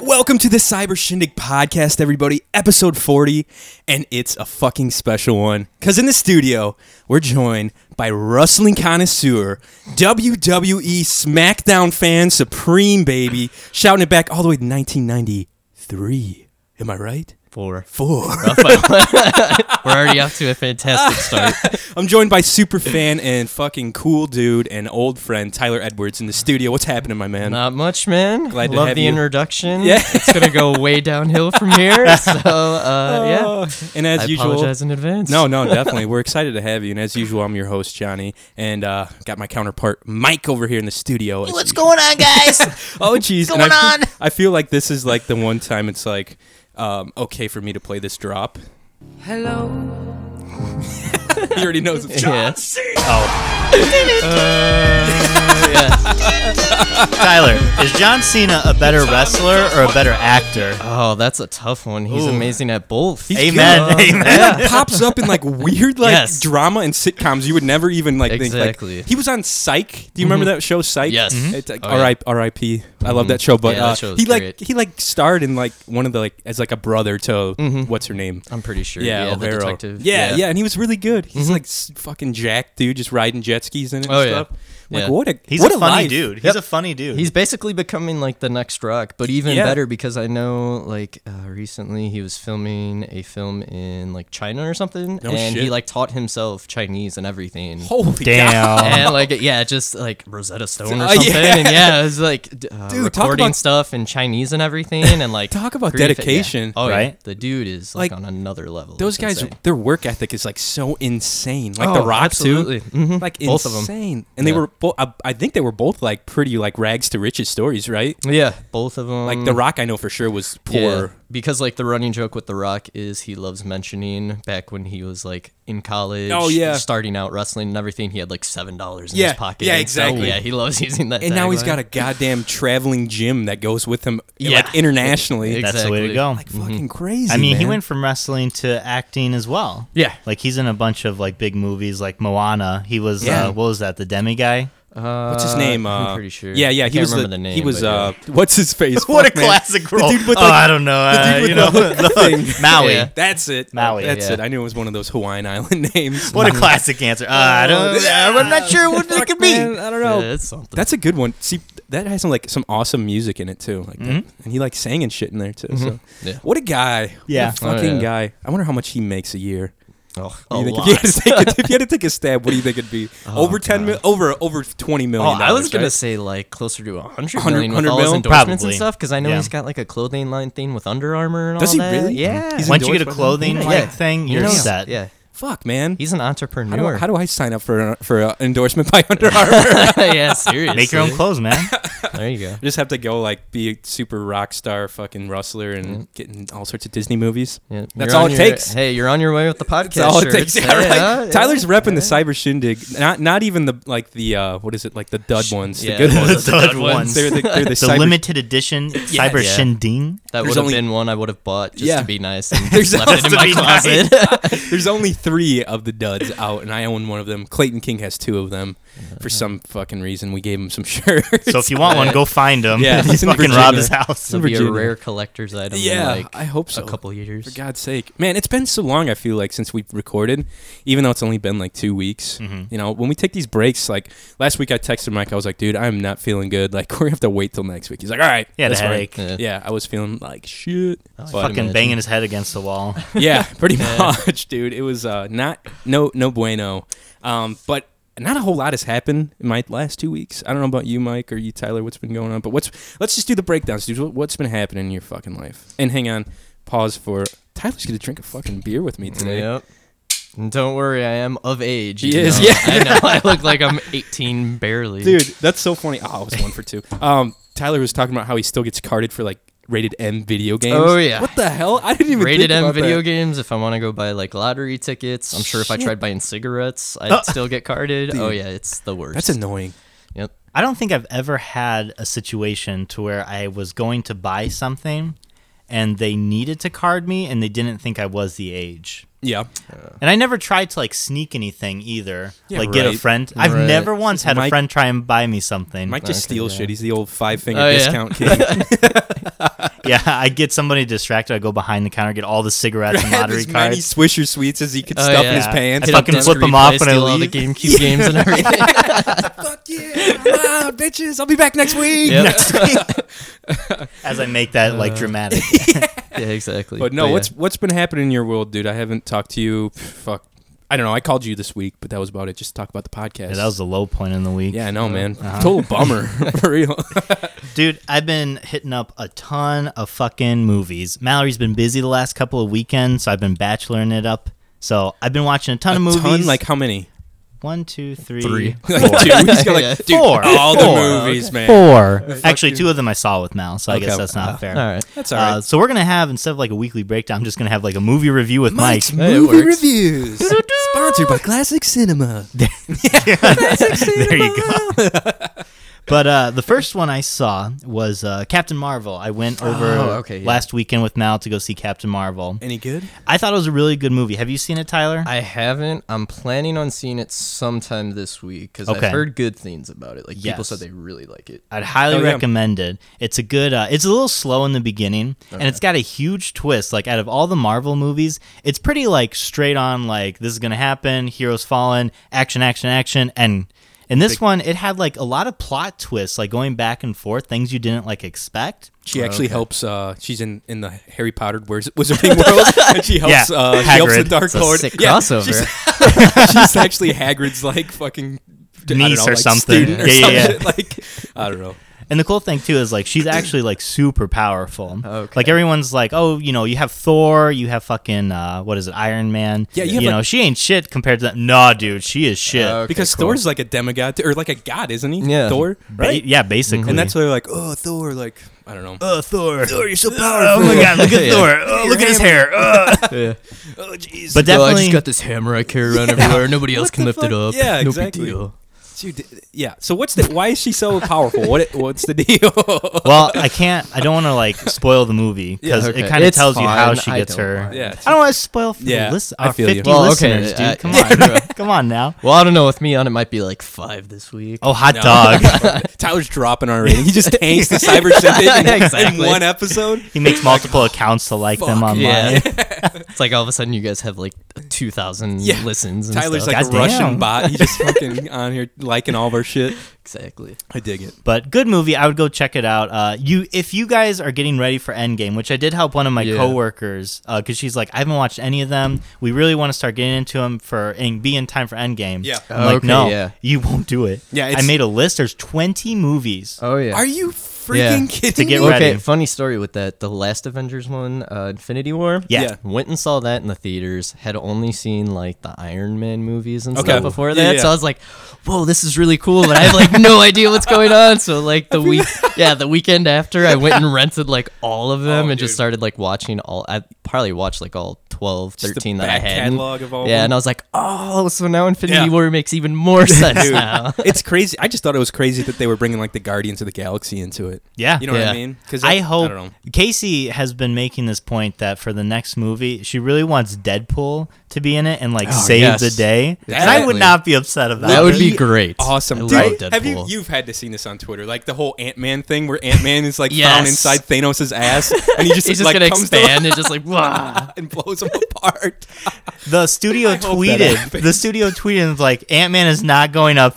Welcome to the Cyber Shindig podcast, everybody, episode 40, and it's a fucking special one. Because in the studio, we're joined by wrestling connoisseur, WWE SmackDown fan supreme, baby, shouting it back all the way to 1993. Am I right? Four. Four. We're already off to a fantastic start. I'm joined by super fan and fucking cool dude and old friend Tyler Edwards in the studio. What's happening, my man? Not much, man. Glad to Love have the you. introduction. Yeah. it's gonna go way downhill from here. So uh, yeah, Oh, And as I usual, apologize in advance. No, no, definitely. We're excited to have you. And as usual, I'm your host, Johnny, and uh, got my counterpart, Mike, over here in the studio. as usual. going on, guys? Oh, jeez. going And I, on? I feel like this is like the one time it's like, um, okay for me to play this drop. Hello. He already knows it's Yeah. Tyler, is John Cena a better wrestler or a better actor? Oh, that's a tough one. He's Ooh. amazing at both. Amen. Amen. That pops up in like weird like Yes. drama and sitcoms you would never even like think Exactly. Mm-hmm. like he was on Psych. Do you remember that show Psych? Yes. Mhm. It's like Oh, Mm-hmm. R.I.P. R.I.P. I love that show, but Yeah, that uh, show was he like great. he like starred in like one of the like as like a brother to Mm-hmm. what's her name? I'm pretty sure. Yeah, the O'Hara. detective. Mm-hmm. Yeah, yeah, and he was really good. He's like s- fucking jacked dude, just riding jet skis in it Oh, and yeah. stuff. Like Yeah. what a He's what a funny life. dude. He's Yep. a funny dude. He's basically becoming like the next rock, but even Yeah. better because I know like uh, recently he was filming a film in like China or something, No and shit. he like taught himself Chinese and everything. Holy God. damn. and like yeah, just like Rosetta Stone or Oh, yeah. something. And yeah, it was like d- uh, Dude, talk recording about- stuff in Chinese and everything, and like Talk about creative- dedication, Yeah. Oh yeah, right? the dude is like, Like, on another level. Those It's guys, insane. their work ethic is like so insane. Like Oh, the Rock absolutely. too, Mhm. like Both of 'em. insane. And they Yeah. were both. I, I think they were both like pretty like rags to riches stories, right? Yeah, both of them. Like the Rock, I know for sure was Mm. Yeah, poor. because like the running joke with The Rock is he loves mentioning back when he was like in college, Oh, yeah. starting out wrestling and everything. He had like seven dollars in Yeah, his pocket. yeah, and stuff. exactly. yeah, he loves using that. And now he's tagline. got a goddamn traveling gym that goes with him, Yeah. like internationally. Ex- Mm-hmm. That's That's the way exactly. to go. like fucking crazy. I mean, he man. went from wrestling to acting as well. Yeah. Like he's in a bunch of like big movies like Moana. He was Yeah. uh, what was that? The demi guy? What's his name? Uh, I'm uh, pretty sure. Yeah, yeah. I He can't was remember the name, He was. but, Uh, what's his face? What a Fuck, man. classic role. The dude with oh, I like, don't the know. dude Uh, with you know, the hook thing. Maui. Yeah. that's it. Maui, That's yeah. it. I knew it was one of those Hawaiian island names. What a classic answer. Uh, I don't. I'm not sure what it Fuck, could be. man, I don't Yeah, know. that's something. That's a good one. See, that has some like some awesome music in it too. Like, that. and he like sang and shit in there too. So, Mm-hmm. Yeah. what a guy! Yeah. what a Oh, fucking yeah. guy. I wonder how much he makes a year. oh, You a think If, lot. you had to take a, if you had to take a stab, what do you think it'd be? over ten, mil, over over twenty million. Oh, I was dollars, gonna right? say like closer to a hundred 100 million with 100 all his mil? endorsements Probably. and stuff. Because I know Yeah. he's got like a clothing line thing with Under Armour and Does all he that. really? Yeah. He's Once you get a endorsed by them? clothing yeah. like thing, You you're know, set. Yeah. Fuck, man. He's an How do, entrepreneur. I, how do I sign up for an, for an endorsement by Under Armour? yeah, seriously. Make your own clothes, man. There you go. I just have to go like be a super rock star, fucking rustler, and get in all sorts of Disney movies. Mm-hmm. Yeah, That's you're all on it your- takes. Hey, you're on your way with the podcast. That's all it shirts. takes. Yeah, Yeah, right? yeah, yeah. Tyler's repping the cyber shindig. Not not even the like the uh, what is it like the dud ones, yeah. the good ones. The dud ones. They're the, they're the, the cyber- limited edition Cyber Yeah. Shinding. That There's would have only- been one I would have bought just Yeah. to be nice and There's just left it just in to my be closet. There's only three of the duds out, and I own one of them. Clayton King has two of them. For some fucking reason, we gave him some shirts. So if you want one, go find him. Yeah, Yeah, it's he's in fucking Virginia. rob his house. It'll be a Virginia. rare collector's item. Yeah, in like I hope so. A couple years. For God's sake, man, it's been so long. I feel like since we've recorded, even though it's only been like two weeks. Mm-hmm. You know, when we take these breaks, like last week, I texted Mike. I was like, "Dude, I'm not feeling good. Like, we're gonna have to wait till next week." He's like, "All right, Yeah, the that's fine." headache. Oh, Yeah. Yeah, I was feeling like shit. But- Fucking Fucking banging his head against the wall. yeah, pretty much, dude. It was uh, not no no bueno. Um, but not a whole lot has happened in my last two weeks. I don't know about you, Mike, or you, Tyler. What's been going on? But what's let's just do the breakdowns, dude. What- What's been happening in your fucking life? And hang on, pause for Tyler's gonna drink a fucking beer with me today. Yep. And don't worry, I am of age. He you is, know. yeah. I know. I look like I'm 18 barely. Dude, that's so funny. Oh, I was one for two. Um, Tyler was talking about how he still gets carded for like rated M video games. Oh, yeah. What the hell? I didn't even Rated think M about video that. games. If I want to go buy like lottery tickets, I'm sure if I Shit. Uh, tried buying cigarettes, I'd still get carded. Oh yeah, it's the worst. That's annoying. yep. I don't think I've ever had a situation to where I was going to buy something and they needed to card me and they didn't think I was the age. Yeah. And I never tried to like sneak anything either. Yeah, like get a right. friend. I've Right. never once had a Mike- friend try and buy me something. Mike just Okay, steals yeah. shit. He's the old five finger Oh, yeah. discount king. yeah, I get somebody distracted. I go behind the counter, get all the cigarettes and lottery As many cards. Swisher sweets as he could Oh, stuff in yeah. his pants. I fucking flip 'em off when I steal all the leave. GameCube games and everything. Fuck yeah, I'm out, bitches. I'll be back next week. Yep. As I make that like dramatic. yeah, exactly. But no, yeah. what's what's been happening in your world, dude? I haven't talked to you. Fuck, I don't know. I called you this week, but that was about it. Just talk about the podcast. Yeah, that was the low point in the week. Uh-huh. yeah, I know, man. Total bummer for real. Dude, I've been hitting up a ton of fucking movies. Mallory's been busy the last couple of weekends, so I've been bacheloring it up. So I've been watching a ton of movies. Ton, like how many? one, two, three, Three. Like two. He's got like Yeah. dude, Four. All Four. the movies, man. four. Actually, two of them I saw with Mal, so I Okay. guess that's not all fair. right. That's all right. Uh, so we're gonna have instead of like a weekly breakdown, I'm just gonna have like a movie review with Mike. Mike's Hey, it movie works. reviews, sponsored by Classic Cinema. there you go. but uh, the first one I saw was uh, Captain Marvel. I went over Oh, okay, yeah. last weekend with Mal to go see Captain Marvel. Any good? I thought it was a really good movie. Have you seen it, Tyler? I haven't. I'm planning on seeing it sometime this week because Okay. I've heard good things about it. Like people Yes. said they really like it. I'd highly Oh, yeah. recommend it. It's a good. Uh, it's a little slow in the beginning, and it's got a huge twist. Like out of all the Marvel movies, it's pretty like straight on. Like this is gonna happen. Heroes fallen. Action, action, action. And in this one, it had like a lot of plot twists, like going back and forth, things you didn't like expect. She actually helps. Uh, she's in, in the Harry Potter Wizard- Wizarding World, and she helps. Yeah, Uh, she helps the Hagrid. Dark It's a Lord. sick Yeah, crossover. She's, she's actually Hagrid's like fucking I don't Niece know, or like, something. student or Yeah, yeah, some shit, Like I don't know. And the cool thing too is like she's actually like super powerful. Okay. Like everyone's like, oh, you know, you have Thor, you have fucking uh, what is it, Iron Man? Yeah, you you, have, like- know, she ain't shit compared to that. Nah, dude, she is shit. Okay, because cool. Thor's like a demigod or like a god, isn't he? Yeah. Thor, Ba- right? yeah, basically. And that's why they're like, oh, Thor, like I don't know. Oh, Thor. Thor, you're so powerful. my god, look at Yeah. Thor. Oh, look at his hair. Ugh. Yeah. oh, jeez. But Yo, I definitely, just got this hammer I carry around everywhere. Nobody else What can the lift fuck? it up. Yeah, no exactly. Big deal. Dude, yeah. So what's the? Why is she so powerful? What? What's the deal? well, I can't, I don't want to like spoil the movie because Yeah, okay. it kind of It's tells you how fine. she I gets don't her. mind. yeah. I don't want to spoil for Yeah, the list, I our feel you. 50 Well, okay, listeners, dude. I- Come yeah, bro. on. Come on now. Well, I don't know. With me on it, might be like five this week. Oh, hot dog. Tyler's dropping our rating. He just tanks the cyber sentient in- in, Exactly. one episode. He makes multiple accounts to like them Oh Fuck, online. yeah. it's like all of a sudden you guys have like two thousand Yeah. listens. And Tyler's stuff. like a Goddamn. Russian bot. He's just fucking on here liking all of our shit. exactly. I dig it. But good movie. I would go check it out. Uh, you, if you guys are getting ready for Endgame, which I did help one of my Yeah. coworkers because she's like, I haven't watched any of them. We really want to start getting into them for and be in time for Endgame. Yeah. I'm like, Okay, no, yeah. you won't do it. Yeah, I it's- made a list. There's 20 movies. Oh yeah. Are you freaking Yeah. kidding To get me? ready. okay? Funny story with that. The last Avengers one, uh, Infinity War. yeah. yeah. Went and saw that in the theaters. Had only seen like the Iron Man movies and Okay. stuff before Yeah, that, yeah. so I was like, "Whoa, this is really cool!" But I have like no idea what's going on. So like the week, yeah, the weekend after, I went and rented like all of them Oh, and dude. just started like watching all. I probably watched like all 12, Just the 13 that I back had. catalog of all Yeah, of and I was like, "Oh, so now Infinity Yeah. War makes even more sense Dude, now." it's crazy. I just thought it was crazy that they were bringing like the Guardians of the Galaxy into it. Yeah. You know what I Yeah. mean? Because I hope don't know. Casey has been making this point that for the next movie, she really wants Deadpool to be in it and like save Oh, yes. the day. And I Exactly. would not be upset about That it. would be great. Awesome. I Dude, love Have you Deadpool. you've had to seen this on Twitter, like the whole Ant Man thing where Ant Man is like found Yes. inside Thanos' ass and he just, He's just like gonna comes expand and just like, "Wah." down and blows him apart. The studio hope that tweeted. happens. The studio tweeted and was like Ant Man is not going up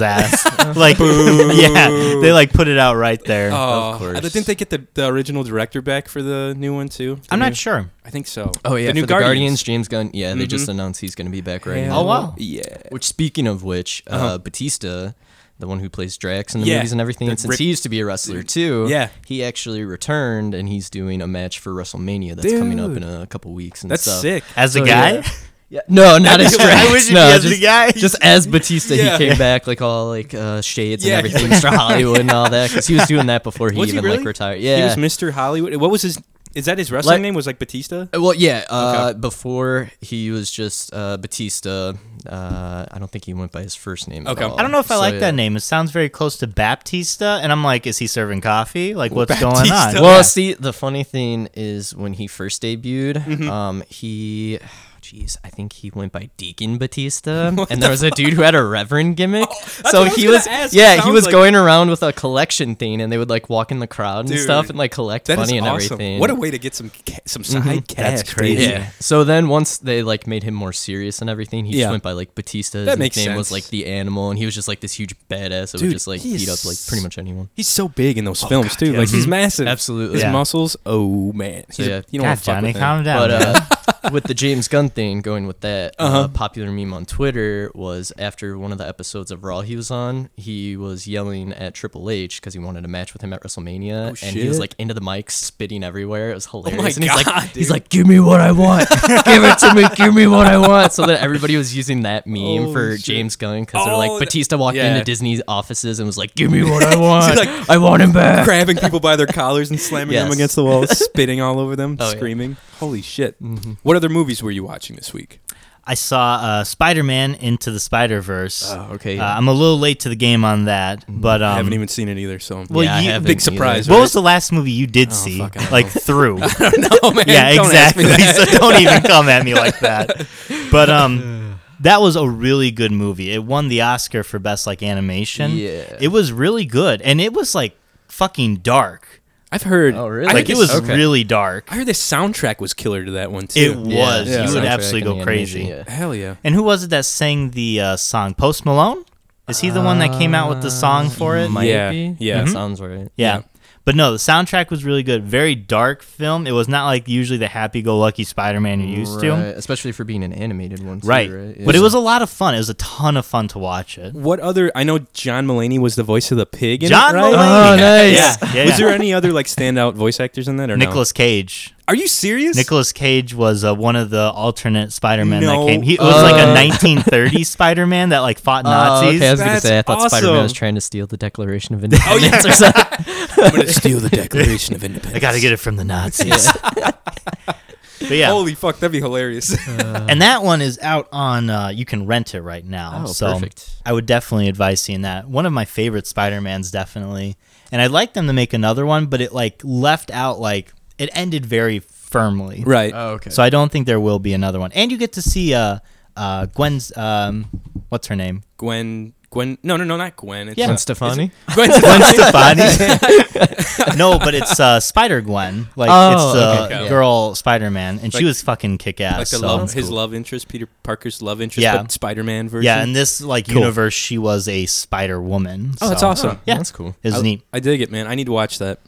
ass. like, yeah, they like put it out right there. Oh, course. I didn't they get the, the original director back for the new one too? The I'm new- not sure. I think so. Oh yeah, the new for the Guardians, James Gunn. Yeah, they just announced he's going to be back right Yeah. now. Oh, wow. Yeah. Which, speaking of which, uh Batista, the one who plays Drax in the Yeah, movies and everything, the since rip- he used to be a wrestler too, Yeah. he actually returned and he's doing a match for WrestleMania that's coming up in a couple weeks and That's stuff. sick. As a So, guy, yeah. Yeah, no, not as be like, Drax. I wish he'd no, be as just, the guy. Just as Batista, Yeah. he came back like all like uh, shades Yeah, and he's everything, Mr. Hollywood and all that, because he was doing that before he Was he even really? like retired. Yeah, He was Mr. Hollywood. What was his is that his wrestling Like- name was like Batista? Uh, Well, yeah. Uh, Before he was just uh, Batista. Uh, I don't think he went by his first name. Okay. At all. I don't know if I So, like yeah. that name. It sounds very close to Baptista, and I'm like, is he serving coffee? Like, what's going on? Baptista. Mm-hmm. Well, see, the funny thing is when he first debuted, um, he Jeez, I think he went by Deacon Batista, and there was a dude who had a reverend gimmick. so what Oh, I was he gonna was, ask. It yeah, he sounds was like- going around with a collection thing, and they would like walk in the crowd and Dude, stuff, and like collect That is money and awesome. everything. Mm-hmm. What a way to get some ca- some side cash. That's dude. crazy. yeah. So then once they like made him more serious and everything, he Yeah. just went by like Batista. His That makes nickname was sense. like the Animal, and he was just like this huge badass that Dude, would just like he beat is up like pretty much anyone. He's so big in Oh, those films too. Like he's massive. Mm-hmm. Absolutely. His Yeah. muscles. Oh man. He's a- yeah. you don't God, want to fuck Johnny, with him. calm down. But man. uh, with the James Gunn thing, going with that, uh Uh-huh. a popular meme on Twitter was after one of the episodes of Raw he was on, he was yelling at Triple H because he wanted a match with him at WrestleMania, and he was Oh, shit. Oh like into the mic, spitting everywhere. It was hilarious. my and he's God, like, he's dude. like, "Give me what I want. Give it to me. Give me what I want." So that everybody was using that meme for James Gunn because they're Oh, like that- Batista walked yeah. into Disney's offices and was like, "Give me what I want. I want him back." Grabbing people by their collars and slamming them Yes. against the wall, spitting all over them, Oh, yeah. Mm-hmm. screaming. Holy shit! What other movies were you watching this week? I saw uh, Spider Man Into the Spider Verse. Oh, okay, Uh, yeah. I'm a little late to the game on that, but um, Mm, I haven't even seen it either. So Well, Yeah, I you- haven't big either. surprise. what was the last movie you did see? fuck, I don't like through. no man. yeah, don't ask me exactly. that. so don't even come at me like that. But um, that was a really good movie. It won the Oscar for best like animation. Yeah. it was really good, and it was like fucking dark. I've heard. Oh, really? I Like heard it this- was really dark. I heard the soundtrack was killer to that one too. It was. Yeah. You Soundtrack would Soundtrack absolutely and go the crazy. animation, yeah. Hell yeah. And who was it that sang the uh, song? Post Malone. Is he the one that came out with the song for it? Might Yeah, be. yeah. That Mhm. sounds right. Mm-hmm. Yeah. Yeah. But no, the soundtrack was really good. Very dark film. It was not like usually the happy-go-lucky Spider-Man you're used to. Right, Especially for being an animated one, too, Right. right? But it Yeah. was a lot of fun. It was a ton of fun to watch it. What other? I know John Mulaney was the voice of the pig. In John it, right? Mulaney. Oh, nice. Yeah. yeah, Was yeah. there any other like standout voice actors in that or no? Nicolas Cage. Are you serious? Nicolas Cage was uh, one of the alternate Spider-Man No. that came. He it was like Uh. a 1930s Spider-Man that like fought Oh, Nazis. okay, I was gonna That's say I thought Spider-Man was awesome. trying to steal the Declaration of Independence. or something. I'm gonna steal the Declaration of Independence. I got to get it from the Nazis. but yeah, Oh. Holy fuck, that'd be hilarious. Oh, and that one is out on. Uh, you can rent it right now. Oh, so perfect. I would definitely advise seeing that. One of my favorite Spider Mans, definitely. And I'd like them to make another one, but it like left out like it ended very firmly. right. Oh, okay. So I don't think there will be another one. And you get to see uh uh Gwen's um what's her name? Gwen. Gwen. No, no, no, not Gwen. It's Yeah. uh, and Stefani. Gwen. Gwen Stefani. no, but it's uh Spider Gwen. Like Oh, it's the okay, okay. girl Spider Man and Like- she was fucking kick ass. Like the so. love, his love interest, Peter Parker's love interest, Yeah. but Spider-Man version. Yeah, in this like Cool. universe she was a spider woman. oh, that's so awesome. yeah, that's cool. It was I, neat. I dig it, man. I need to watch that.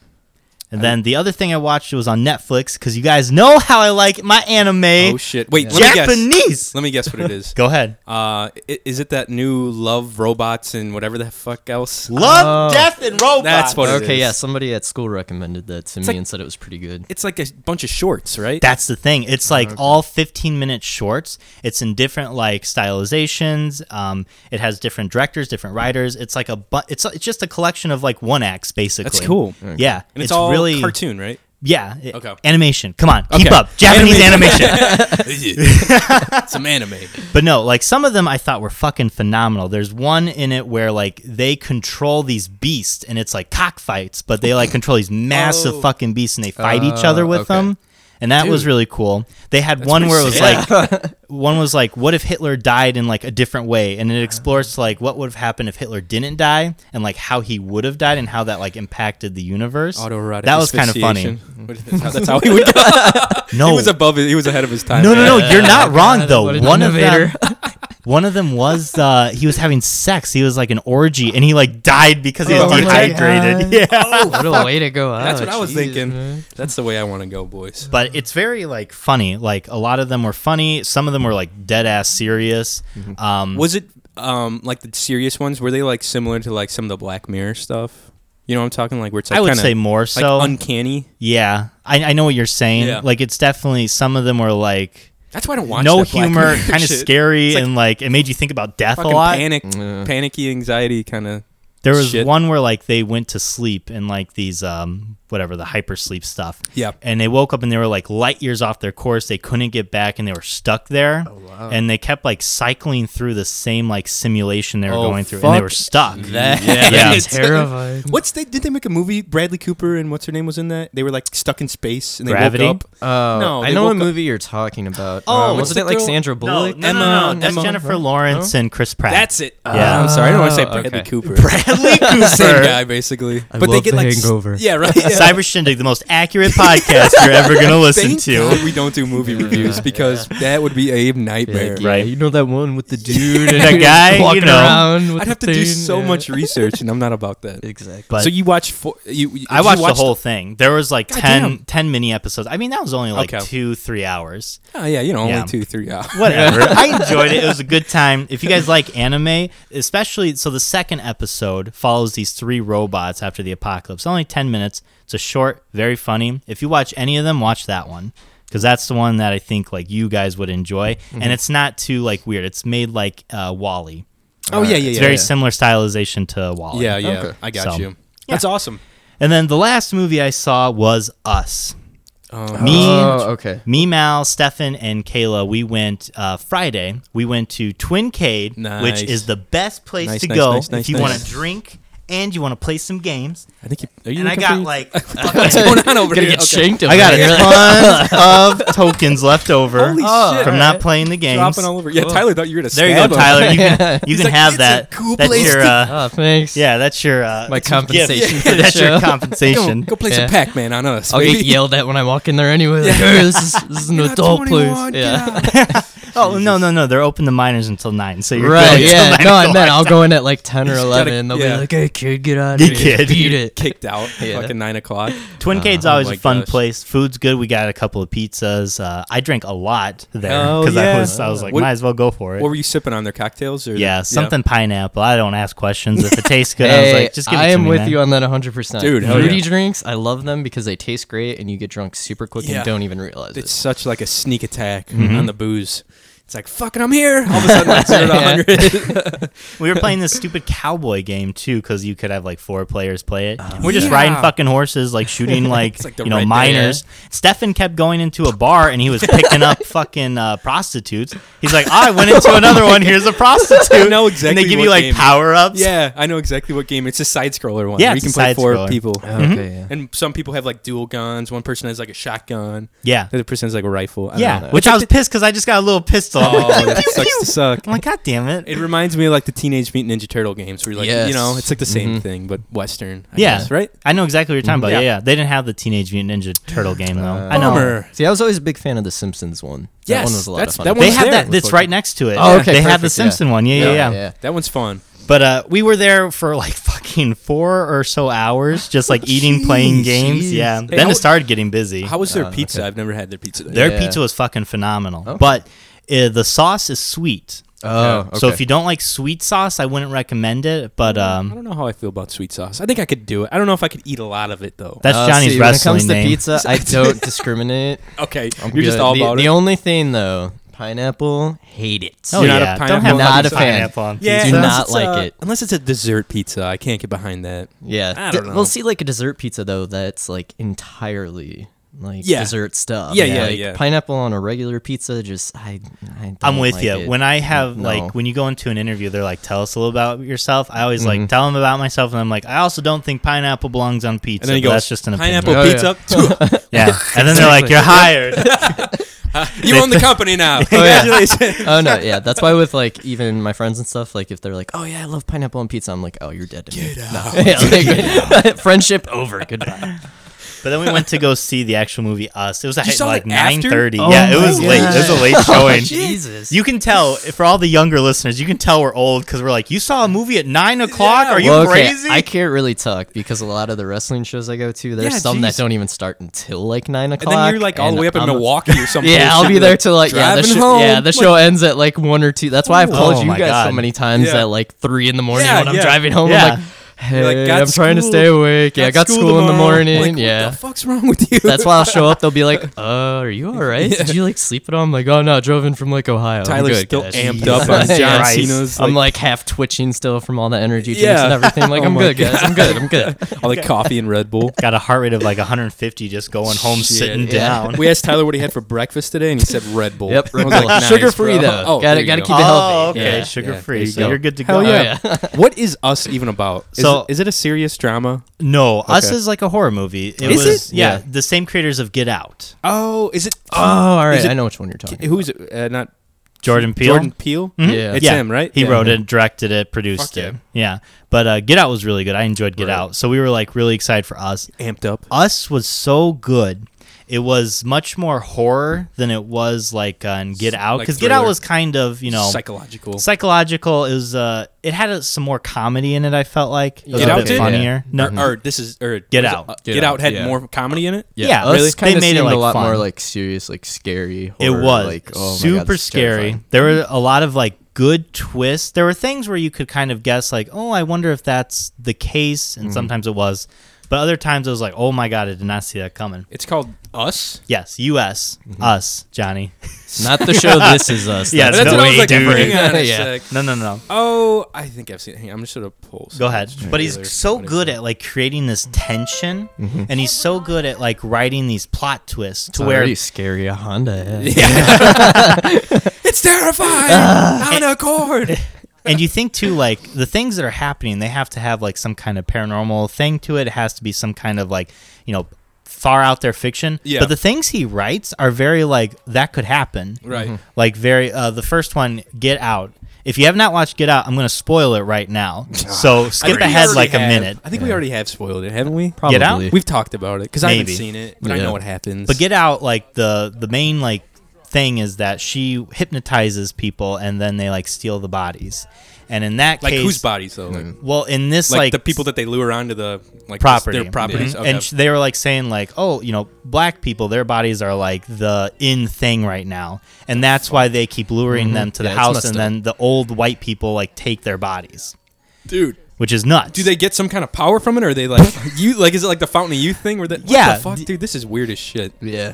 And then the other thing I watched was on Netflix because you guys know how I like my anime. Oh shit! Wait, let me guess. Eh? Japanese. Let me guess what it is. Go ahead. Uh, i- is it that new Love Robots and whatever the fuck else? Love, Oh. Death, and Robots. That's what it Okay, is. yeah. Somebody at school recommended that to me like- and said it was pretty good. It's like a bunch of shorts, right? That's the thing. It's like all 15 minute shorts. It's in different like stylizations. Um, it has different directors, different writers. It's like a but. It's it's just a collection of like one acts basically. That's cool. And Yeah, it's, all really cartoon, right? Yeah. it- Okay. Animation. Come on, keep Okay. up. Japanese Animation. animation. Some anime. But no, like some of them I thought were fucking phenomenal. There's one in it where like they control these beasts and it's like cockfights, but they like control these massive Oh. Uh, fucking beasts and they fight each other with okay. them. And that was Dude. really cool. They had one pretty where it was sick. like one was like what if Hitler died in like a different way and Uh-huh. it explores like what would have happened if Hitler didn't die and like how he would have died and how that like impacted the universe. Autoerotic That was kind of funny. Mm-hmm. asphyxiation. What is- That's how, that's how he would go. No. He was above. He was ahead of his time. No, no, no. Yeah. You're not wrong God, though. what an One of innovator. them, one of them was uh, he was having sex. He was like an orgy, and he like died because he was Oh my dehydrated. Yeah, what a way to go Ah, out. That's what I was jeez, thinking. man. That's the way I want to go, boys. but it's very like funny. Like a lot of them were funny. Some of them were like dead ass serious. Mm-hmm. Um, Was it um like the serious ones? Were they like similar to like some of the Black Mirror stuff? You know what I'm talking like where it's like I would kinda, say more like so. uncanny. yeah, I, I know what you're saying. Yeah. Like it's definitely some of them were like. That's why I don't watch no that Black humor, Mirror kind of shit. scary, It's like and like it made you think about death a Fucking lot. panic, Yeah. panicky anxiety kind of. There was Shit. one where like they went to sleep in like these um whatever the hypersleep stuff. Yeah. And they woke up and they were like light years off their course. They couldn't get back and they were stuck there. Oh, wow. And they kept like cycling through the same like simulation they were Oh, going through, and they fuck were stuck. That Yeah. is- Terrified. What's they? Did they make a movie? Bradley Cooper and what's her name was in that? They were like stuck in space and they Gravity? woke up. Oh, No, I they know woke what up- movie you're talking about. Oh, Um, what's wasn't the it like girl- Sandra No, Bullock? no, no, no, Emma- That's Emma- Jennifer Lawrence and Chris Pratt. That's it. Yeah. I'm sorry. I don't want to say Oh, Bradley okay. Cooper. Bradley Cooper. Same guy, basically. I but they love get the like s- hangover. Yeah, right. Yeah. Cyber Shindig, the most accurate podcast you're ever gonna listen Thank God to. we don't do movie reviews because that would be a nightmare. yeah. Right. You know that one with the dude and That guy, walking you know. around with I'd the have to do thing, so yeah. much research, and I'm not about that. Exactly. But so you watch four? You, you- I you watched the whole thing. There was like God 10, damn. 10 mini episodes. I mean, that was only like Okay. two, three hours. Oh yeah, you know, only Yeah. two, three hours. Whatever. I enjoyed it. It was a good time. If you guys like anime, especially so the second episode follows these three robots after the apocalypse. Only ten minutes. It's a short, very funny. If you watch any of them, watch that one. Because that's the one that I think like you guys would enjoy. Mm-hmm. And it's not too like weird. It's made like uh Wally. Oh yeah, yeah, yeah. It's very yeah. similar stylization to Wally. Yeah, yeah. Okay. I got So, you. That's awesome. And then the last movie I saw was Us. Um, Me, Oh, okay. me, Mal, Stefan, and Kayla. We went uh, Friday. We went to Twincade, Nice. which is the best place Nice, to nice, go nice, nice, if you nice. want to drink and you want to play some games. I think you. Are you and I looking got for- like What's going on over Gonna here? get Okay. shanked. I got a ton of tokens left over Holy shit. from not playing the games. Oh. Dropping all over. Yeah, Cool. Tyler thought you were gonna. There you go, stab him. Tyler. You can, you can like, have "It's a that. cool that's place your to- uh, Oh, thanks. yeah. That's your uh, My that's your gift. compensation for the that's your show. compensation. Go, go play Yeah. some Pac-Man on us. I'll baby. get yelled at when I walk in there anyway. Like, "Hey, this is, this is an You're not adult place. 21, get Yeah. Oh no, no, no! They're open to minors until nine, so you're Right. good until Yeah. nine No, I o'clock. meant I'll go in at like 10 or 11. and They'll yeah. be like, hey, kid, get out of You here. kid. Beat it. kicked out. Yeah. Fucking nine o'clock. Twincade's Oh always Uh, my a fun gosh. place. Food's good. We got a couple of pizzas. Uh, I drank a lot there Oh, because yeah. I was I was like, What- might as well go for it. What were you sipping on? Their cocktails or yeah, something pineapple. I don't ask questions. If it tastes good, I was like, just give it I to am me, with man. you on that 100%. Dude, hell fruity yeah. drinks, I love them because they taste great and you get drunk super quick Yeah. and don't even realize It's it. such like a sneak attack Mm-hmm. on the booze. It's like fucking, I'm here. All of a sudden, it's at 100. We were playing this stupid cowboy game too because you could have like four players play it. Uh-huh. we're just Yeah. riding fucking horses, like shooting like, like the you know Red Dead. minors. Stefan kept going into a bar and he was picking up fucking uh, prostitutes. He's like, "Oh, I went into another one. Here's a prostitute. I know And exactly they give what you like game. power ups. yeah, I know exactly what game. It's a side scroller one. Yeah, where you it's can a play side four scroller. Mm-hmm. people. Mm-hmm. Okay, yeah. And some people have like dual guns. One person has like a shotgun. Yeah. The other person has like a rifle. I Yeah, Don't know. which I was pissed because I just got a little pistol. Oh, that sucks to suck. I'm like, God damn it. It reminds me of like the Teenage Mutant Ninja Turtle games where you're like, you Yes. know, it's like the same Mhm. thing, but Western. I Yeah. guess, right? I know exactly what you're talking about. Yeah. Yeah. yeah, They didn't have the Teenage Mutant Ninja Turtle game though. Uh, I know. Bummer. See, I was always a big fan of the Simpsons one. Yes, that one was a lot that's- of fun. that They one's have there. that. That's right next to it. Oh, okay, They have the perfect, yeah. Simpson one. Yeah, yeah, yeah. That one's fun. But uh, we were there for like fucking four or so hours, just like eating, playing games. Oh, jeez. Yeah. Hey, then how- it started getting busy. How was Uh, their pizza? I've never had their pizza. Their Yeah. pizza was fucking phenomenal. But uh, the sauce is sweet. Oh, So okay. Mm, if you don't like sweet sauce, I wouldn't recommend it. But I um, don't know how I feel about sweet sauce. I think I could do it. I don't know if I could eat a lot of it though. that's Uh, Johnny's see, wrestling When it comes name. to pizza, I don't discriminate. okay, I'm you're just good. all the, about the it. only thing though, pineapple, hate it. Oh, You're yeah. not a pineapple don't have on Not a pizza. fan. pineapple on Do pizza. unless not it's like a- it. unless it's a dessert pizza. I can't get behind that. Yeah, I don't D- know. We'll see, like a dessert pizza though. That's like entirely like Yeah. dessert stuff. Yeah, yeah, Like, yeah. Pineapple on a regular pizza, just I. I don't I'm with like you. It. When I have No. like when you go into an interview, they're like, "Tell us a little about yourself." I always Mm-hmm. like tell them about myself, and I'm like, "I also don't think pineapple belongs on pizza." And then you but go. that's just an opinion." pineapple Oh, yeah. pizza. Two. Yeah, and then they're like, "You're hired." you own the company now. Congratulations. oh no, yeah, that's why with like even my friends and stuff, like if they're like, "Oh yeah, I love pineapple on pizza," I'm like, "Oh, you're dead to me." Yeah, like, friendship over. Goodbye. but then we went to go see the actual movie Us. It was at saw like it after? 9:30. Oh yeah, it my was late. It was a God. late showing. Jesus. You can tell for all the younger listeners. You can tell we're old because we're like, "You saw a movie at nine o'clock? Are you Well, okay, crazy?" I can't really talk because a lot of the wrestling shows I go to, there's Yeah, some jeez. that don't even start until like nine And o'clock. then you're like all the and way up in I'm- Milwaukee or something. Yeah, I'll be there till like yeah, the Driving show, yeah, home, the show ends at like one or two. That's why I've Ooh. told Oh you my guys so God. many times Yeah. that like three in the morning Yeah, when I'm yeah. driving home, Yeah. I'm like, Hey, like, got I'm trying to school- stay awake. Yeah, I got school in the tomorrow." morning. Like, yeah. What the fuck's wrong with you? That's why I'll show up. They'll be like, "Uh, are you all right? Did you like sleep at all?" I'm like, "Oh no, I drove in from like Ohio." I'm Tyler's good, still guys." amped up on Yeah. John Christ. Cena's. I'm like, like half twitching still from all the energy drinks Yeah. and everything. Like, Oh I'm my good, guys. I'm good. I'm good. all the coffee and Red Bull. Got a heart rate of like 150 just going home Shit, sitting yeah. down. We asked Tyler what he had for breakfast today, and he said Red Bull. Yep, Red I was like, Bull. Sugar-free, bro. though. Gotta- there you gotta go. Uh, keep it Oh, healthy. okay, Yeah, sugar yeah, free. there you so go. you're good to Hell go. Oh, yeah. Oh, yeah. What is Us even about? Is, So- it, is it a serious drama? No, Us Okay. is like a horror movie. It Is was, it? Yeah, Yeah. the same creators of Get Out. Oh, is it? Oh, all right. Is it- I know which one you're talking. who's it? Uh, not Jordan Peele. Jordan Peele. Mhm. Yeah. It's him, right? He Yeah. wrote it, directed it, produced Fuck yeah. it. Yeah. But uh, Get Out was really good. I enjoyed Get Out. So we were like really excited for Us. amped up. Us was so good. It was much more horror than it was like on Get Out like because Get Out thriller. was kind of you know psychological. psychological. It was uh, it had a, some more comedy in it. I felt like it was Get a Out bit did? funnier. No, uh, or, or this is or Get was it, Out. uh, Get mm-hmm. Get Out Out, had yeah. more comedy in it. yeah, us us- they kinda made it, seemed like, a lot fun. more like serious, like scary. it horror, was like, oh my God, super this is scary. terrifying. There were a lot of like good twists. There were things where you could kind of guess like, oh, I wonder if that's the case, Mm-hmm. and sometimes it was, but other times it was like, oh my god, I did not see that coming. It's called Us. Yes, U.S. Mm-hmm. us Johnny. Not the show. This is us. Yeah, That's that's the what I way was like, different. Hang on a Yeah. sec. No, no, no, no. Oh, I think I've seen. it. Hang on, I'm just gonna pull. Go some ahead. of this But trailer. he's so good at like creating this tension, Mm-hmm. and he's so good at like writing these plot twists to It's where already scary. A Honda. Yeah. It's Uh, terrifying on a cord. and you think too like the things that are happening they have to have like some kind of paranormal thing to it it has to be some kind of like you know far out there fiction Yeah. but the things he writes are very like that could happen Right. Mhm. like very uh, the first one get out if you have not watched get out i'm going to spoil it right now so skip ahead like a minute I think we already have spoiled it, haven't we? Probably. Out? We've talked about it because I haven't Maybe. seen it, but I Yeah. know what happens. But Get Out, like the the main like thing is that she hypnotizes people and then they like steal the bodies. And in that like case, whose bodies though? Like, well, in this like, like, the people that they lure onto the like property, their properties. Mm-hmm. Mhm. Okay. and sh- they were like saying like, oh, you know, black people, their bodies are like the in thing right now, and that's why they keep luring them to the Mm-hmm. Yeah, it's house, messed and up. then the old white people like take their bodies, dude, which is nuts. do they get some kind of power from it, or are they like you? Like, is it like the Fountain of Youth thing? Where that? what Yeah, the fuck, d- dude, this is weird as shit. Yeah.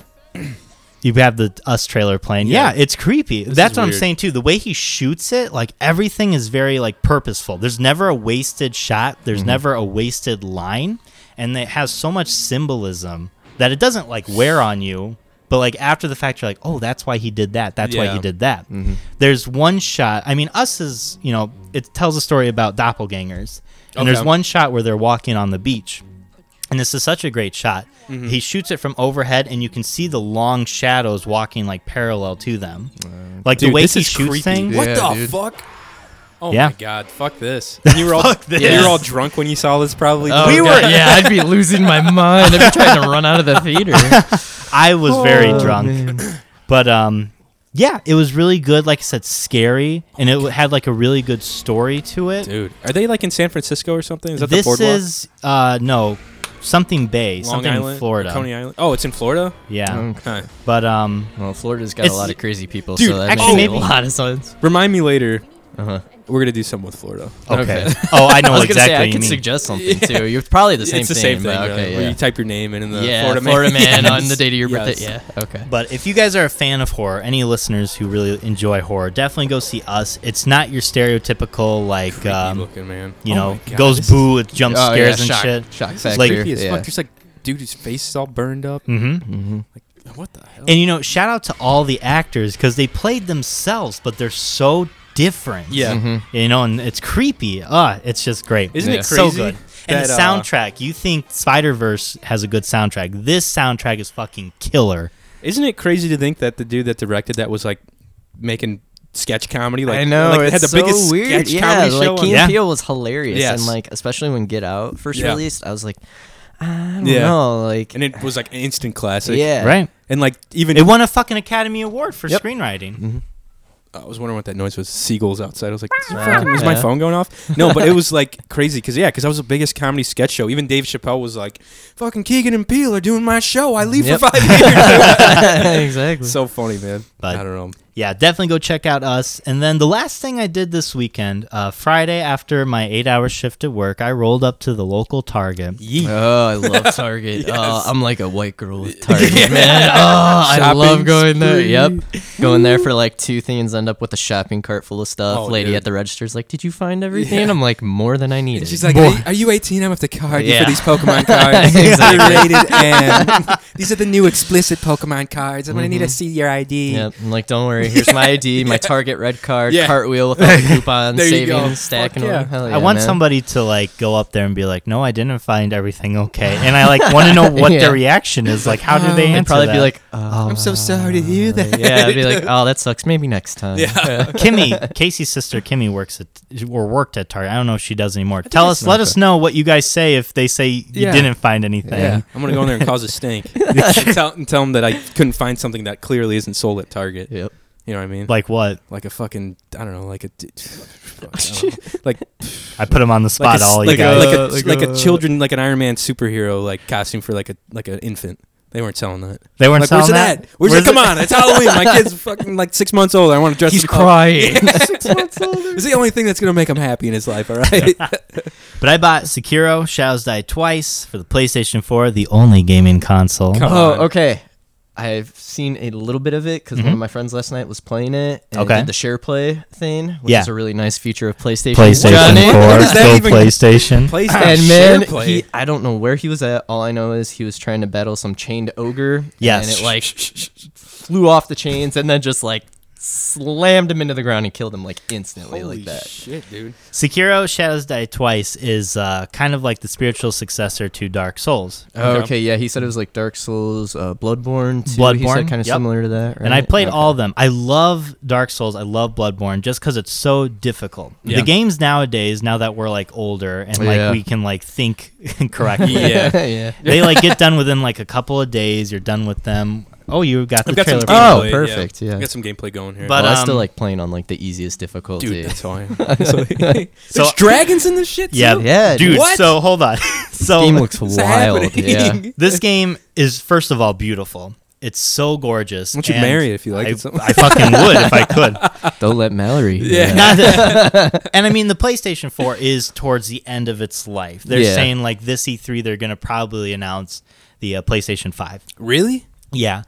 You have the us trailer playing. Yeah. Yeah, it's creepy. That's is what I'm weird. saying too. The way he shoots it, like everything is very like purposeful. There's never a wasted shot. There's Mm-hmm. never a wasted line, and it has so much symbolism that it doesn't like wear on you. But like after the fact, you're like, oh, that's why he did that. That's why Yeah. Mm-hmm. he did that. There's one shot. I mean, us is you know it tells a story about doppelgangers, and there's Okay. one shot where they're walking on the beach. And this is such a great shot. Mm-hmm. He shoots it from overhead, and you can see the long shadows walking like parallel to them. like the Uh, Dude, way this he is creepy. shoots things. What Yeah, the dude. fuck? Oh Yeah. my god, fuck this. And you were all you this. were all drunk when you saw this probably. Oh, dude. God, yeah, I'd be losing my mind. I'd be trying to run out of the theater. I was very Oh, drunk, but um, yeah, it was really good. Like I said, scary, and it had like a really good story to it. Dude, are they like in San Francisco or something? Is that this the boardwalk? is uh, no something Bay, Long something Island, in Florida. Coney Island. Oh, it's in Florida. Yeah, Huh. but um, Well, Florida's got It's- a lot of crazy people, Dude, so that actually, makes maybe- a lot of sense. Remind me later. Uh-huh. We're gonna do something with Florida. okay. Okay. oh, I know I was exactly. gonna say what I you can mean. suggest something too. You're probably the same it's thing. the same thing. but really, Okay, Where yeah. you type your name and in the yeah, Florida, man, on the date of your Yes. birthday. Yeah, okay. But if you guys are a fan of horror, any listeners who really enjoy horror, definitely go see us. It's not your stereotypical like Creepy um, looking man. you Oh know my God, goes this is boo with jump Oh, yeah, scares shock- and shit. shock It's factor. like- creepy as Yeah. fuck. There's like, dude, his face is all burned up. Mhm. Mm-hmm. Like, what the hell? And you know, shout out to all the actors because they played themselves, but they're so different. Yeah. Mm-hmm. Mhm. you know, and it's creepy. Ah, it's just great. Isn't Yeah. it so crazy? good? And the that, uh, soundtrack. you think Spider Verse has a good soundtrack? This soundtrack is fucking killer. Isn't it crazy to think that the dude that directed that was like making sketch comedy? Like I know. like, it's had the so biggest weird. sketch yeah, comedy like show. on- Key Yeah. and Peele was hilarious, Yes. and like especially when Get Out first Yeah. released, I was like, I don't Yeah. know, like, and it was like an instant classic. yeah, Right. and like even It won a fucking Academy Award for Yep. screenwriting. mm-hmm. I was wondering what that noise was. Seagulls outside. I was like, Ah, fucking, was my yeah. phone going off? No, but it was like crazy because yeah, because I was the biggest comedy sketch show. Even Dave Chappelle was like, fucking Keegan and Peele are doing my show. I leave Yep. for five years. exactly. so funny, man. But- I don't know. yeah, definitely go check out us. And then the last thing I did this weekend, uh, Friday after my eight hour shift at work, I rolled up to the local Target. Oh, I love Target. Oh, I'm like a white girl with Target, man. Oh, I love Shopping going there. Yep. Going there for like two things, end up with a shopping cart full of stuff. Oh, Lady dude. at the register's like, Did you find everything? I'm like, More than I needed. She's like, are you, are you 18? I'm off the card Yeah. for these Pokemon cards. Exactly. They're rated M. these are the new explicit Pokemon cards. I'm gonna need to see your ID. Mm-hmm. Yep. I'm like, Don't worry. Here's my ID, my Target red card, Yeah. cartwheel with all the coupons, There you saving, go. Fuck stacking yeah. them. Hell yeah, I want man. somebody to like go up there and be like, "No, I didn't find everything okay," and I like want to know what Yeah. their reaction is. Like, how did they I'd answer? probably that? be like, Oh, I'm so sorry to hear that. yeah. I'd be like, Oh, that sucks. Maybe next time. Yeah. Kimmy, Casey's sister Kimmy works at or worked at Target. I don't know if she does anymore. Tell us, let us know what you guys say if they say you Yeah. didn't find anything. Yeah, I'm gonna go in there and cause a stink and, tell, and tell them that I couldn't find something that clearly isn't sold at Target. Yep. You know what I mean? Like, Like what? a fucking I don't know, like a d- fuck, I don't know. like I put him on the like spot. a, all like, you a, guys. like, a, Like a- like a like a- children like an Iron Man superhero like costume for like a like an infant. They weren't selling that. they weren't like, selling where's it that. at? Where's, Where's it? Come on, it's Halloween. My kid's fucking like six months old. I want to dress him up. crying. It's the only thing that's gonna make him happy in his life. All right. But I bought Sekiro: Shadows Die Twice for the PlayStation 4, the only gaming console. Come Oh, on. Mm-hmm. okay. I've seen a little bit of it because one of my friends last night was playing it. And Okay. did the share play thing, which Yeah. is a really nice feature of PlayStation. PlayStation Johnny. 4, does that go even- PlayStation. PlayStation And man, SharePlay. he, I don't know where he was at. All I know is he was trying to battle some chained ogre. Yes. And it like flew off the chains and then just like slammed him into the ground and killed him like instantly like that. shit, dude. Sekiro: Shadows Die Twice is uh, kind of like the spiritual successor to Dark Souls, Oh, okay. yeah. He said it was like Dark Souls, uh, Bloodborne. Too. He said Bloodborne, kind of yep. similar to that. Right? and I played Okay. all of them. I love Dark Souls. I love Bloodborne just because it's so difficult. Yeah. The games nowadays, now that we're like older and like Yeah. we can like think correctly, Yeah. yeah. they like get done within like a couple of days. You're done with them. Oh, you got the I've got some trailer. game- Oh, gameplay, perfect, yeah. I've got some gameplay going here. But, Well, I um, still like playing on like the easiest difficulty. dude, that's all I am. Honestly. So- There's dragons in this shit. yeah, too? Yeah, dude. What? So hold on. so game looks What's wild. Yeah. happening? this game is first of all beautiful. It's so gorgeous. Why don't you and marry it if you like I, it so much? I fucking would if I could. Don't let Mallory. Yeah. Not that- and I mean, the PlayStation 4 is towards the end of its life. They're Yeah. saying like this E3, they're going to probably announce the uh, PlayStation 5. Really? Yeah,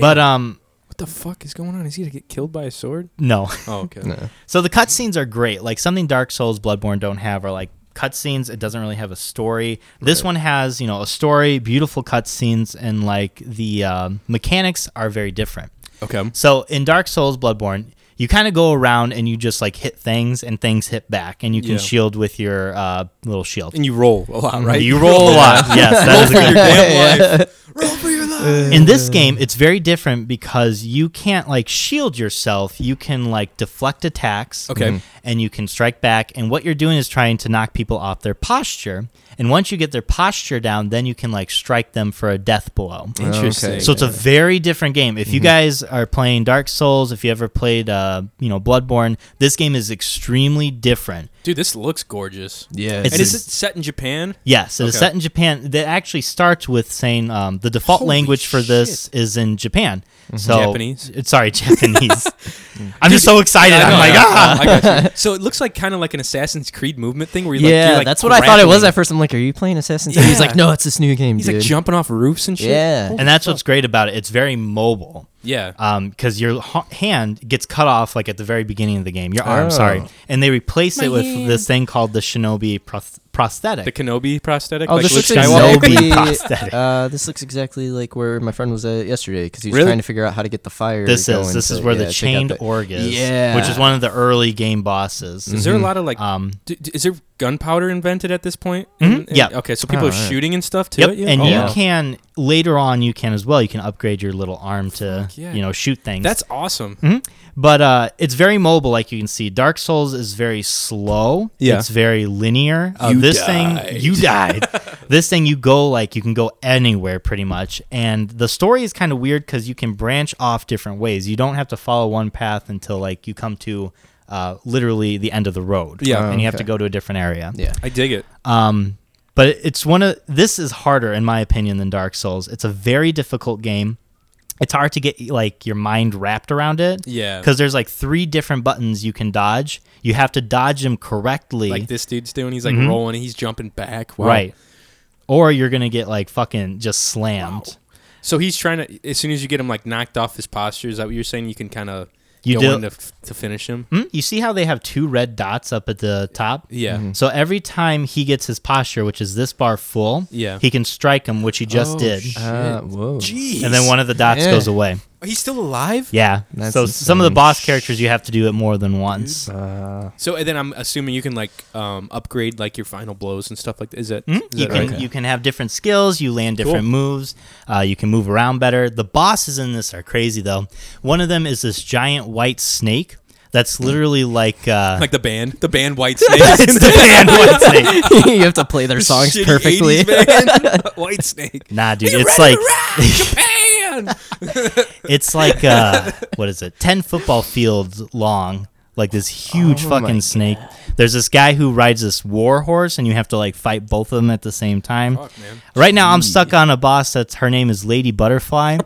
but um, What the fuck is going on? Is he gonna get killed by a sword? no. Oh, okay. So the cutscenes are great. Like something Dark Souls, Bloodborne don't have are like cutscenes. It doesn't really have a story. This one has, you know, a story, beautiful cutscenes, and like the um, mechanics are very different. Okay. So in Dark Souls Bloodborne, you kind of go around and you just like hit things and things hit back, and you can Yeah. shield with your uh, little shield. And you roll a lot, right? You roll a lot. yes, that is a good point. Damn life. Roll for your Uh, life. In this game, it's very different because you can't like shield yourself. You can like deflect attacks. Okay. Mhm. And you can strike back. And what you're doing is trying to knock people off their posture. And once you get their posture down, then you can like strike them for a death blow. Interesting. So it's a very different game. If you guys are playing Dark Souls, if you ever played, uh, you know, Bloodborne, this game is extremely different. dude, this looks gorgeous. Yeah. It's and is just- it set in Japan? Yes, it's Okay. set in Japan. That actually starts with saying um, the default Holy language for this is in Japan. So Japanese? uh, Sorry, Japanese. I'm just so excited. I I'm know, like, ah. I know, I got you. So it looks like kind of like an Assassin's Creed movement thing where you like, yeah, you're, like, that's what I thought it was grappling. at first. I'm like, are you playing Assassin's Creed? He's Yeah. like, no, it's this new game, He's dude. like jumping off roofs and shit. Yeah. Holy And that's fuck. what's great about it. It's very mobile. Yeah. because your h- hand gets cut off like at the very beginning of the game. Your arm, Oh. sorry, and they replace My it with hand. this thing called the Shinobi proth- prosthetic. the Kenobi prosthetic. Oh, like this Luke looks Skywalker. Shinobi exactly. prosthetic. Uh, this looks exactly like where my friend was at yesterday because he was Really? trying to figure out how to get the fire. this going is this to- is where yeah, the check out chained the- org is, Yeah. which is one of the early game bosses. Is there Mm-hmm. a lot of like? Um, d- d- is there gunpowder invented at this point? In- in- Yeah. Okay, so people Oh, are alright. shooting and stuff too. Yep, at you? and Oh, you wow. can later on. You can as well. You can upgrade your little arm to Fuck yeah. you know shoot things. That's awesome. Mm-hmm. but uh, it's very mobile, like you can see. Dark Souls is very slow. Yeah. it's very linear. Uh, You this died. thing, you died. this thing, you go like you can go anywhere pretty much. And the story is kind of weird because you can branch off different ways. You don't have to follow one path until like you come to uh, literally the end of the road. Yeah. and you have Okay. to go to a different area. Yeah. I dig it. Um, but it's one of this is harder in my opinion than Dark Souls. It's a very difficult game. it's hard to get like your mind wrapped around it. Yeah. Because there's like three different buttons you can dodge. You have to dodge them correctly. Like this dude's doing, he's like rolling, he's jumping back. Wow. Mm-hmm. Right. Or you're gonna get like fucking just slammed. So he's trying to. As soon as you get him like knocked off his posture, is that what you're saying? You can kind of You go do- in to, f- to finish him. Hmm? You see how they have two red dots up at the top? Yeah. Mhm. So every time he gets his posture, which is this bar full, Yeah. he can strike him, which he just Oh, did. shit. Uh, whoa. Jeez. And then one of the dots Yeah. goes away. He's still alive. Yeah. That's so some of the insane. boss characters you have to do it more than once. Uh, So and then I'm assuming you can like um, upgrade like your final blows and stuff like that. Is that, Hmm? is You that can right? you can have different skills. You land different moves. Uh, you can move around better. The bosses in this are crazy though. One of them is this giant white snake that's literally like uh, Hmm. like the band, the band White Snake. it's the band white snake. you have to play their songs Shitty perfectly. 80s band, White Snake. Nah, dude, You it's ready like to rock Japan. it's like uh, what is it? Ten football fields long, like this huge Oh my fucking snake. There's this guy who rides this war horse, and you have to like fight both of them at the same time. Fuck, man. Right now, I'm stuck on a boss that's her name is Lady Butterfly,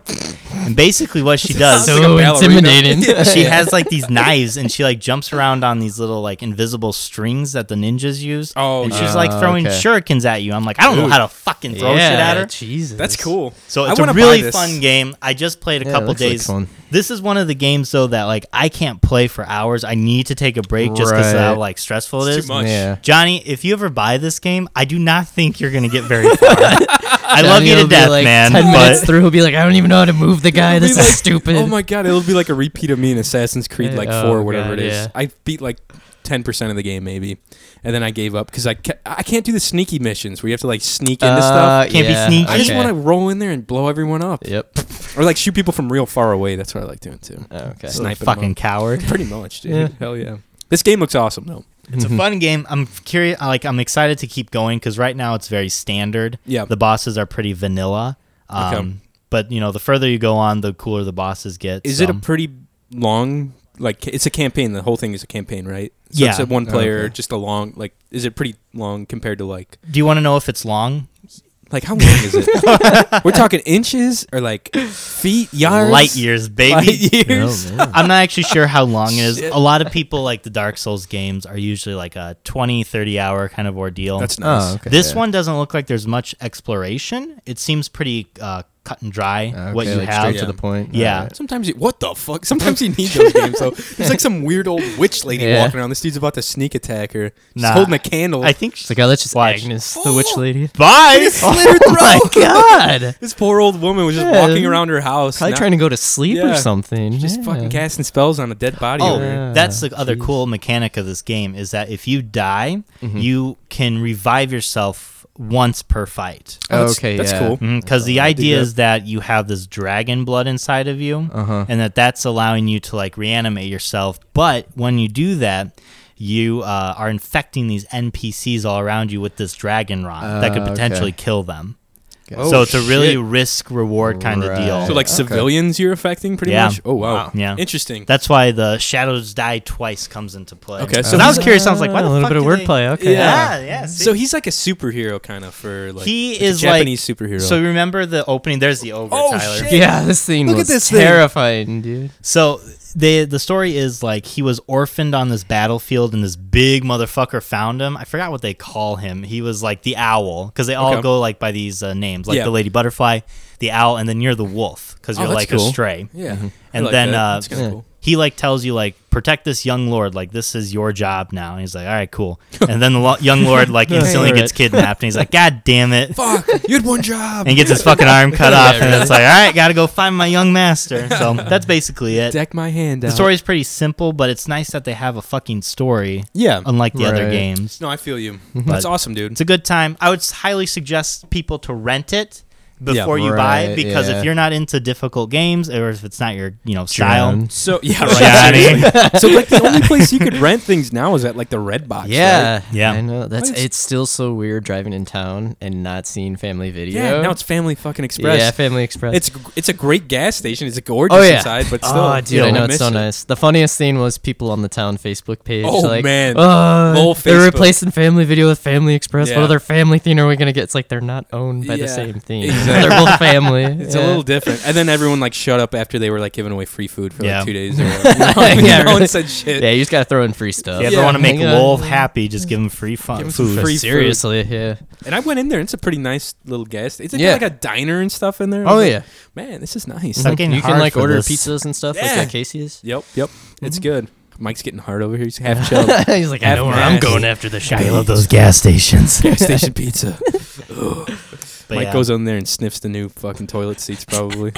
and basically what she does. Sounds like a ballerina. she has like these knives and she like jumps around on these little like invisible strings that the ninjas use. Oh, and she's yeah. like Oh, throwing okay. shurikens at you. I'm like, I don't know how to fucking throw shit at her. Jesus. That's cool. So I it's a wanna buy really this. fun game. I just played a Yeah, it couple looks like days. fun. This is one of the games though that like I can't play for hours. I need to take a break just because Right. how like stressful it It's is. too much. Yeah. Johnny, if you ever buy this game, I do not think you're gonna get very far. I love Johnny you to will be death, like man. Ten minutes But through, he'll be like, "I don't even know how to move the guy. It'll be This like- is stupid." Oh my god, it'll be like a repeat of me in Assassin's Creed, Yeah. like Oh, four, or whatever God, it is. yeah. I beat like ten percent of the game maybe, and then I gave up because I ca- I can't do the sneaky missions where you have to like sneak into Uh, stuff. Can't be yeah, sneaky. I just okay. want to roll in there and blow everyone up, Yep. or like shoot people from real far away. That's what I like doing too. Okay. Snipe 'em fucking up. coward. pretty much, dude. Yeah. Hell yeah. This game looks awesome though. It's a fun game. I'm curious. Like I'm excited to keep going because right now it's very standard. Yeah. the bosses are pretty vanilla. Um, Okay. But you know, the further you go on, the cooler the bosses get. Is so- it a pretty long? Like ca- it's a campaign. The whole thing is a campaign, right? So It's Yeah. a one player, Oh, Okay. just a long. Like, is it pretty long compared to like? Do you want to know if it's long? Like how long is it? We're talking inches or like feet, yards, Light years, baby. light years. Oh, man. I'm not actually sure how long it is. Shit. A lot of people like the Dark Souls games are usually like a 20, 30 hour kind of ordeal. That's nice. Oh, okay. This yeah. one doesn't look like there's much exploration. It seems pretty uh, cut and dry Okay, what you like have. Straight to the point. Yeah. Alright. Sometimes you, what the fuck? Sometimes you need those games. So there's like some weird old witch lady Yeah. walking around. This dude's about to sneak attack her. She's Nah. holding a candle. I think It's like, oh, that's just Watch. Agnes, the witch lady. Bye. Slit her Oh my throat. god! This poor old woman was just Yeah. walking around her house, Probably not- trying to go to sleep Yeah. or something. just Yeah. fucking casting spells on a dead body. Oh, over here. Yeah, that's the other cool mechanic of this game is that if you die, Mm-hmm. you can revive yourself once per fight. Oh, that's- okay, that's yeah. cool. Because the idea is that you have this dragon blood inside of you, Uh-huh. and that that's allowing you to like reanimate yourself. But when you do that, you uh, are infecting these NPCs all around you with this dragon rot that could Uh, potentially okay. kill them. Oh, so it's a really shit. risk reward kind of Right. deal. So like civilians you're affecting pretty Yeah. much. Oh wow. Yeah. Interesting. That's why the shadows die twice comes into play. Okay, so so I was he's- curious. I was like, why Ah, the a little fuck bit of do they- wordplay. Okay. Yeah, yeah. see? so he's like a superhero kind of for like he like a is Japanese like superhero. So remember the opening? There's the ogre, Oh, Tyler. shit. Yeah, this thing Look at was this thing. terrifying, dude. So the the story is like he was orphaned on this battlefield, and this big motherfucker found him. I forgot what they call him. He was like the owl because they all Okay. go like by these uh, names, like Yeah. the lady butterfly, the owl, and then you're the wolf because Oh, you're that's like cool. a stray. yeah. I And like then that. uh, That's kinda cool. he like tells you like protect this young lord like this is your job now and he's like all right cool and then the lo- young lord like instantly gets kidnapped and he's like god damn it Fuck, you had one job. and gets his fucking arm cut off and it's like all right gotta go find my young master so that's basically it Deck my hand the out. story's pretty simple but it's nice that they have a fucking story Yeah. unlike the other Right. games no, I feel you. That's awesome, dude. it's a good time i would highly suggest people to rent it before you buy it Right, because yeah. if you're not into difficult games or if it's not your you know style John. So yeah, right. Johnny. so like the only place you could rent things now is at like the Red Box. Yeah, right? Yeah. I know. That's What is- it's still so weird driving in town and not seeing Family Video. Yeah. Now it's Family fucking Express. Yeah, Family Express. It's it's a great gas station. It's gorgeous Oh, yeah. inside, but still. Oh, dude, you I know I it's so miss it. nice. The funniest thing was people on the town Facebook page. Oh, like, man. "Uh, Lol they're Facebook." replacing Family Video with Family Express. Yeah. What other family thing are we gonna get? It's like they're not owned by Yeah, the same thing. They're both family. It's a little different. And then everyone like shut up after they were like giving away free food for Yeah. like two days or whatever. yeah, no one really. said shit. Yeah, you just gotta throw in free stuff. If you ever Yeah, uh, want to make hang on. Wolf happy, just give him free fun, Give him some food. free food. Seriously, yeah. And I went in there. and It's a pretty nice little gas. It's Yeah. like a diner and stuff in there. I Oh, was like, yeah. Mhm. man, this is nice. Fucking you can hard like for order this. pizzas and stuff Yeah. like at Casey's. Yep, yep, it's Mm-hmm. good. Mike's getting hard over here. He's half chilled. He's like, I know where I'm Half-mast. going after the shot. I love those gas stations. Gas station pizza. But Mike yeah, goes on there and sniffs the new fucking toilet seats probably.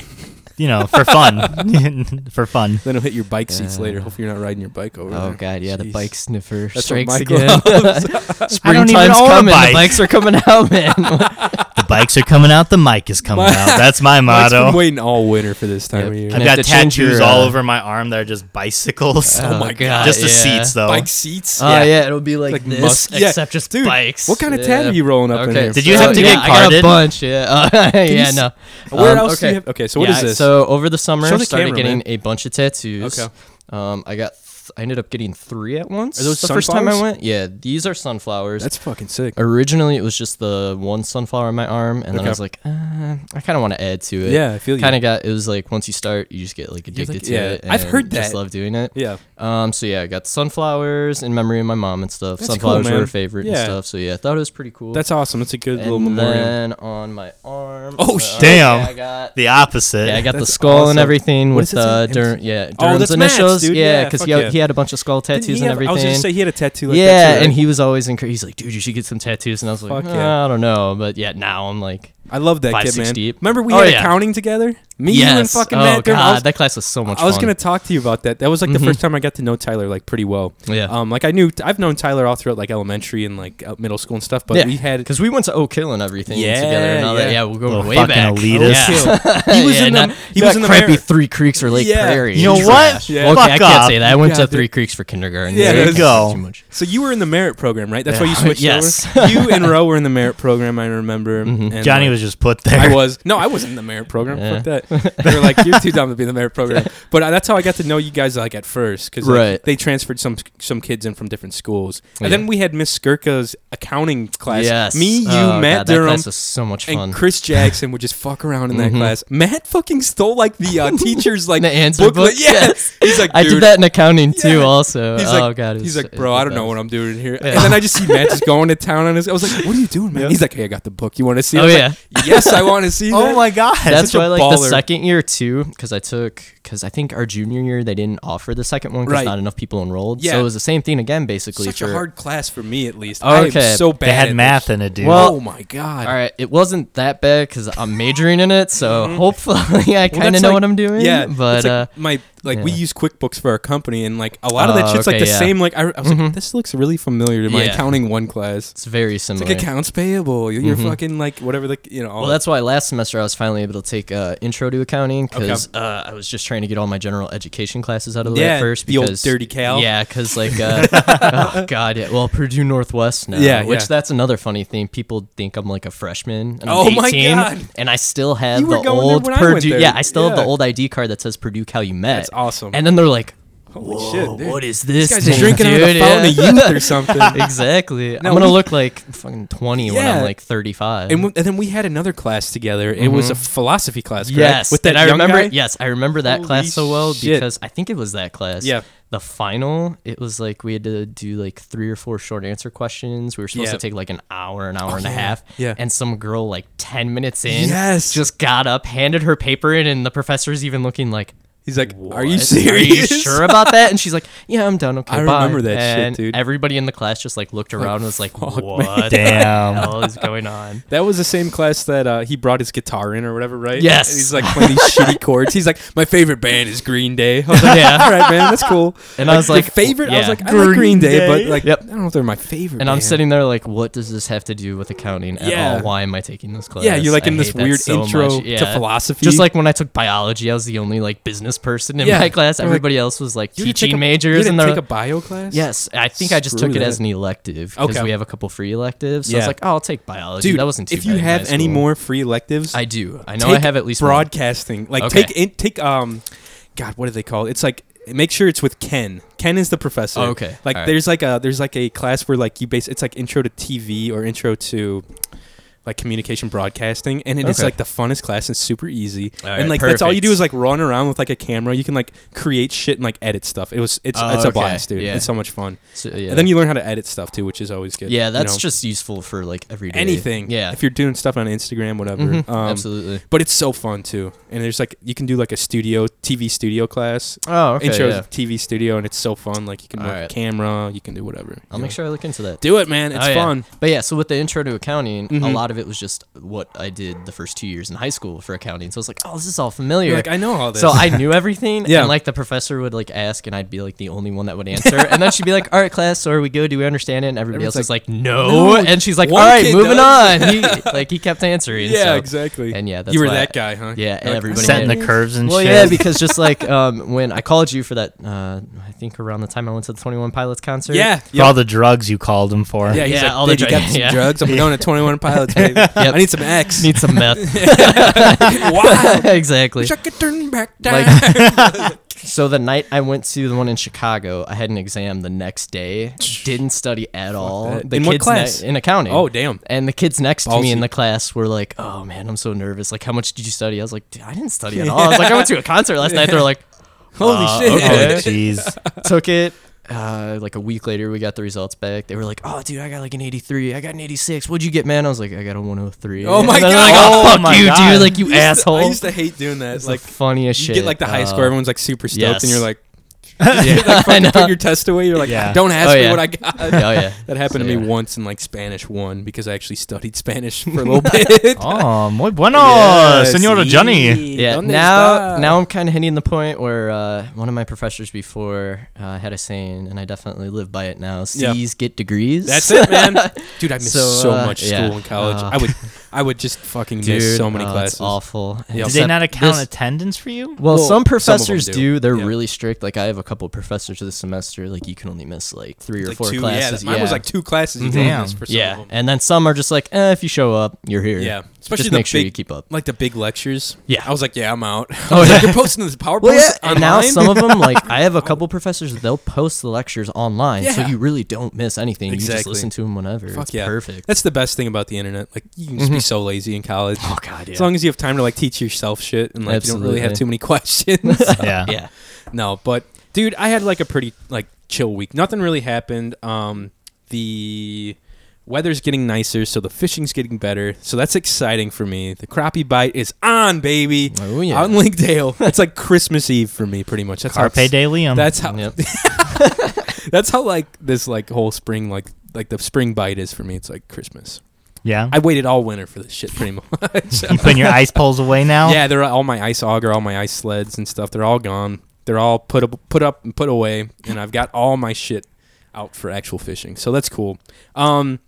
you know, for fun, for fun. then he'll hit your bike seats Yeah. later. Hopefully you're not riding your bike over there. Oh god, yeah, the Jeez. bike sniffer what strikes Mike again. I don't Springtime's even own a coming. bike. The bikes are coming out, Oh, man. The bikes are coming out. The mic is coming My- out. That's my Mike's been motto. waiting all winter for this time Yep. of year. I I've You have got to change tattoos your, all uh, over my arm that are just bicycles. Uh, Oh my God, Just the yeah. seats though. Bike seats. Oh yeah, it'll be like, Like mus- this, yeah, except just dude, bikes. what kind of yeah. tat are you rolling up in Okay, here? Did you so- have to yeah, get I got a carded? bunch. Yeah, Uh, you yeah, s- no. Where Um, else do okay. you have? Okay, so what is Yeah, this? So over the summer, Show I the started camera, getting man. a bunch of tattoos. Okay. Um, I got, th- I ended up getting three at once. Are those the first time I sunflowers? went? Yeah, these are sunflowers. That's fucking sick. Originally, it was just the one sunflower on my arm, and then Okay. I was like, uh, I kind of want to add to it. Yeah, I feel you. Kind of got it was like once you start, you just get like addicted like, to yeah, it. I've and heard Just that. love doing it. Yeah. Um. So yeah, I got sunflowers in memory of my mom and stuff. That's cool, sunflowers were man. her favorite Yeah. and stuff. So yeah, I thought it was pretty cool. That's awesome. That's a good and little memorial. then on my arm. Oh, uh, shit. Damn. I got. The opposite. Yeah, I got the That's skull awesome. and everything What with does it uh, say? Dur- yeah, Oh, Durham's that's Matt's, initials. dude. Yeah, Yeah, because fuck he, yeah. he had a bunch of skull Didn't he tattoos have- and everything. I was gonna say he had a tattoo. Like yeah, that too, and right? he was always encouraged. He's like, dude, you should get some tattoos. And I was like, Fuck yeah. "Uh, I don't know, but yeah, now I'm like, I love that Five, kid, six man. deep. Remember we Oh, had yeah. accounting together? Me, yes. you, and fucking oh Matt. Durham. I god, was- that class was so much. I was fun. Mm-hmm. gonna talk to you about that. That was like the first time I got to know Tyler like pretty well. Yeah. Um, like I knew I've known Tyler all throughout like elementary and like uh, middle school and stuff, but yeah, we had because we went to Oak Hill and everything Yeah, together. And all that. yeah. yeah, we're going Little way fucking back. elitist. Yeah. he was Yeah, in not- the he not was in the crappy Mar- Three Creeks or Lake Yeah. Prairie. You know what? Yeah. Okay, Fuck I off. can't say that. I went Yeah, to dude. Three Creeks for kindergarten. Yeah, there you that's go. Too much. So you were in the merit program, right? That's why you Yeah. switched Yes. Mm-hmm. over. You and Roe were in the merit program. I remember. And, Johnny like, was just put there. I was. No, I wasn't in the merit program. Fuck that. They were like, "You're too dumb to be in the merit program." But uh, that's how I got to know you guys. Like at first, because Right. they transferred some some kids in from different schools, and Yeah. then we had Miss Skirka's accounting class. Yes. Me, you, Oh, Matt God, that Durham, class was so much and fun. Chris Jackson would just fuck around in that Mhm. class. Matt fucking stole like the uh, teacher's like The answer booklet. book? Yes. He's like, I dude. did that in accounting too. Yeah. Also, He's oh like, god, it he's was- like, bro, I don't know that what I'm doing here. Yeah. And then I just see Matt just going to town on his. I was like, what are you doing, man? He's like, hey, I got the book. You want to see? it? I Oh, was yeah. like, yes, I want to see. oh that." my god. that's such a why like the baller. second year too because i took because i think our junior year they didn't offer the second one because Right. not enough people enrolled Yeah. so it was the same thing again basically Such for a hard class for me, at least. I Okay. am so bad. They at had this. math in it, dude. Well- oh my god. all right it wasn't that bad because i'm majoring in it so hopefully i Mm-hmm. Well, kind of that's know like- what i'm doing Yeah, but it's like uh my like we yeah. use QuickBooks for our company, and like a lot of that Oh, shit's like okay, the yeah. Mm-hmm. same. Like I, I was like, this looks really familiar to my Yeah. accounting one class. it's very It's similar like accounts payable. You're, you're fucking like whatever the you know. all Mm-hmm. well, that- that's why last semester I was finally able to take uh, intro to accounting because uh, I was just trying to get all my general education classes out of the way Yeah, at first. the old because- dirty Cal. Yeah, because like, uh, oh god, yeah. Well, Purdue Northwest now. Yeah, which yeah. that's another funny thing. People think I'm like a freshman. And I'm Oh my 18, God. And I still have You were the going there old when I went Purdue. there. Yeah, I still have the Yeah. old ID card that says Purdue Calumet. That's awesome. And then they're like, Holy "Whoa, shit, dude. what is this? These guys are thing, drinking out of the dude?" fountain Yeah. of youth or something. Exactly. No, I'm gonna we- look like fucking 20 when Yeah. I'm like 35. And, w- and then we had another class together. It was a philosophy class, correct? Mm-hmm. Yes, With that and I young remember. guy? Yes, I remember that Holy class so well shit. because I think it was that class. Yeah. The final, it was like we had to do like three or four short answer questions. We were supposed Yeah. to take like an hour, an hour and yeah, a half. yeah. And some girl like ten minutes in, Yes. just got up, handed her paper in, and the professor's even looking like, He's like, are you "What? Are you serious? sure about that?" And she's like, "Yeah, I'm done. Okay, I bye." remember that shit, And dude. Everybody in the class just like looked around and was like, fuck, "What the Damn. hell is going on?" That was the same class that uh, he brought his guitar in or whatever, right? Yes. And he's like playing these shitty chords. He's like, my favorite band is Green Day. I was like, Yeah. all right, man, that's cool. And I was your like, favorite? I was yeah. like, I like Green Green Day, but Day? like, Yep. I don't know if they're my favorite. And I'm band. sitting there like, what does this have to do with accounting at Yeah. all? Why am I taking this class? Yeah, you're like I in this hate that weird so intro much. to Yeah. philosophy. Just like when I took biology, I was the only like business person in Yeah. my class. They're like, Everybody else was like You didn't teaching take a- majors, you didn't and they're take a bio class. yes. I think I just took Screw it as that. an elective because Okay. we have a couple free electives. So Yeah. it's like, oh, I'll take biology. dude, that wasn't too if you bad in high have any school. more free electives, I do. I know I have at least one. broadcasting. Like Okay. take in, take um, God, what do they call it? It's like make sure it's with Ken. Ken is the professor. Oh, okay. Like All right. there's like a there's like a class where like you base it's like intro to TV or intro to. like communication broadcasting, and it is Okay. like the funnest class. and It's super easy, All and right, like that's all you do perfect. is like run around with like a camera. You can like create shit and like edit stuff. It was it's Oh, it's a okay. blast, dude. Yeah. It's so much fun. So, yeah. And then you learn how to edit stuff too, which is always good. yeah, you that's know? just useful for like everyday anything. Yeah, if you're doing stuff on Instagram, whatever. Mhm, Um, absolutely. But it's so fun too, and there's like you can do like a studio TV studio class, Oh, okay. intro yeah. to TV studio, and it's so fun. Like you can All work right. camera, you can do whatever. I'll you make know. sure I look into that. Do it, man. It's Oh, yeah. fun. But yeah, so with the intro to accounting, a Mhm. lot of it was just what I did the first two years in high school for accounting. So I was like, oh, this is all familiar. You're like I know all this. so I knew everything, Yeah. and like the professor would like ask, and I'd be like the only one that would answer, and then she'd be like, "All right, class, so are we good? Do we understand it?" And everybody Everyone's else like, was like, "No," "No, and she's like, "All one right, kid moving does." on." He, like he kept answering. yeah, so- exactly. And yeah, that's you were why that I- guy, huh? yeah, You're like, everybody setting the did. curves and Well, shit. yeah, because just like um, when I called you for that, uh, I think around the time I went to the Twenty One Pilots concert. Yeah, for all the drugs you called him for. yeah, he's Yeah, like, all the "Dude, you drugs- got some yeah. drugs. I'm going to 21 Pilots. Baby. I need some X. need some meth. wow, exactly. wish I could turn back time. Like, so the night I went to the one in Chicago, I had an exam the next day. Didn't study at all. that. The In what kids class? ne- in accounting. Oh, damn. And the kids next to me in Ballsy. the class were like, "Oh man, I'm so nervous. Like, how much did you study?" I was like, "Dude, I didn't study at all." I was like, "I went to a concert last night." They're like, Holy uh, shit! Oh okay. jeez. took it. Uh, like a week later, we got the results back. They were like, "Oh, dude, I got like an 83. I got an 86. What'd you get, man?" I was like, "I got a 103." Oh my And they're God. Like, oh, Oh fuck my you, God. dude! Like you I used to- asshole. I used to hate doing that. It's Like like the funniest you shit. get like the high Uh, score, everyone's like super stoked, yes. and you're like, yeah, like I fucking know. put your test away. You're like, Yeah. don't ask Oh, me yeah. what I got. oh yeah. That happened So, to me yeah. once in like Spanish one because I actually studied Spanish for a little bit. Oh, muy bueno, Yes, Senora sí. Johnny. Yeah. ¿Dónde Now, está? now I'm kind of hitting the point where uh, one of my professors before uh, had a saying, and I definitely live by it now. Yeah. C's get degrees. That's it, man. Dude, I missed so, So, uh, much yeah. school in college. Uh, I would, I would just fucking miss Dude, so many oh, it's classes. awful. And Yep. Did they except not account this- attendance for you? Well, Well, some some of 'em professors do. do. They're Yeah. really strict. Like I have a couple professors this semester. Like you can only miss like three or Like four two, classes. Mm-hmm. yeah, mine was like two classes. You did Damn. this for some yeah. of 'em. and then some are just like, eh, if you show up, you're here. Yeah, especially just the make sure big- you keep up. like the big lectures. Yeah. Oh, I was like, yeah, I'm out. I was yeah. like, you're posting this PowerPoint Well, yeah, online. and now some of them, like I have a couple professors, they'll post the lectures online, so Yeah. you really don't miss anything. You just Exactly. listen to them whenever. Fuck it's yeah. perfect. That's the best thing about the internet. Like you can just be so lazy in college. oh god, Mm-hmm. yeah. As long as you have time to like teach yourself shit and like you don't really have Absolutely. too many questions. Yeah. yeah, no, but dude, I had like a pretty like chill week. Nothing really happened. Um the weather's getting nicer, so the fishing's getting better. So that's exciting for me. The crappie bite is on, baby. Oh, yeah. On Linkdale. It's like Christmas Eve for me pretty much. That's how Carpe it's- diem. That's how Yep. that's how like this like whole spring like like the spring bite is for me. It's like Christmas. yeah. I waited all winter for this shit pretty much. you putting your ice poles away now? Yeah, they're all my ice auger, all my ice sleds and stuff. They're all gone. They're all put up, put up and put away, and I've got all my shit out for actual fishing. So that's cool. Um,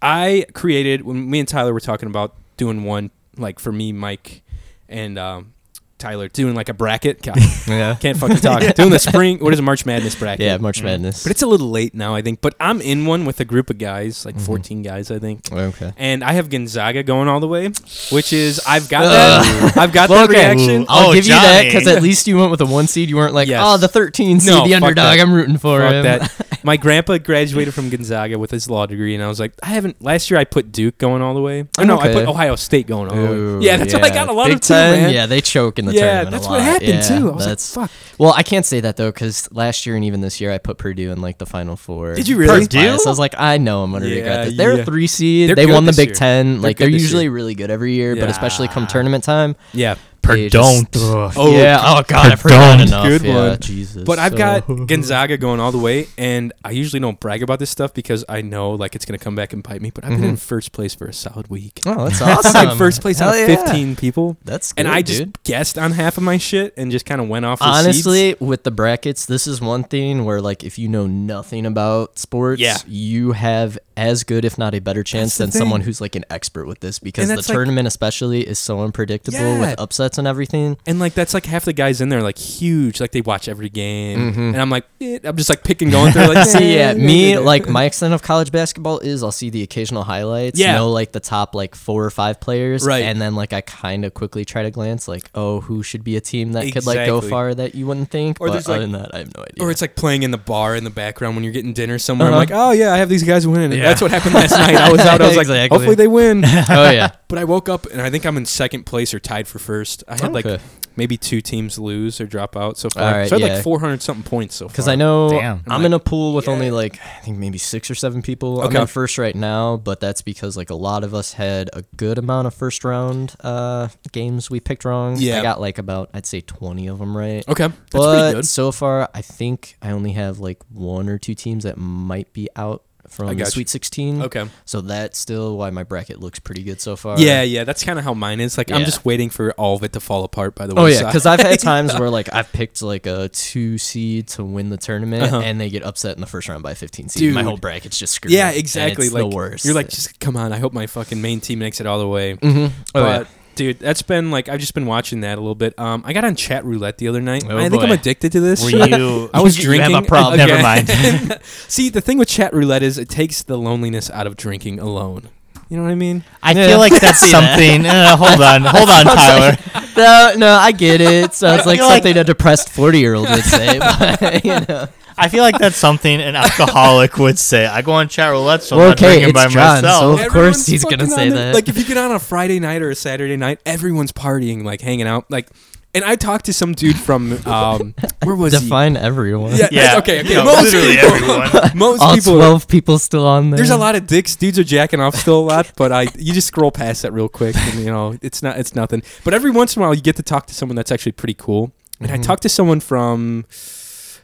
I created when me and Tyler were talking about doing one like for me, Mike, and um, Tyler doing like a bracket. God, yeah, can't fucking talk. Doing the spring. What is a March Madness bracket? yeah. March Madness. Mm. But it's a little late now, I think. But I'm in one with a group of guys, Mm-hmm. like 14 guys, I think. okay. And I have Gonzaga going all the way, which is I've got that. I've got Well, that okay. reaction. I'll Oh, give you that because Johnny. at least you went with a one seed. You weren't like, Yes. oh, the 13 seed, No, fuck the underdog. that. I'm rooting for Fuck him. that. My grandpa graduated from Gonzaga with his law degree, and I was like, I haven't. Last year, I put Duke going all the way. Oh, no, I Okay. put Ohio State going all the Ooh, way. Yeah, that's what I got a lot Oh, Big of too, Ten, man. Yeah, they choke in the Yeah, tournament. a that's what lot. happened Yeah, too. I was that's- like, fuck. Well, I can't say that though, because last year and even this year, I put Purdue in like the final four. Did you really? First Purdue? class. I was like, I know I'm gonna Yeah, regret this. They're yeah. a three seed. They're they good won the this Big year. Ten. like good they're this usually year. really good every year, Yeah. but especially come tournament time. Yeah. they just- Perdon't. Ugh. Oh, yeah. Oh God, I've heard that Perdon't. enough. Good yeah, one. Jesus. But I've So- got Gonzaga going all the way, and I usually don't brag about this stuff because I know like it's gonna come back and bite me. But I've been in first place for a solid week. Oh, Mm-hmm. that's Fucking awesome. first place out Hell of yeah. 15 people. That's good, and I dude. just guessed on half of my shit and just kind of went off. the Honestly, seeds. with the brackets, this is one thing where like if you know nothing about sports, Yeah. you have as good if not a better chance the than someone thing. who's like an expert with this because And the that's, like- tournament especially is so unpredictable Yeah. with upsets sets and everything. And like that's like half the guys in there like huge, like they watch every game. And I'm like, eh, I'm just like picking going through like See, yeah, me like my extent of college basketball is I'll see the occasional highlights, Yeah. know like the top like four or five players, Right. And then like I kind of quickly try to glance like, oh, who should be a team that could like go Exactly. far that you wouldn't think, Or but there's, other like- than that, I have no idea. Or it's like playing in the bar in the background when you're getting dinner somewhere. I'm Uh-huh. like, oh yeah, I have these guys winning. And Yeah. That's what happened last night. I was out. I was like, Exactly. hopefully they win. oh yeah, but I woke up and I think I'm in second place or tied for first. I had like Okay. maybe two teams lose or drop out so far. All right, so I had yeah. like 400 something points so far. Because I know Damn. I'm I'm in a pool with only yeah. like I think maybe six or seven people. Okay. I'm in first right now, but that's because like a lot of us had a good amount of first round uh, games we picked wrong. Yeah. I got like about I'd say 20 of them right. okay, that's but pretty good. so far, I think I only have like one or two teams that might be out I from got the you. Sweet 16. Okay. So that's still why my bracket looks pretty good so far. Yeah, yeah, that's kind of how mine is. Like I'm Yeah. just waiting for all of it to fall apart. By the way, Oh yeah, because I've had times where like I've picked like a two seed to win the tournament, Uh-huh. and they get upset in the first round by 15 seed. Dude. My whole bracket's just screwed. Yeah, and exactly. It's like the worst. you're like, just come on. I hope my fucking main team makes it all the way. Mhm. oh but dude, that's been like I've just been watching that a little bit. Um, I got on chat roulette the other night. Oh, I think boy. I'm addicted to this. Were you? I was you drinking. Have a problem. Never again. mind. See, the thing with chat roulette is it takes the loneliness out of drinking alone. You know what I mean? I Yeah. feel like that's See that. something. Uh, hold on, hold on, Tyler. yeah. No, no, I get it. Sounds like You're like- something a depressed 40 year old would say. But, you know. I feel like that's something an alcoholic would say. I go on chat roulette, so I'm not Okay, drinking it's by John, myself. so- Of course Everyone's he's gonna fucking say on their- that. Like if you get on a Friday night or a Saturday night, everyone's partying, like hanging out, like. And I talked to some dude from um, where was Define everyone. he? Yeah, Yeah. okay, okay. No, most literally people, everyone. most All people. 12 people still on there. There's a lot of dicks. Dudes are jacking off still a lot, but I you just scroll past that real quick, and you know it's not it's nothing. But every once in a while, you get to talk to someone that's actually pretty cool. And I talked to someone from,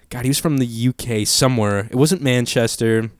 God, he was from the UK somewhere. It wasn't Manchester.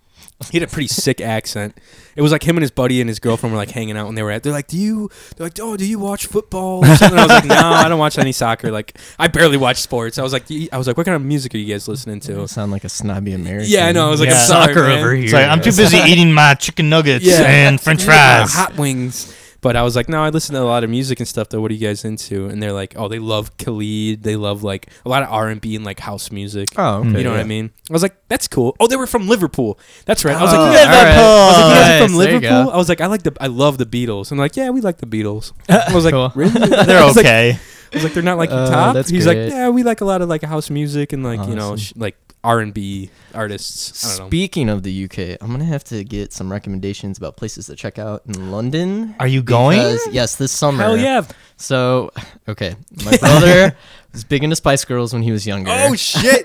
He had a pretty sick accent. It was like him and his buddy and his girlfriend were like hanging out when they were at. They're like, "Do you?" They're like, "Oh, do you watch football?" Or something? And I was like, "No, I don't watch any soccer. Like, I barely watch sports." I was like, "Do you-" "I was like, what kind of music are you guys listening You to?" sound like a snobby American. Yeah, I know. I was like, Yeah. "I'm sorry, Soccer man." over here. It's like, I'm too busy eating my chicken nuggets Yeah. and French Yeah, fries. hot wings. But I was like, no, I listen to a lot of music and stuff. Though, what are you guys into? And they're like, oh, they love Khalid. They love like a lot of R and B and like house music. Oh, okay, you know what yeah. I mean? I was like, that's cool. Oh, they were from Liverpool. That's right. I was Oh, like, yeah, all right. I was like, you guys are Nice, from there you Liverpool. go. I was like, I like the, I love the Beatles. And like, yeah, we like the Beatles. I was like, Cool. really? They're I was like- okay. I was like, they're not like your Uh, top. that's He's great. like, yeah, we like a lot of like house music and like you know Awesome. sh- like R and B artists. I don't know. Speaking of the UK, I'm gonna have to get some recommendations about places to check out in London. Are you going? Because- yes, this summer. Hell yeah! So, okay, my brother was big into Spice Girls when he was younger. Oh shit!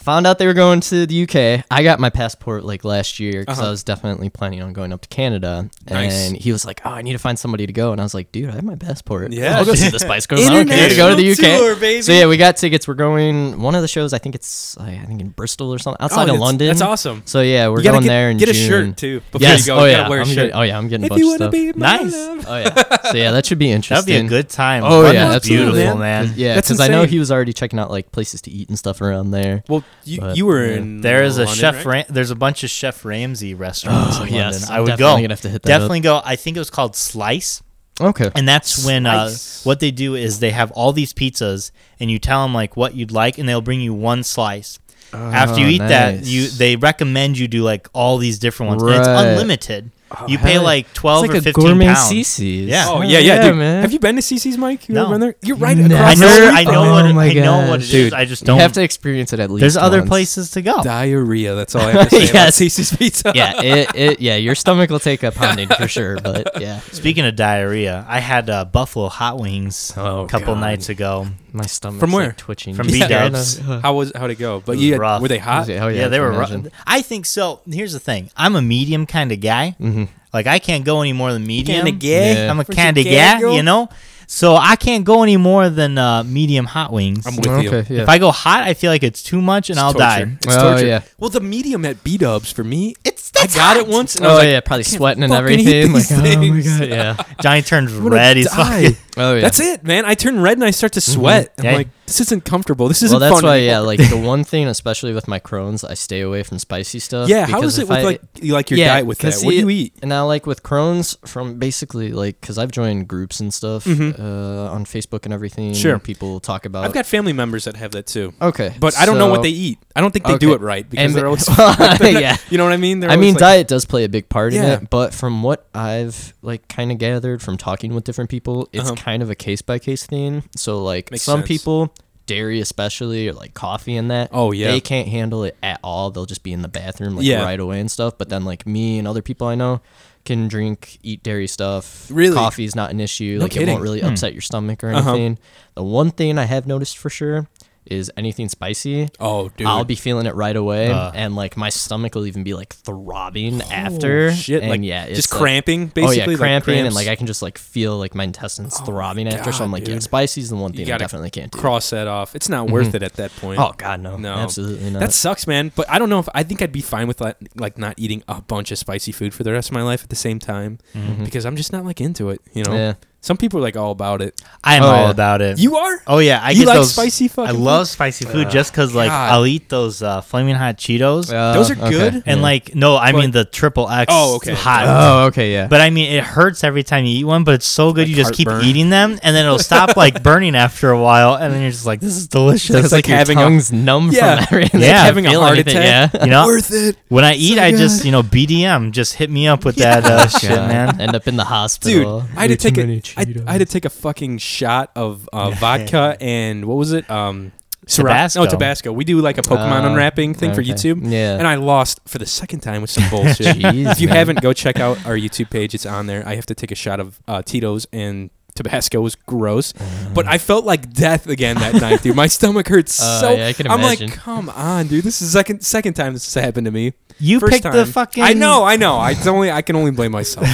Found out they were going to the UK. I got my passport like last year because I Uh-huh. was definitely planning on going up to Canada. Nice. And he was like, "Oh, I need to find somebody to go," and I was like, "Dude, I have my passport. Yeah. I'll go see the Spice Girls. I don't care to go to the UK." International tour, baby. So yeah, we got tickets. We're going one of the shows. I think it's I I think in Bristol or something outside Oh, of that's- London. That's awesome. So yeah, we're You gotta going get- there and get a June. shirt too before Yes. you go. Oh You yeah. gotta wear a I'm shirt. Getting, oh yeah. I'm getting a if bunch you of want to stuff. be my Nice. love. Oh yeah. So yeah, that should be That'd be a interesting. good time. Oh, yeah, London's absolutely. beautiful, Man. man. Yeah, That's because I know insane. he was already checking out like places to eat and stuff around there. Well, you, But, you were yeah. in. There is a London, chef. right? Ram- there's a bunch of Chef Ramsay Oh, restaurants in London. I'm I would definitely go. Gonna have to hit that Definitely go. I think it was called Slice. Up. Okay. And that's when uh, Slice. what they do is they have all these pizzas, and you tell them like what you'd like, and they'll bring you one slice. After you Oh, eat that, nice. you they recommend you do like all these different ones. And it's Right. Oh, unlimited. you hell pay yeah. like It's twelve like or a fifteen gourmet pounds. CC's. Yeah. Oh yeah, yeah, dude. man. Have you been to CC's, Mike? You No. ever been there? You're right. Never. I Across know. the I street know from what. It, Oh my I know what it gosh. is. Dude, I just You don't. have to experience it at least. there's other once. places to go. diarrhea. That's all I have to say. about Yes. CC's pizza. yeah. It, it. Yeah. Your stomach will take a pounding for sure. But yeah. Speaking of diarrhea, I had uh, buffalo hot wings Oh, a couple God. nights ago. My stomach. From where? Like, twitching. From Just B-dubs. staring at- How was how'd it go? But It you was had, rough. were they hot? Oh yeah. yeah, I they can were. Ru- imagine. I think so. Here's the thing. I'm a medium kind of guy. Mm-hmm. Like I can't go any more than medium. Kinda gay? Yeah. I'm a What you kind of gay, guy. girl? You know. So I can't go any more than uh, medium hot wings. I'm with you. Okay. Yeah. If I go hot, I feel like it's too much and It's I'll torture. die. It's Oh, torture. yeah. Well, the medium at B Dubs for me, it's I that's got hot. it once. And I oh was like, yeah. Probably I can't sweating and fucking eat everything. Like, these oh my things. god. Yeah. Johnny turns I'm gonna red. He's die. fucking. Oh, yeah. Mm-hmm. That's it, man. I turn red and I start to sweat. I'm Yeah. like, this isn't comfortable. This well, isn't that's fun. why, anymore. yeah, like the one thing, especially with my Crohn's, I stay away from spicy stuff. yeah. How because is it if with I- like you like your yeah, diet with that? 'cause what do see, you eat? And now, like with Crohn's, from basically like because I've joined groups and stuff uh, on Facebook and everything. Mm-hmm. Sure. people talk about. I've got family members that have that too. okay, But I don't know what Oh. so- they eat. I don't think they do Okay. it right because And- they're always Well, yeah. You know what I mean? They're I always mean, like- diet does play a big part Yeah. in it, but from what I've like kind of gathered from talking with different people, it's Uh-huh. kind of a case by case thing. So like Makes some sense. people, dairy especially, or like coffee and that. Oh, yeah. they can't handle it at all. They'll just be in the bathroom like Yeah. right away and stuff. But then like me and other people I know can drink, eat dairy stuff. Really? coffee's not an issue. No like it kidding. Hmm. won't really upset your stomach or Uh-huh. anything. The one thing I have noticed for sure is anything spicy. Oh, dude. I'll be feeling it right away, and like my stomach will even be like throbbing after. Oh, shit, and like yeah, it's just like- cramping Oh basically. yeah, cramping, and cramps. Oh like I can just like feel like my intestines throbbing after. So God, I'm like, yeah, dude. spicy's the one you thing I gotta definitely can't do. cross that off. It's not worth it at that point. oh god, no, No. absolutely not. That sucks, man. But I don't know if I think I'd be fine with like, like not eating a bunch of spicy food for the rest of my life at the same time because I'm just not like into it. You know, Mm-hmm. Yeah. some people are like all about it. I am Oh, all yeah. about it. You are? Oh yeah, I You get like those, spicy I fucking love spicy food just because like Uh, God. I'll eat those uh, flaming hot Cheetos Uh, Those are okay, good. and yeah. like no, I But- mean the triple X. Oh, okay. Hot. oh okay, yeah. But I mean, it hurts every time you eat one, but it's so good you just keep heartburn. eating them, and then it'll stop like burning after a while, and then you're just like, "This is delicious." Because like, your having tongue's tongue's numb Yeah. from everything. Like Yeah. having a heart attack. Yeah. You know, Worth it, when I eat, I just you know BDM, just hit me up with that uh, shit, man. End up in the Oh, dude. hospital. I had to Way too take many a, I, I had to Cheetos. take a fucking shot of uh, vodka and what was it? Um, Syrah- Tabasco. No, Tabasco. We do like a Pokemon Uh, unwrapping thing for okay. YouTube. Yeah. And I lost for the second time with some bullshit. Jeez, if you man. haven't, go check out our YouTube page. It's on there. I have to take a shot of uh, Tito's and. Tabasco was gross, but I felt like death again that night, dude. My stomach hurts Mm. Uh, so. yeah, I can I'm like, imagine. come on, dude. This is second second time this has happened to me. You First picked the time. fucking. I know, I know. I it's only I can only blame myself.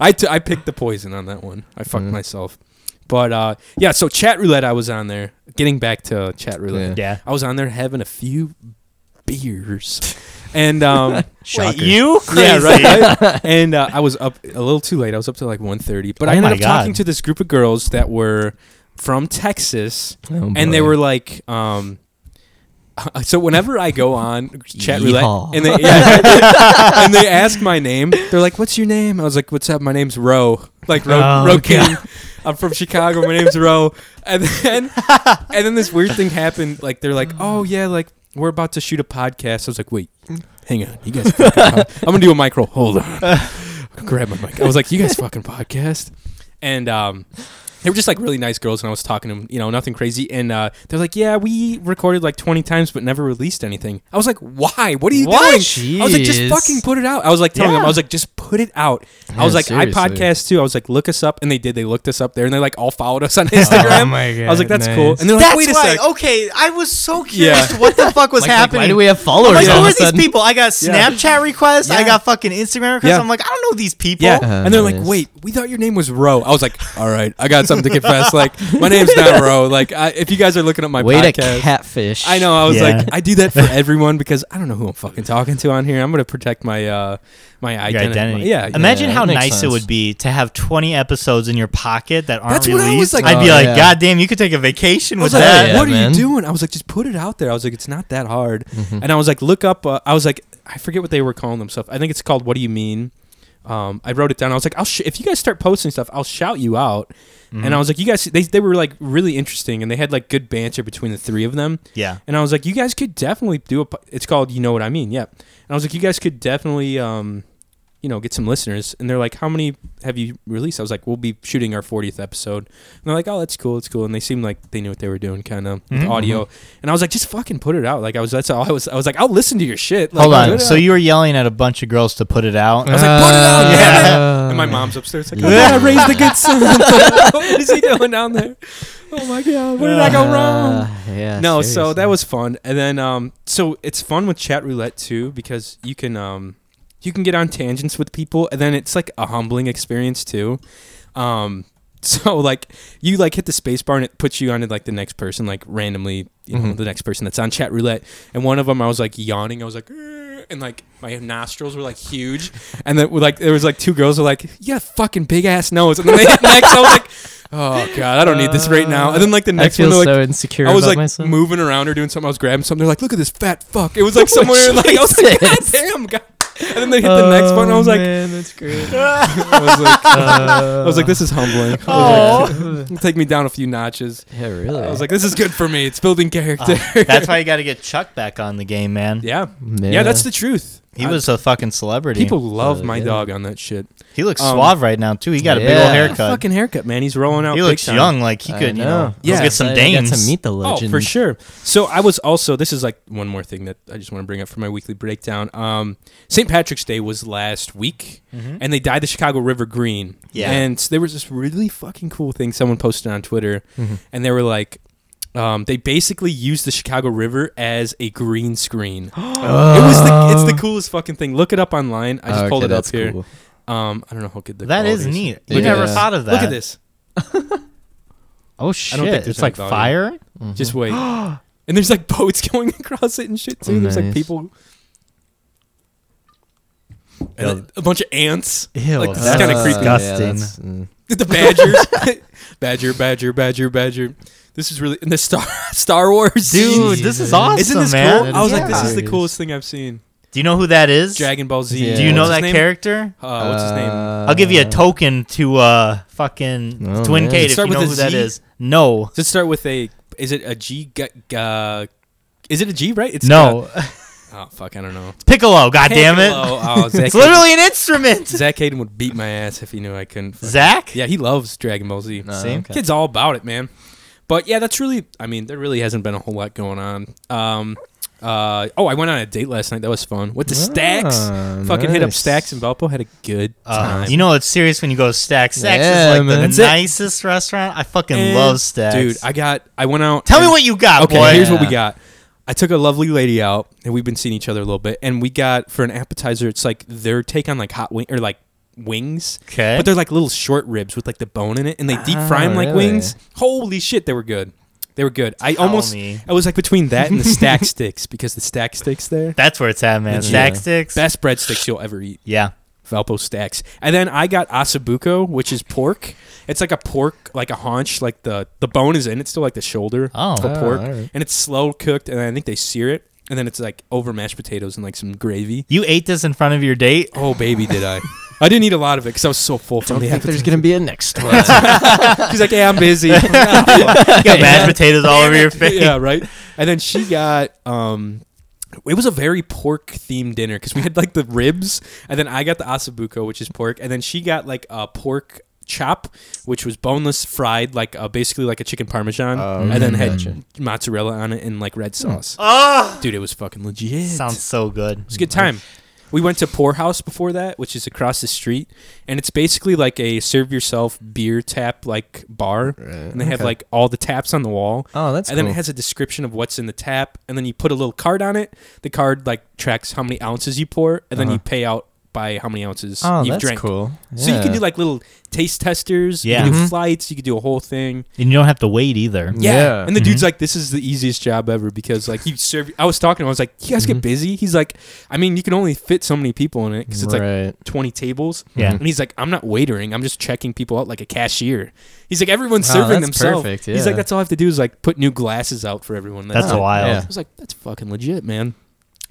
I, t- I picked the poison on that one. I Mm-hmm. fucked myself. But uh, yeah, so chat roulette. I was on there. Getting back to chat roulette. Yeah. I was on there having a few beers, and um, Wait, you yeah, crazy? right. I- and uh, I was up a little too late. I was up till like 1.30. But I Oh ended my up talking God. to this group of girls that were from Texas, Oh, and they boy. were like. Um, so whenever I go on chat Yeehaw. roulette and they yeah, and they ask my name, they're like, "What's your name?" I was like, "What's up? My name's Ro, like Ro, Oh, Ro King. I'm from Chicago. My name's Ro." And then and then this weird thing happened. Like they're like, "Oh yeah, like we're about to shoot a podcast." I was like, "Wait, hang on, you guys." Fucking pod- I'm gonna do a micro. Hold on, grab my mic. I was like, "You guys fucking podcast," and um. They were just like really nice girls, and I was talking to them, you know, nothing crazy. And uh, they're like, "Yeah, we recorded like 20 times, but never released anything." I was like, "Why? What are you What? doing?" I was like, "Just Jeez. fucking put it out." I was like telling them, I Yeah. was like, "Just put it out." I was Yeah, like, seriously. "I podcast too." I was like, "Look us up," and they did. They looked us up there, and they like all followed us on Instagram. Oh my I was like, God, "That's cool," nice. and they're like, That's "Wait a why. sec." Okay, I was so Yeah. curious. What the fuck was Like, like, happening? why do we have followers? I'm like, all of who are a these sudden? people? I got Yeah. Snapchat requests. I Yeah. got fucking Instagram requests. Yeah. I'm like, I don't know these people. Yeah. Uh, and they're like, nice. wait, we thought your name was Ro. I was like, all right, I got something to confess. Like, my name's not Ro. Like, I, if you guys are looking at my Way podcast. to catfish. I know. I was Yeah. like, I do that for everyone because I don't know who I'm fucking talking to on here. I'm gonna protect my uh my Your identity. identity. Yeah. yeah. Imagine Yeah, how that makes nice it sense. would be to have 20 episodes in your pocket that aren't That's what I released. was like- would be Oh, like, yeah. God damn, you could take a vacation I with was like, oh, that. Yeah, what are man. Mm-hmm. you doing? I was like, just put it out there. I was like, it's not that hard. And I was like, look up. Uh, I was like, I forget what they were calling themselves. I think it's called What Do You Mean? Um, I wrote it down. I was like, I'll sh- if you guys start posting stuff, I'll shout you out. Mm-hmm. And I was like, you guys, they, they were like really interesting, and they had like good banter between the three of them. Yeah. And I was like, you guys could definitely do a. po- It's called You Know What I Mean. Yep. And I was like, you guys could definitely, um, you know, get some listeners. And they're like, how many have you released? I was like, we'll be shooting our 40th episode. And they're like, oh, that's cool. It's cool. And they seemed like they knew what they were doing, kind of with audio. And I was like, just fucking put it out. Like I was, that's all I was. I was like, I'll listen to your shit. Like, Hold put on. it So out. you were yelling at a bunch of girls to put it out. I was like, put it out, Uh, damn it. And my mom's upstairs like, oh, God, I raised the good son. what is he doing down there? Oh my God, where did I go wrong? Uh, yeah. no so seriously. that was fun and then um so it's fun with chat roulette too because you can um you can get on tangents with people and then it's like a humbling experience too um so like you like hit the space bar and it puts you onto like the next Mm-hmm. person like randomly you know the next person that's on chat roulette and one of them i was like yawning i was like "Eh," and like my nostrils were like huge, and then like there was like two girls were like, "Yeah, fucking big ass nose," and then they had necks. I was like, "Oh god, I don't need this right now." And then like the I next feel one, they're so like, insecure I was about like myself. moving around or doing something. I was grabbing something. They're like, "Look at this fat fuck." It was like somewhere like I was like, "God Jesus. Oh, damn." God. And then they hit the next one. I was like, man, that's great. Uh, I was like, I was like, this is humbling. I was like, It'll take me down a few notches. yeah, really. I was like, this is good for me. It's building character. Uh, That's why you got to get Chuck back on the game, man. yeah. Yeah. yeah, that's the truth. He I- was a fucking celebrity. people love Uh, my yeah. dog on that shit. he looks um, suave right now too. He got a big Yeah. old haircut. Fucking haircut, man. He's rolling out. He big looks time. young, like he I could, you know. know. Yeah. Let's get some Excited I got Danes. to meet the Oh, legend. for sure. So I was also. This is like one more thing that I just want to bring up for my weekly breakdown. Um, St. Patrick's Day was last week, and they dyed the Chicago River green. Yeah. And there was this really fucking cool thing someone posted on Twitter, and they were like, um, they basically used the Chicago River as a green screen. It was the, it's the coolest fucking thing. Look it up online. I just Oh, pulled okay, it up that's here. cool. Um, I don't know how good the That is quality neat. Yeah. We never Yeah. thought of that. Look at this. Oh I don't think shit! there's It's like any fire. Just wait. and there's like boats going across it and shit too. There's like Nice. people. Yeah. And a bunch of ants. like, this is that's kind of Uh, creepy. disgusting. yeah, that's- mm. The badgers, badger, badger, badger, badger. This is really and the Star Star Wars, Dude, this is awesome, Isn't this man. cool? I was Yeah. like, this is the It is. coolest thing I've seen. Do you know who that is? Dragon Ball Z. Yeah. Do you know What's his that name? character? Uh, what's his name? Uh, I'll give you a token to uh fucking Oh, Twin man. Kate if you Start with know a who that Z? is. No, Does it start with a? Is it a G? G, g uh, is it a G? Right? It's no, uh, oh fuck! I don't know. it's Piccolo. God damn it! Piccolo. Oh, Zach It's literally an instrument. Zach Hayden would beat my ass if he knew I couldn't. fucking- Zach. Yeah, he loves Dragon Ball Z. Uh, See? okay. Kid's all about it, man. But yeah, that's really. I mean, there really hasn't been a whole lot going on. Um, uh, oh, I went on a date last night. That was fun with the Stacks. Ah, Fucking hit up nice. Stacks and Valpo. Had a good Uh, time. you know it's serious when you go to Stacks. Stacks Yeah, is like man. the That's it. nicest restaurant. I fucking And, love Stacks. Eh, dude. I got. I went out. Tell me and- what you got, Okay, boy. here's what we Yeah. got. I took a lovely lady out, and we've been seeing each other a little bit. And we got for an appetizer, it's like their take on like hot wing or like wings. 'Kay. but they're like little short ribs with like the bone in it, and they deep fry Ah, them like really? wings. Holy shit, they were good. They were good. I almost me. I was like between that and the stack sticks because the stack sticks there That's where it's at, man. Yeah. Stack sticks. best breadsticks you'll ever eat. Yeah. Valpo stacks, and then I got asabuco, which is pork. It's like a pork, like a haunch, like the the bone is in. It's still like the shoulder Oh. for Ah, pork, alright. and it's slow cooked, and I think they sear it, and then it's like over mashed potatoes and like some gravy. You ate this in front of your date? Oh baby, did I? I didn't eat a lot of it because I was so full from Don't the think there's appetizer. gonna be a next one. She's like, "Yeah, I'm busy." You got mashed potatoes all over your face. yeah, right. And then she got um it was a very pork themed dinner because we had like the ribs, and then I got the asabuco, which is pork, and then she got like a pork chop, which was boneless, fried, like uh, basically like a chicken parmesan, and then had mozzarella on it and like red sauce. Oh, Dude, it was fucking legit. sounds so good. Ah! It's a good time. We went to Poorhouse before that, which is across the street, and it's basically like a serve yourself beer tap like bar, and they have okay. like all the taps on the wall. Oh, that's and then it cool. has a description of what's in the tap, and then you put a little card on it. The card like tracks how many ounces you pour, and then you pay out by how many ounces Uh-huh. oh, you've that's drank. cool. So you can do like little taste testers. Yeah. You can do Mhm. flights. You can do a whole thing. And you don't have to wait either. Yeah. Yeah. Mm-hmm. And the dude's like, this is the easiest job ever because, like, you serve. I was talking to him. I was like, you guys Mm-hmm. get busy? He's like, I mean, you can only fit so many people in it because it's Right. like 20 tables. Yeah. And he's like, I'm not waitering. I'm just checking people out like a cashier. He's like, everyone's Wow, serving that's themselves. perfect, He's yeah. like, that's all I have to do is like put new glasses out for everyone. That's it." wild. I was like, that's fucking legit, man.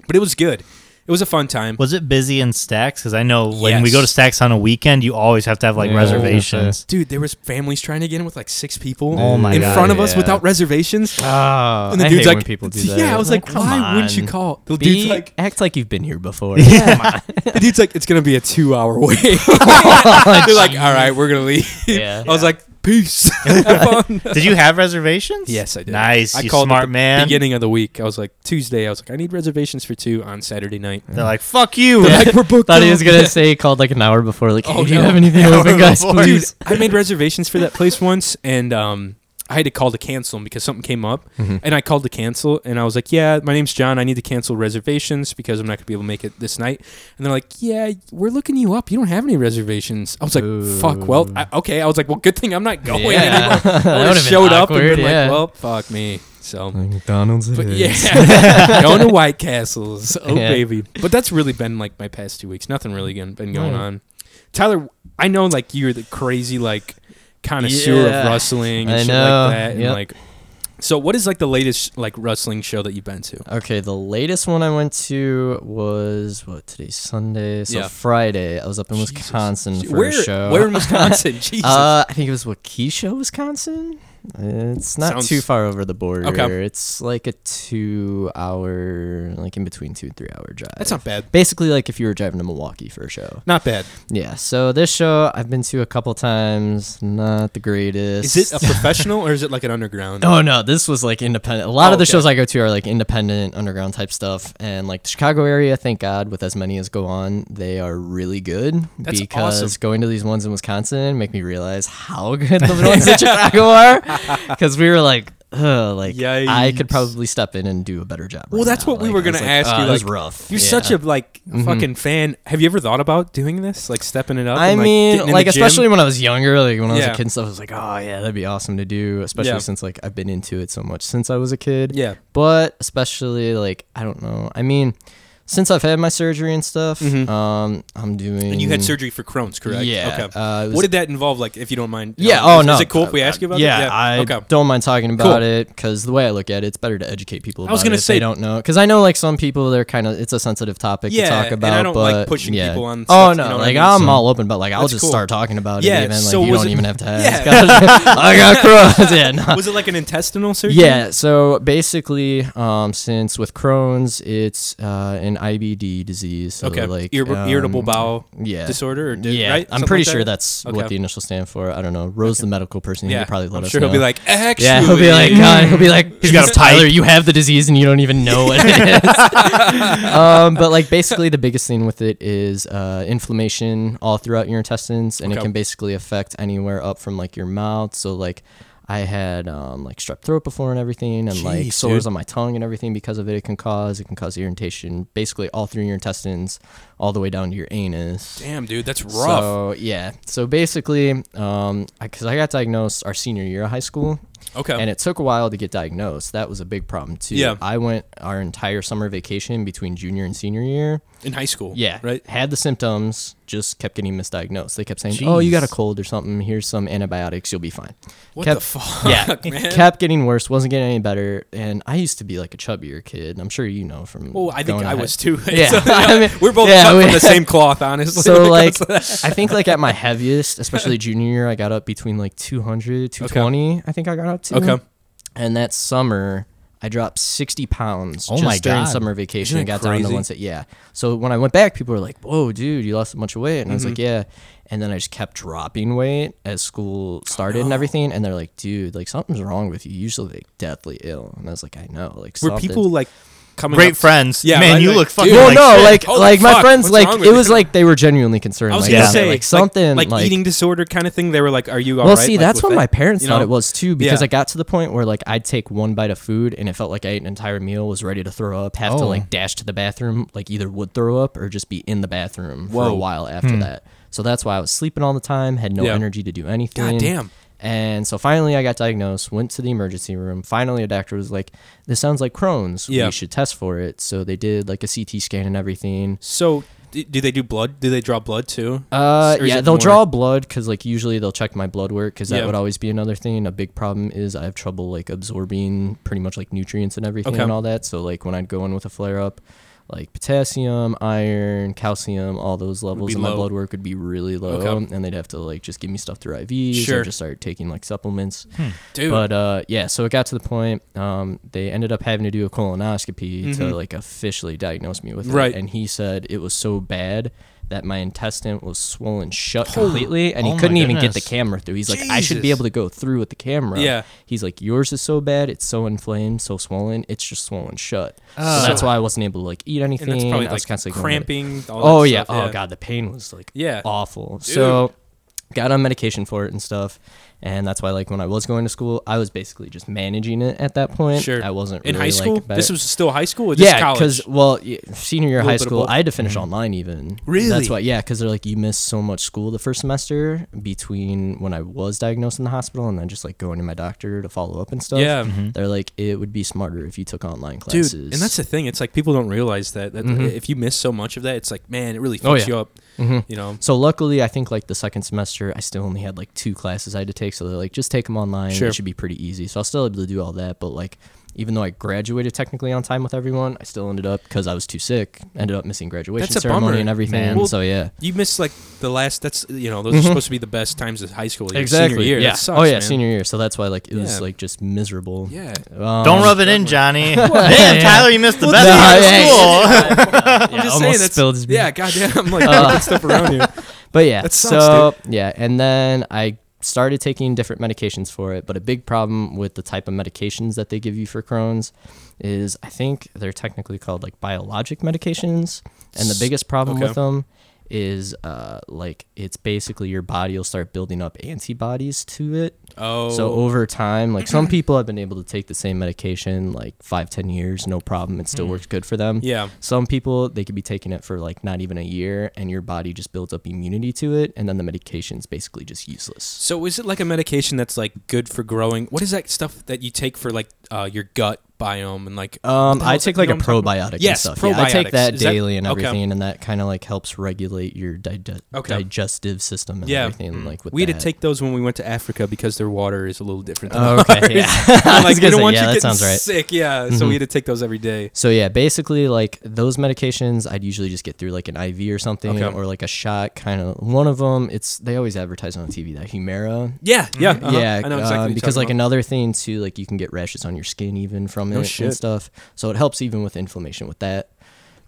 But it was good. It was a fun time. Was it busy in Stacks? Because I know when we Yes. go to Stacks on a weekend, you always have to have like Yeah. reservations. Dude, there was families trying to get in with like six people Oh my in God, front of us yeah. without reservations. Oh, and the I dude's hate like, when people do "Yeah," that. I was like, Come why wouldn't you on. call? The Be, dude's like, act like you've been here before. Yeah. the dude's like, it's gonna be a two hour wait. Oh, They're like, all right, we're gonna leave. Yeah. I was like, peace. Have fun. Did you have reservations? Yes, I did. Nice. I you called smart at the man. beginning of the week. I was like, Tuesday. I was like, I need reservations for two on Saturday night. They're like, fuck you. They're like, we're booked. Thought he was up." gonna say he called like an hour before. Like, Oh, oh, do you no. have anything Hour open, guys? before. Please. I made reservations for that place once, and um, I had to call to cancel 'em because something came up, and I called to cancel, and I was like, "Yeah, my name's John. I need to cancel reservations because I'm not gonna be able to make it this night." And they're like, "Yeah, we're looking you up. You don't have any reservations." I was like, "Fuck." Well, I, okay. I was like, "Well, good thing I'm not going." Yeah. anymore." That I would've would have been showed up and awkward, been yeah. like, "Well, fuck me." So McDonald's. but yeah, going to White Castles. Oh Yeah. baby. But that's really been like my past two weeks. Nothing really been been going on. Tyler, I know like you're the crazy like connoisseur of Yeah. wrestling and I shit know. like that. And Yep. like so what is like the latest like wrestling show that you've been to? Okay, the latest one I went to was what today's Sunday, so Yeah. Friday. I was up in Jesus. Wisconsin for where a show. where in Wisconsin? Jesus. Uh, I think it was Waukesha, Wisconsin. It's not Sounds- too far over the border. Okay. It's like a two-hour, like in between two and three-hour drive. that's not bad. basically like if you were driving to Milwaukee for a show. Not bad. Yeah. So this show I've been to a couple times. Not the greatest. Is it a professional or is it like an underground? Oh no, this was like independent. A lot Oh, of the okay. shows I go to are like independent underground type stuff, and like the Chicago area, thank God, with as many as go on, they are really good. That's because awesome. going to these ones in Wisconsin make me realize how good the ones in Chicago are, because we were like. Ugh, like I Yikes. could probably step in and do a better job. Well, right that's now." what we Like, were I was gonna like, ask "Ugh, you. it was like, rough. You're Yeah. Mm-hmm. such a like fucking fan. Have you ever thought about doing this, like stepping it up? I and, like, mean, getting in the like gym? especially when I was younger, like when I was Yeah. a kid and stuff, I was like, oh yeah, that'd be awesome to do. Especially Yeah. since like I've been into it so much since I was a kid. Yeah. But especially like I don't know. I mean, since I've had my surgery and stuff, um, I'm doing. And you had surgery for Crohn's, correct? Mm-hmm. Yeah, Okay. uh, it was- what did that involve? Like, if you don't mind. Yeah. um, Oh is, no. Is it cool if we ask you about yeah, it? I okay. don't mind talking about Cool. it because the way I look at it, it's better to educate people. About I was gonna it if say- they don't know because I know like some people they're kind of it's a sensitive topic Yeah, to talk and I about. don't but, like pushing yeah. people on Oh stuff, you no, know what I like mean? I'm So- all open, but like I'll That's just cool. start talking about Yeah, it. Even, like so you was don't it- even have to ask. Yeah. I got Crohn's. Yeah, no. was it like an intestinal surgery? Yeah, so basically, um, since with Crohn's, it's uh, an IBD disease. So Okay. Like Irri- um, irritable bowel yeah. disorder? Or di- Yeah, right? I'm Something pretty like sure that? that's Okay. what the initials stand for. I don't know. Rose, the medical person, Yeah. he could probably let I'm us sure know. he'll be like, actually. yeah, he'll be like, uh, he'll be like, he's got a Tyler. You have the disease and you don't even know what it is. um, but like, basically, the biggest thing with it is uh, inflammation all throughout your intestines, and Okay. it can basically affect anywhere up from like your mouth. So like. I had um, like strep throat before and everything, and Jeez, like sores dude. on my tongue and everything because of it. It can cause it can cause irritation, basically all through your intestines, all the way down to your anus. damn, dude, that's rough. So yeah. So basically, um, because I got diagnosed our senior year of high school, okay. and it took a while to get diagnosed. That was a big problem too. Yeah. I went our entire summer vacation between junior and senior year. in high school. Yeah. Right? Had the symptoms, just kept getting misdiagnosed. They kept saying, "Oh, you got a Jeez. cold or something. Here's some antibiotics. You'll be fine." What the Kept- fuck? Yeah, man? it kept getting worse. Wasn't getting any better. And I used to be like a chubbier kid. I'm sure you know from. Well, Oh, I think going to I high- was too. Yeah, So, I mean, we're both yeah, cut we- from the same cloth, honestly. so when it like comes to that. i think like at my heaviest especially junior year i got up between like 200 220 i think i got up to Okay. and that summer i dropped 60 pounds Oh just my during God. summer vacation Isn't and that got down crazy? to one set yeah so when i went back people were like whoa dude you lost a bunch of weight and i was Mm-hmm. like yeah and then i just kept dropping weight as school started and everything and they're like dude like something's wrong with you you're usually like deathly ill and i was like i know like were something- people like coming Great up- friends. Yeah, Man, right, you like, look dude. fucking well, like no, shit. like Holy like my fuck, friends, what's wrong like with it you? was like they were genuinely concerned. I was like, gonna about it, say like something like, eating disorder kind of thing. They were like, "Are you all Well, right?" see, Like, that's with what that, my parents you thought know? it was too, because Yeah. I got to the point where like I'd take one bite of food and it felt like I ate an entire meal, was ready to throw up, have to Oh. like dash to the bathroom, like either would throw up or just be in the bathroom for Whoa. Hmm. a while after that. So that's why I was sleeping all the time, had no Yeah. energy to do anything. damn. And so finally, I got diagnosed, went to the emergency room. Finally, a doctor was like, "This sounds like Crohn's. Yeah. We should test for it." So they did like a CT scan and everything. So, d- do they do blood? Do they draw blood too? Uh, Or is yeah, it they'll more- draw blood because like usually they'll check my blood work because that Yeah. would always be another thing. And a big problem is I have trouble like absorbing pretty much like nutrients and everything Okay. and all that. So like when I'd go in with a flare up, like potassium, iron, calcium, all those levels be in low. my blood work would be really low, Okay. and they'd have to like just give me stuff through IVs Sure. or just start taking like supplements. Dude. But uh, yeah, so it got to the point um, they ended up having to do a colonoscopy to like officially diagnose me with it. Mm-hmm. Right. And he said it was so bad that my intestine was swollen shut completely, and Oh he my couldn't even get the goodness. camera through. He's like, I should be Jesus. able to go through with the camera. Yeah. He's like, yours is so bad, it's so inflamed, so swollen, it's just swollen shut. Oh. So that's why I wasn't able to like eat anything. and that's probably I was like constantly going to- cramping. all Oh that yeah. stuff, Oh god, the pain was like Yeah. awful. So got on medication for it and stuff. And that's why, like, when I was going to school, I was basically just managing it at that point. Sure. I wasn't in really, high like, school. about this it. was still high school. Or just yeah, college? because well, y- senior year of Little high bit of school, both. Mm-hmm. I had to finish online even. Really? That's why. Yeah, because they're like you miss so much school the first semester between when I was diagnosed in the hospital and then just like going to my doctor to follow up and stuff. mm, Yeah. Mm-hmm. They're like it would be smarter if you took online classes. dude, and that's the thing. It's like people don't realize that, that if you miss so much of that, it's like man, it really fucks Mm-hmm. Oh, you yeah. up. You know, so luckily, I think like the second semester, I still only had like two classes I had to take. So they're like, just take them online. Sure. It should be pretty easy. So I was still able to do all that. But like, even though I graduated technically on time with everyone, I still ended up because I was too sick. Ended up missing graduation That's a ceremony bummer, and everything. man. Well, so yeah. you miss like the last. That's you know, those are supposed to be the best times of high school. your Mm-hmm. Exactly. Senior year. Yeah. That sucks, oh yeah, man. senior year. So that's why like it Yeah. was like just miserable. Yeah. Um, Don't rub it in, Johnny. Damn, Tyler, you missed the best no, part of hey. school. Yeah, just almost saying, that's- spilled his Uh, beer. Yeah, goddamn. I'm like putting stuff around you. But yeah, That sucks, so yeah, and then I started taking different medications for it. But a big problem with the type of medications that they give you for Crohn's is I think they're technically called like biologic medications, and the biggest problem okay. with them is uh like it's basically your body will start building up antibodies to it Oh, So um, over time, like some people have been able to take the same medication like five, ten years, no problem. It Mm. still works good for them. Yeah. Some people they could be taking it for like not even a year, and your body just builds up immunity to it, and then the medication's basically just useless. So is it like a medication that's like good for growing? What is that stuff that you take for like uh, your gut biome and like? Um, what the hell I is it? take You like a know what I'm talking about? probiotic Yes, and stuff. Yeah, I probiotics. take that Is that- daily and okay. everything, and that kind of like helps regulate your dig- Okay. digestive system and Yeah. Mm. everything. Like with We had that. to take those when we went to Africa because their water is a little different. Than Oh, okay, yeah. I ours. was like we gonna don't say, want yeah, you that getting sounds right. Mm-hmm. sick. Yeah, so we had to take those every day. So yeah, basically like those medications, I'd usually just get through like an IV or something, Okay. or like a shot. Kind of one of them. It's they always advertise on TV that Humira. Yeah, yeah, uh-huh. Yeah, I know exactly. um, what you're because like talking about. another thing too, like you can get rashes on your skin even from it shit. and stuff. So it helps even with inflammation with that.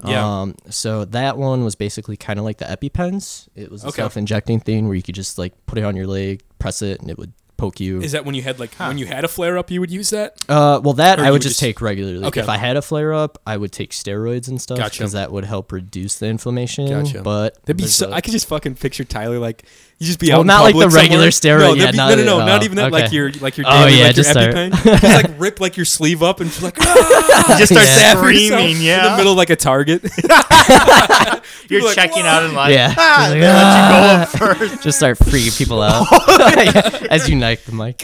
Yeah. Um, so that one was basically kind of like the EpiPens. It was a Okay. self-injecting thing where you could just like put it on your leg, press it, and it would poke you. is that when you had like when you had a flare up, you would use that? Uh, well, that Or I you would would just just- take regularly. Like, Okay. If I had a flare up, I would take steroids and stuff Gotcha. because that would help reduce the inflammation. Gotcha. But That'd be there's so. a- I could just fucking picture Tyler like you just be Well, out. in not like public the regular somewhere. steroid, No, yeah, that'd be- not no, no, at no, all. not even that. Like Okay. your like your Oh, daily, yeah, like just your start- EpiPen. just like rip like your sleeve up and like "Ah!" Just start Yeah. screaming, in the yeah. middle of, like a target. You're like, checking "Whoa." out in line. yeah, Ah, Like, they "Ah." let you go up first. Oh, just start freaking people out as you knife the mic.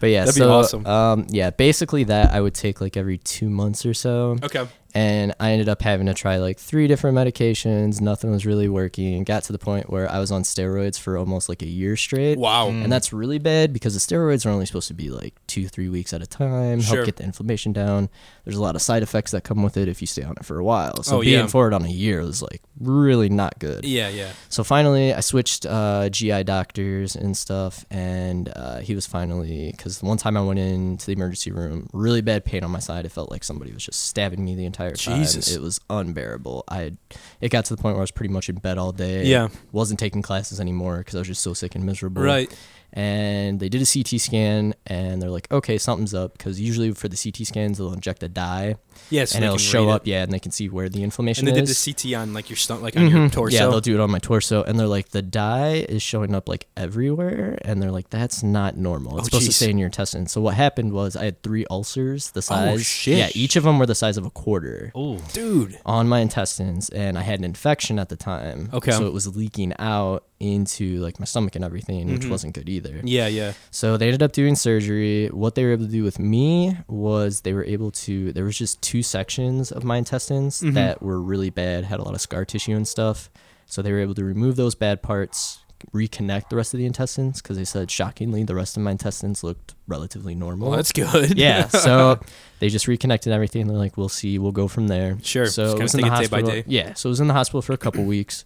But yeah, That'd be so awesome. um, yeah, basically that I would take like every two months or so. okay. and I ended up having to try like three different medications. Nothing was really working. Got to the point where I was on steroids for almost like a year straight. Wow. And that's really bad because the steroids are only supposed to be like two, three weeks at a time, Sure. help get the inflammation down. There's a lot of side effects that come with it if you stay on it for a while. So Oh, being yeah. for it on a year was like really not good. Yeah, yeah. So finally, I switched uh, GI doctors and stuff, and uh, he was finally because one time I went into the emergency room, really bad pain on my side. It felt like somebody was just stabbing me the entire time. Jesus. it was unbearable. I, had, it got to the point where I was pretty much in bed all day. Yeah. wasn't taking classes anymore because I was just so sick and miserable. Right. And they did a CT scan, and they're like, "Okay, something's up," because usually for the CT scans, they'll inject a dye, Yeah, so and they it'll can show read up, It. yeah, and they can see where the inflammation And they did is. the CT on like your stomach, like on your torso. Mm-hmm. Yeah, they'll do it on my torso, and they're like, the dye is showing up like everywhere, and they're like, that's not normal. It's Oh, supposed jeez. Oh, to stay in your intestines. So what happened was I had three ulcers the size, shit. yeah, each of them were the size of a quarter Dude, on my intestines, and I had an infection at the time. Okay. so it was leaking out into like my stomach and everything, Mm-hmm. which wasn't good either. yeah, yeah. So they ended up doing surgery. What they were able to do with me was they were able to there was just two sections of my intestines Mm-hmm. that were really bad, had a lot of scar tissue and stuff. So they were able to remove those bad parts, reconnect the rest of the intestines because they said shockingly the rest of my intestines looked relatively normal. Well, that's good. yeah, so they just reconnected everything. They're like, "We'll see. We'll go from there." Sure, just So kinda it was in the take it day by hospital. day. Yeah. So it was in the hospital for a couple weeks.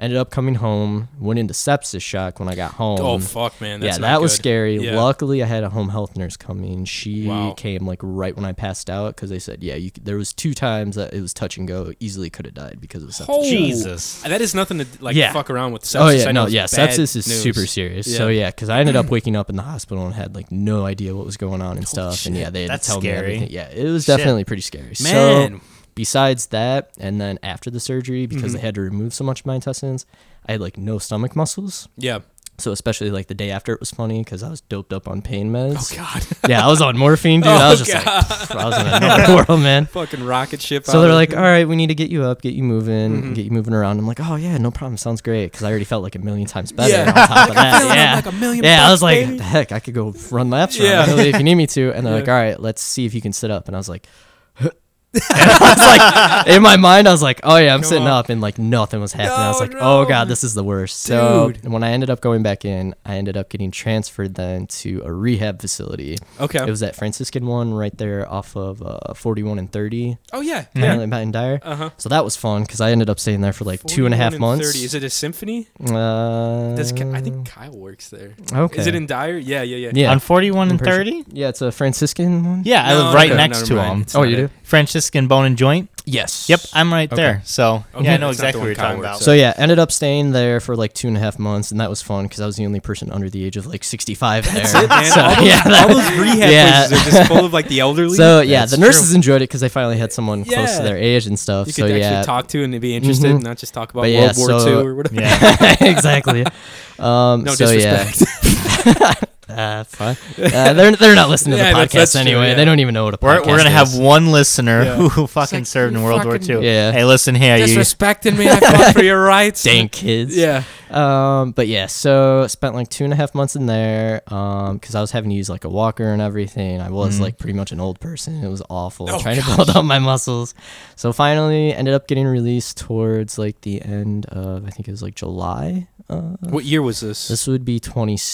Ended up coming home. Went into sepsis shock when I got home oh fuck, man. That's Mm. yeah, not that was good. scary. Yeah. Luckily, I had a home health nurse come in. She Wow. came like right when I passed out because they said, yeah, you, c- there was two times that it was touch and go. Easily could have died because of sepsis. Oh. Jesus. That is nothing to like Yeah. fuck around with. Sepsis. oh I yeah, know no, it's yeah, bad sepsis is news. super serious. Yeah. So yeah, because I ended up waking up in the hospital and had like no idea what was going on and stuff. And yeah, they had That's to tell scary. me everything. Yeah, it was Shit. definitely pretty scary. Man. Mm-hmm. So besides that, and then after the surgery, because they had to remove so much of my intestines, I had like no stomach muscles. Yeah. So especially like the day after it was funny because I was doped up on pain meds. God. Yeah, I was on morphine, dude. I was just like, pff, I was in another world, man. Fucking rocket ship. So out they're of- like, all right, we need to get you up, get you moving, Mm-hmm. get you moving around. I'm like, oh yeah, no problem, sounds great, because I already felt like a million times better. Yeah. on top of "Oh, that. feeling yeah, like a million yeah. I bucks, was like, baby. the heck, I could go run laps Yeah. around the LA if you need me to. And they're like, Yeah. all right, let's see if you can sit up. And I was like. I was like, in my mind, I was like, "Oh yeah, I'm Come sitting on. up," and like nothing was happening. I was No, like, "Oh no. god, this is the worst." So Dude. when I ended up going back in, I ended up getting transferred then to a rehab facility. Okay. it was that Franciscan one right there off of uh, 41 and 30 oh yeah, yeah. yeah. Mountain Dyer. Uh-huh. So that was fun because I ended up staying there for like two and a half 41 and months. 30. Is it a symphony? Uh, Does Ki- I think Kyle works there. Okay. Is it in Dyer? Yeah, yeah, yeah. Yeah. On 41 and I'm pretty sure- 30? Yeah, it's a Franciscan one. Yeah, I No, live right okay, next never to mind. him. It's Oh, not you it. do? Franciscan Bone and Joint. Yes. Yep, I'm right there. So Okay, yeah, I know that's not the exactly what one you're Kyle talking works about. So yeah, ended up staying there for like two and a half months, and that was fun because I was the only person under the age of like sixty-five there. Man, So all, those, yeah, all those rehab Yeah. places are just full of like the elderly. so yeah, That's the true. nurses enjoyed it because they finally had someone close Yeah. to their age and stuff. you so could actually yeah, talk to and be interested, Mhm. and not just talk about But yeah, World War so- II or whatever. Yeah. exactly. Um, No so disrespect. Yeah, uh, fine. Uh, they're they're not listening Yeah, to the that's- that's podcast true, anyway. yeah. They don't even know what a We're, podcast we're gonna is. have one listener Yeah. who fucking like, served in you World War fucking- II. Yeah. Hey, listen here, you. Disrespecting me, I fought for your rights. dang kids. Yeah. Um, but yeah, so spent like two and a half months in there. Um, because I was having to use like a walker and everything. I was like pretty much an old person. It was awful Mm-hmm. Oh, trying to build up my muscles. So finally ended up getting released towards like the end of I think it was like July. Uh, What year was this? this would be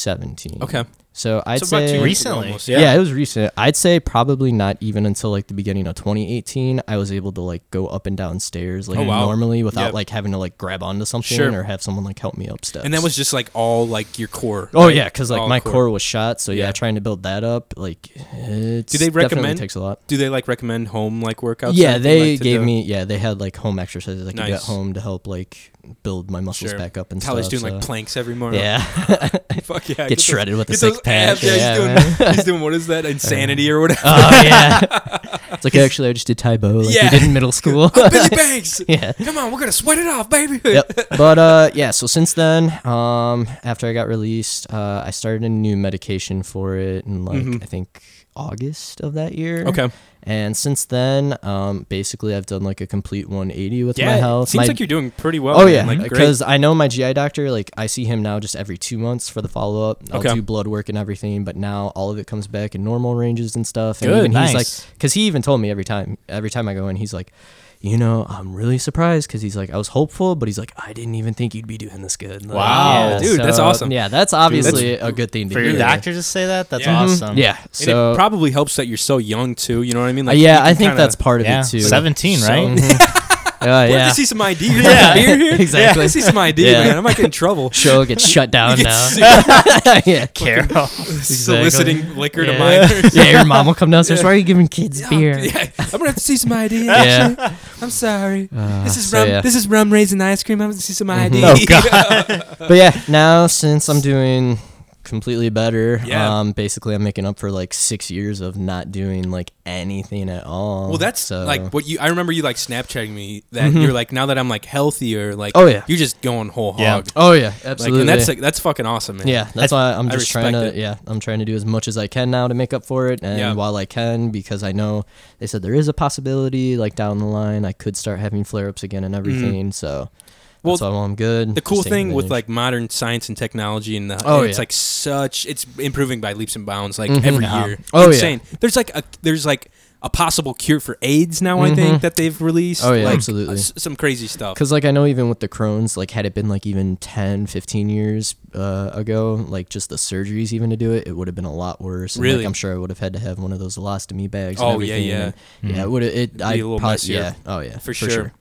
2017. okay. So I'd So about two say years Recently. ago almost, Yeah. it was recent. I'd say probably not even until like the beginning of 2018, I was able to like go up and down stairs like Oh, wow. normally without Yep. like having to like grab onto something Sure. or have someone like help me up steps. And that was just like all like your core. Oh right? yeah, because like All my core. was shot, so yeah, Yeah. trying to build that up, like it Do they recommend- takes a lot. Do they like recommend home like workouts? or yeah, anything, they like, to gave do? me yeah they had like home exercises I could do at Nice. home to help like build my muscles Sure. back up and Tyler's stuff. doing like so- planks every morning. yeah, Fuck yeah. get those- shredded with a get those six pack. abs. Yeah, Yeah, man. he's, doing, he's doing what is that? Insanity or whatever. oh yeah, it's like actually I just did Tai Bo like Yeah. we did in middle school. Oh, Billy Banks. yeah. Come on, we're gonna sweat it off, baby. yep. But uh, yeah. So since then, um, after I got released, uh, I started a new medication for it in like Mhm. I think August of that year. Okay. And since then, um, basically I've done like a complete 180 with Yeah. my it health. Seems My- like you're doing pretty well. Oh man, yeah, Like, great. because I know my GI doctor. Like I see him now just every two months for the follow up. I'll Okay. do blood work and everything, but now all of it comes back in normal ranges and stuff. And Good, even he's nice. like, because he even told me every time, every time I go in, he's like, you know, I'm really surprised because he's like, I was hopeful, but he's like, I didn't even think you'd be doing this good. Like, Wow. Dude, that's awesome. Yeah, that's obviously a good thing to For hear. your doctor to say that, that's Yeah. Mhm. awesome. Yeah. And So it probably helps that you're so young too. You know what I mean? uh, yeah, you I can think kinda- that's part of Yeah, it too. 17, right? Mhm. Uh, We're gonna yeah. see some ID. Yeah. yeah, beer here. Exactly. Yeah, see some ID, Yeah. man. I might get in trouble. Show gets shut down You get now. sued. yeah. Carol. soliciting liquor to Yeah. minors. yeah, your mom will come downstairs. Yeah. Why are you giving kids Yeah, beer? yeah. I'm gonna have to see some ID. Yeah. Uh, actually. I'm sorry. this is so, rum. yeah. This is rum raisin ice cream. I'm gonna see some ID. Mhm. Oh, God. But yeah, now since I'm doing completely better, Yeah. um, basically I'm making up for like six years of not doing like anything at all. Well, that's so. Mm-hmm. like what you. I remember you like Snapchatting me that you're like now that I'm like healthier. Like Oh, yeah. you're just going whole hog. Yeah. Like, oh yeah, absolutely. and that's like that's fucking awesome, man. yeah, that's why I'm I just trying to respect it. yeah, I'm trying to do as much as I can now to make up for it, and Yeah. while I can, because I know they said there is a possibility like down the line I could start having flare ups again and everything. So Mm. Well, that's why I'm good. The cool just taking thing with advantage. like modern science and technology and the, Oh, it's yeah. like such it's improving by leaps and bounds like Mhm. every Uh-huh. year. Oh, yeah. Insane. There's like a there's like a possible cure for AIDS now. I think Mhm. that they've released. Oh, yeah, like, absolutely. uh, s- some crazy stuff. Because, like, I know even with the Crohn's, like, had it been, like, even 10, 15 years uh, ago, like, just the surgeries even to do it, it would have been a lot worse. And, like, Really? I'm sure I would have had to have one of those colostomy bags Oh, and yeah, everything. yeah. and- Yeah, it would have, it, be I a little probably, messier. yeah. Oh, yeah. for, sure.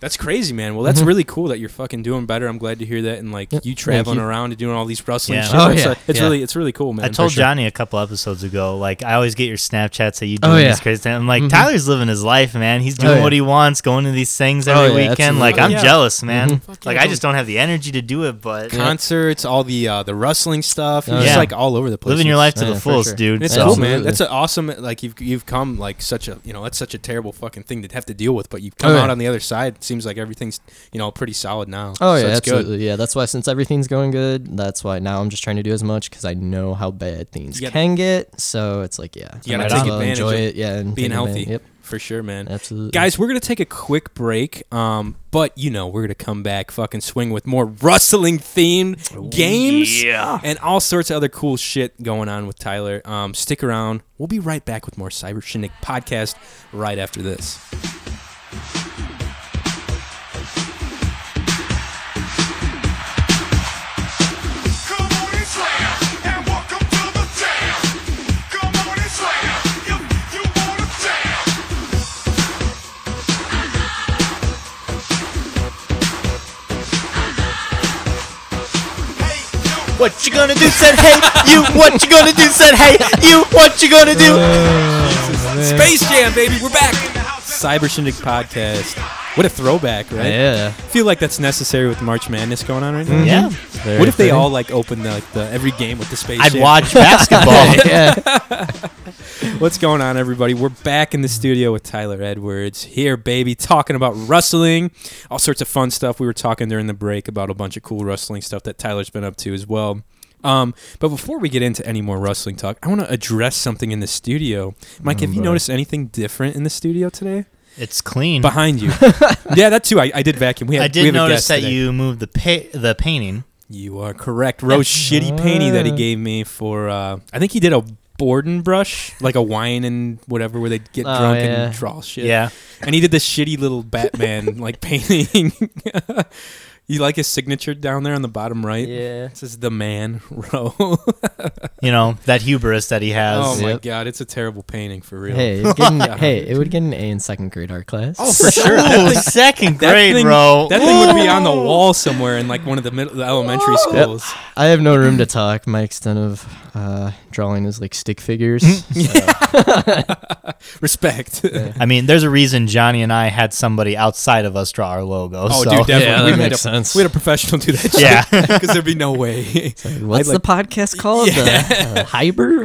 That's crazy, man. Well, that's really cool that you're fucking doing better. I'm glad to hear that. And like Mm-hmm. Yep. you traveling you. around and doing all these wrestling Yeah. shit. Oh, That's, yeah. uh, it's Yeah. really it's really cool, man. I told For sure. Johnny a couple episodes ago, like I always get your Snapchats that you do Oh, yeah. this crazy thing. I'm like, Mm-hmm. Mhm. Tyler's living his life, man. He's doing yeah. what he wants, going to these things Oh, every yeah, weekend. Like absolutely. I'm Oh, Yeah. jealous, man. Fuck Like yeah, I don't- just don't have the energy to do it, but concerts, all the uh, the wrestling stuff. You're Oh, just yeah. like all over the place. living your It's- life to Yeah, the for fullest, sure. dude. It's so. cool, man. Absolutely. That's an awesome. Like you've you've come like such a you know that's such a terrible fucking thing to have to deal with, but you've come Oh, yeah. out on the other side. It seems like everything's you know pretty solid now. Oh So yeah, it's absolutely. Yeah, that's why since everything's going good, that's why now I'm just trying to do as much because I know how bad things You gotta- can get. So it's like yeah, You gotta might as take well advantage enjoy of it. Yeah, and good. Being take advantage- healthy, Yep, for sure, man. absolutely. Guys, we're gonna take a quick break, um, but you know we're gonna come back, fucking swing with more rustling Oh, themed games and all sorts of other cool shit going on with Tyler. Um, stick around; we'll be right back with more Cyber Shindig podcast right after this. Come on and slam, and welcome to the jam. Come on and slam, if you wanna jam. Hey, you. What you gonna do? Said hey, you. What you gonna do? Said hey, you. What you gonna do? Uh, Space Jam, baby, we're back. In the house, Cyber Shindig podcast. What a throwback, right? yeah, Mm-hmm. I feel like that's necessary with March Madness going on right now. Yeah, What if they all like open the, like the every game with the Space I'd Jam? watch basketball. yeah. What's going on, everybody? We're back in the studio with Tyler Edwards here, baby, talking about wrestling, all sorts of fun stuff. We were talking during the break about a bunch of cool wrestling stuff that Tyler's been up to as well. Um, but before we get into any more wrestling talk, I want to address something in the studio. Mike, have you noticed anything different in the studio today? It's clean. Mm-hmm. Behind you, yeah, that too. I, I did vacuum. We had, I we did have a notice guest that today. you moved the pa- the painting. You are correct. Rose shitty painting that he gave me for uh I think he did a Borden brush, like a wine and whatever where they'd get Oh, drunk yeah. and draw shit. And he did this shitty little Batman like painting. you like his signature down there on the bottom right? Yeah. This is the man, Ro. you know that hubris that he has. oh my Yep. god, it's a terrible painting for real. Hey, it's getting, hey, it would get an A in second grade art class. Oh, for sure. Ooh, That thing, second that grade, thing- bro. That thing would be on the wall somewhere in like one of the middle the elementary schools. I have no room to talk. My extent of uh, drawing is like stick figures. Respect. I mean, there's a reason Johnny and I had somebody outside of us draw our logo. Oh, so. dude, definitely. Yeah, that we, had makes a, sense. we had a professional do that. Yeah. because there'd be no way. What's like- the podcast called? The, uh, Hyper?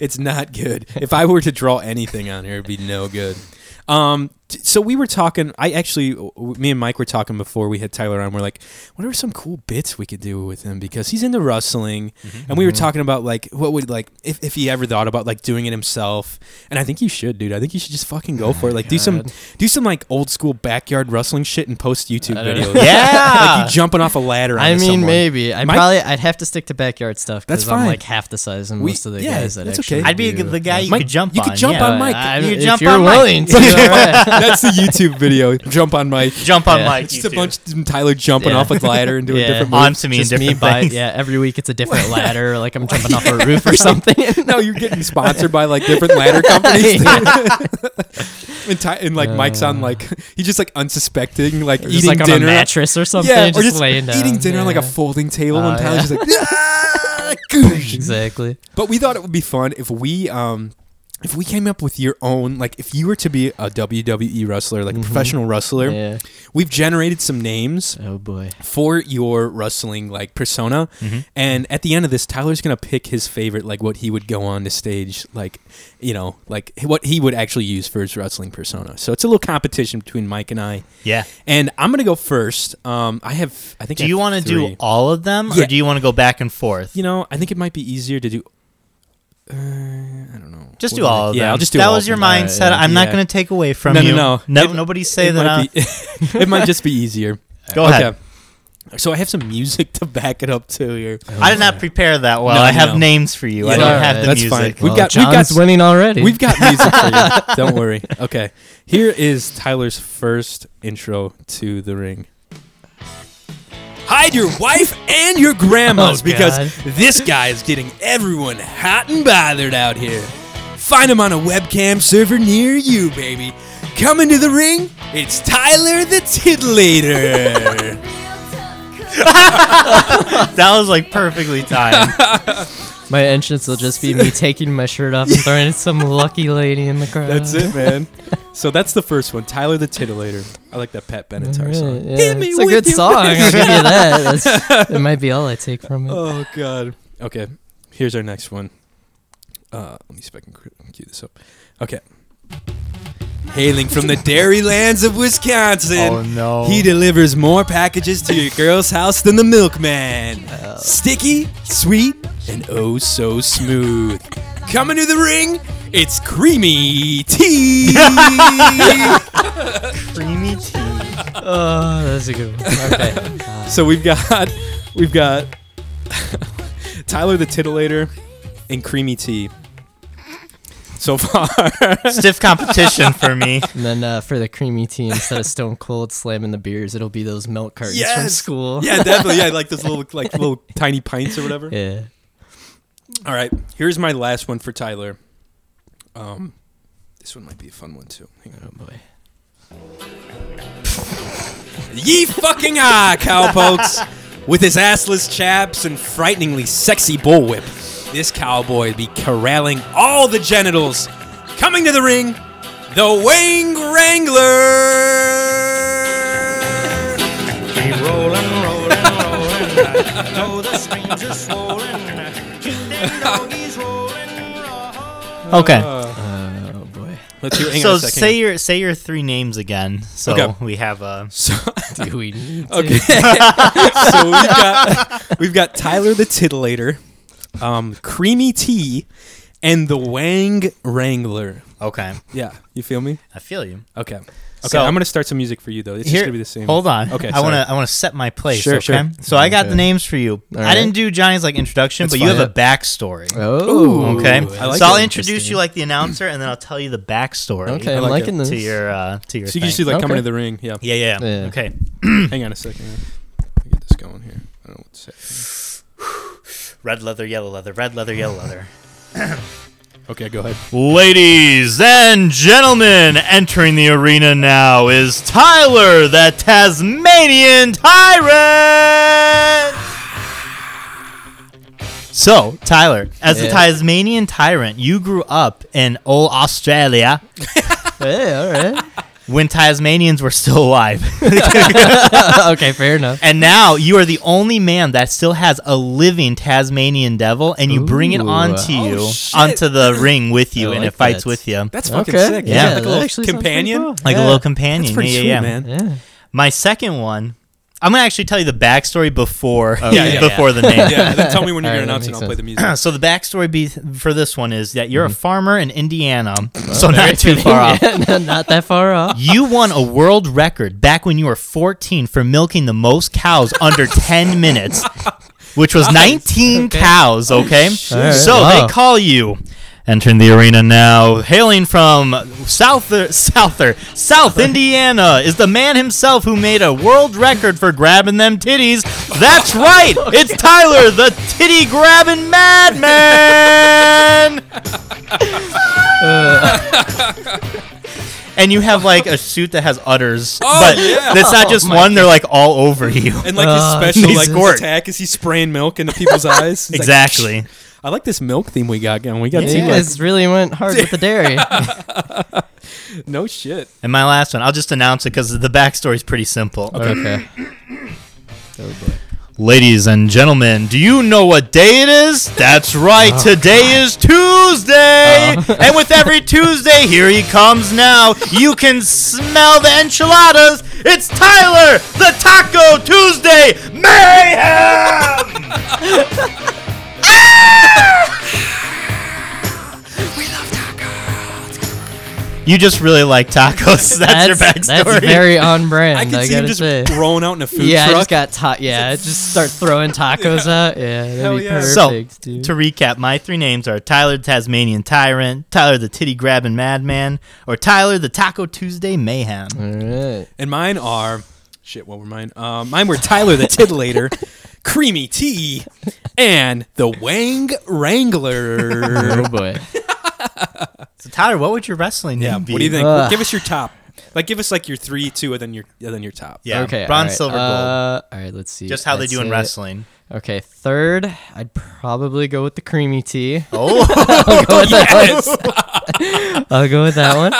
it's not good. If I were to draw anything on here, it'd be no good. Um, t- so we were talking. I actually, w- me and Mike were talking before we had Tyler on. We're like, what are some cool bits we could do with him because he's into wrestling, Mm-hmm. and we were talking about like what would like if, if he ever thought about like doing it himself. And I think you should, dude. I think you should just fucking Oh go for it. Like do some do some like old school backyard wrestling shit and post YouTube don't know. videos. yeah. like you jumping off a ladder. Uh, I onto mean, someone. maybe. I Mike- probably I'd have to stick to backyard stuff. That's because I'm fine. like half the size than We- most of the yeah, guys that that's actually. okay. I'd be do, the guy you Mike, could jump you on. could jump yeah. on Mike. I- You if jump you're on Mike. willing to. That's the YouTube video. Jump on Mike. Jump on Yeah. Mike. It's you just a two. bunch of Tyler jumping Yeah. off a ladder and doing Yeah. different on moves. to me Just and me different by things. yeah. Every week it's a different ladder. Like I'm jumping off a roof or something. No, you're getting sponsored by like different ladder companies. and, Ty- and like Mike's on like he's just like unsuspecting, like Uh. Just eating like on dinner. a mattress or something. yeah, just, or just laying down. eating dinner on like a Yeah. folding table, Oh, and Tyler's just like. exactly. But we thought it would be fun if we um if we came up with your own like if you were to be a WWE wrestler, like a professional wrestler, Mm-hmm. Yeah. we've generated some names Oh boy. for your wrestling like persona Mm-hmm. and at the end of this tyler's gonna pick his favorite like what he would go on to stage like you know like what he would actually use for his wrestling persona so it's a little competition between mike and i Yeah. and i'm gonna go first um i have i think Do you want to do all of them, Yeah. or do you want to go back and forth? you know i think it might be easier to do uh, i don't know Just What do do I- all of yeah them. i'll just do that all was of your them. Alright, mindset. yeah. I'm not Yeah. going to take away from no, you. no no No, It- nobody say it that. might I- be- it might just be easier Go ahead. so i have some music to back it up too here I did Oh, not prepare that well. No, I have no. names for you. I It's don't alright. have the That's music. fine. We've Well, got- we've got John's s- winning already. We've got music for you. Don't worry. Okay. Here is Tyler's first intro to the ring. Hide your wife and your grandmas Oh, God. because this guy is getting everyone hot and bothered out here. Find him on a webcam server near you, baby. Come into the ring, it's Tyler the Titillator. That was like perfectly timed. My entrance will just be me taking my shirt off and throwing it to some lucky lady in the crowd. that's it, man. So that's the first one, Tyler the Titillator. I like that Pat Benatar Yeah, song. yeah. Hit me It's a with good your song. I'll give you that. That's, it might be all I take from it. Oh God. Okay. Here's our next one. Uh, let me see if I can cue this up. Okay. Hailing from the dairy lands of Wisconsin, Oh, no. he delivers more packages to your girl's house than the milkman. Sticky, sweet, and oh so smooth. Coming to the ring, it's creamy tea. Creamy tea. Oh, that's a good one. Okay. So we've got we've got Tyler the Titillator and Creamy Tea. So far, Stiff competition for me. and then uh, for the creamy tea, instead of Stone Cold slamming the beers, it'll be those milk cartons from Yes. school. yeah, definitely. Yeah, like those little like little tiny pints or whatever. Yeah. All right, here's my last one for Tyler. Um, this one might be a fun one too. Hang on. Oh boy. Ye fucking ah, cowpokes! With his assless chaps and frighteningly sexy bullwhip, this cowboy be corralling all the genitals. Coming to the ring, the Wang Wrangler! Okay. Eh. Oh boy. Let's hear. Uh, Hang so on a second. say your say your three names again. So Okay. we have uh Do we need to- Okay. so we've got we've got Tyler the Titillator, um, Creamy Tea, and the Wang Wrangler. Okay. Yeah, you feel me? I feel you. Okay. Okay, So- I'm gonna start some music for you though. It's just Here- gonna be the same. Hold on. Okay, Okay. I want sorry. to. I want to set my place. Sure, okay. sure. So I got Okay. the names for you. All I right. didn't do Johnny's like introduction, That's but you fine. have a backstory. Oh. Okay. I like so I'll it. introduce you like the announcer, and then I'll tell you the backstory. Okay, I'm like liking To this. your uh, to your. So you thing. can just do like coming Okay. to the ring. Yeah. yeah, yeah, Yeah. Okay. Hang on a second. man. Let me Get this going here. I don't know what to say. Red leather, yellow leather. Red leather, yellow leather. Okay, go ahead. Ladies and gentlemen, entering the arena now is Tyler, the Tasmanian Tyrant. So, Tyler, as a Yeah. Tasmanian Tyrant, you grew up in old Australia Hey, all right. when Tasmanians were still alive. okay, fair enough. and now you are the only man that still has a living Tasmanian devil, and you bring it Ooh. onto Oh, you, shit. onto the ring with you, I and like it fights that. with you. That's fucking Okay. sick. Yeah. like that a little actually sounds pretty companion? cool. like a Yeah. little companion. pretty yeah, yeah, sweet, yeah. man. Yeah. My second one, I'm gonna actually tell you the backstory before Oh, yeah, yeah. before the name. yeah. Then tell me when you're All gonna right, announce that and makes I'll play sense. the music. So the backstory be for this one is that Mm-hmm. you're a farmer in Indiana, Oh, so Very not too fitting. far off. Yeah, not- not that far off. You won a world record back when you were 14 for milking the most cows under 10 minutes, which was 19 cows. Okay, Alright. so Wow. they call you. Entering the arena now, hailing from Souther, Souther, South Indiana, is the man himself who made a world record for grabbing them titties. That's right, it's Tyler, the titty grabbing madman. and you have like a suit that has udders, Oh, but yeah. it's not Oh just one; they're like all over you. And like Uh, his special he's like squirt. attack is he spraying milk into people's eyes? He's like, Exactly. I like this milk theme we got going. We got You two like, guys really went hard with the dairy. no shit. And my last one, I'll just announce it because the backstory is pretty simple. Uh, okay. Ladies and gentlemen, do you know what day it is? That's right, Oh, today is Tuesday! Uh-huh. and with every Tuesday, here he comes now. You can smell the enchiladas. It's Tyler, the Taco Tuesday Mayhem! you just really like tacos. That's, your backstory. That's very on brand. I I, can see him gotta just say. rolling out in a food Yeah, I truck. just got ta- Yeah, just start throwing tacos out. Yeah, that'd Hell be yeah. So, perfect, dude. To recap, my three names are Tyler the Tasmanian Tyrant, Tyler the Titty Grabbing Madman, or Tyler the Taco Tuesday Mayhem. All right. And mine are shit. What were mine? Um, mine were Tyler the Titillator, Creamy Tea, and the Wang Wrangler. Oh boy. So Tyler, what would your wrestling name yeah. What be? do you think? Ugh. give us your top. Like, give us like your three, two, and then your and then your top. Yeah, Okay. bronze, all right. silver, gold. Uh, all right. Let's see. Just how they Let's do in say- wrestling. Okay. Third, I'd probably go with the creamy tea. Oh, I'll go with that one. I'll go with that one.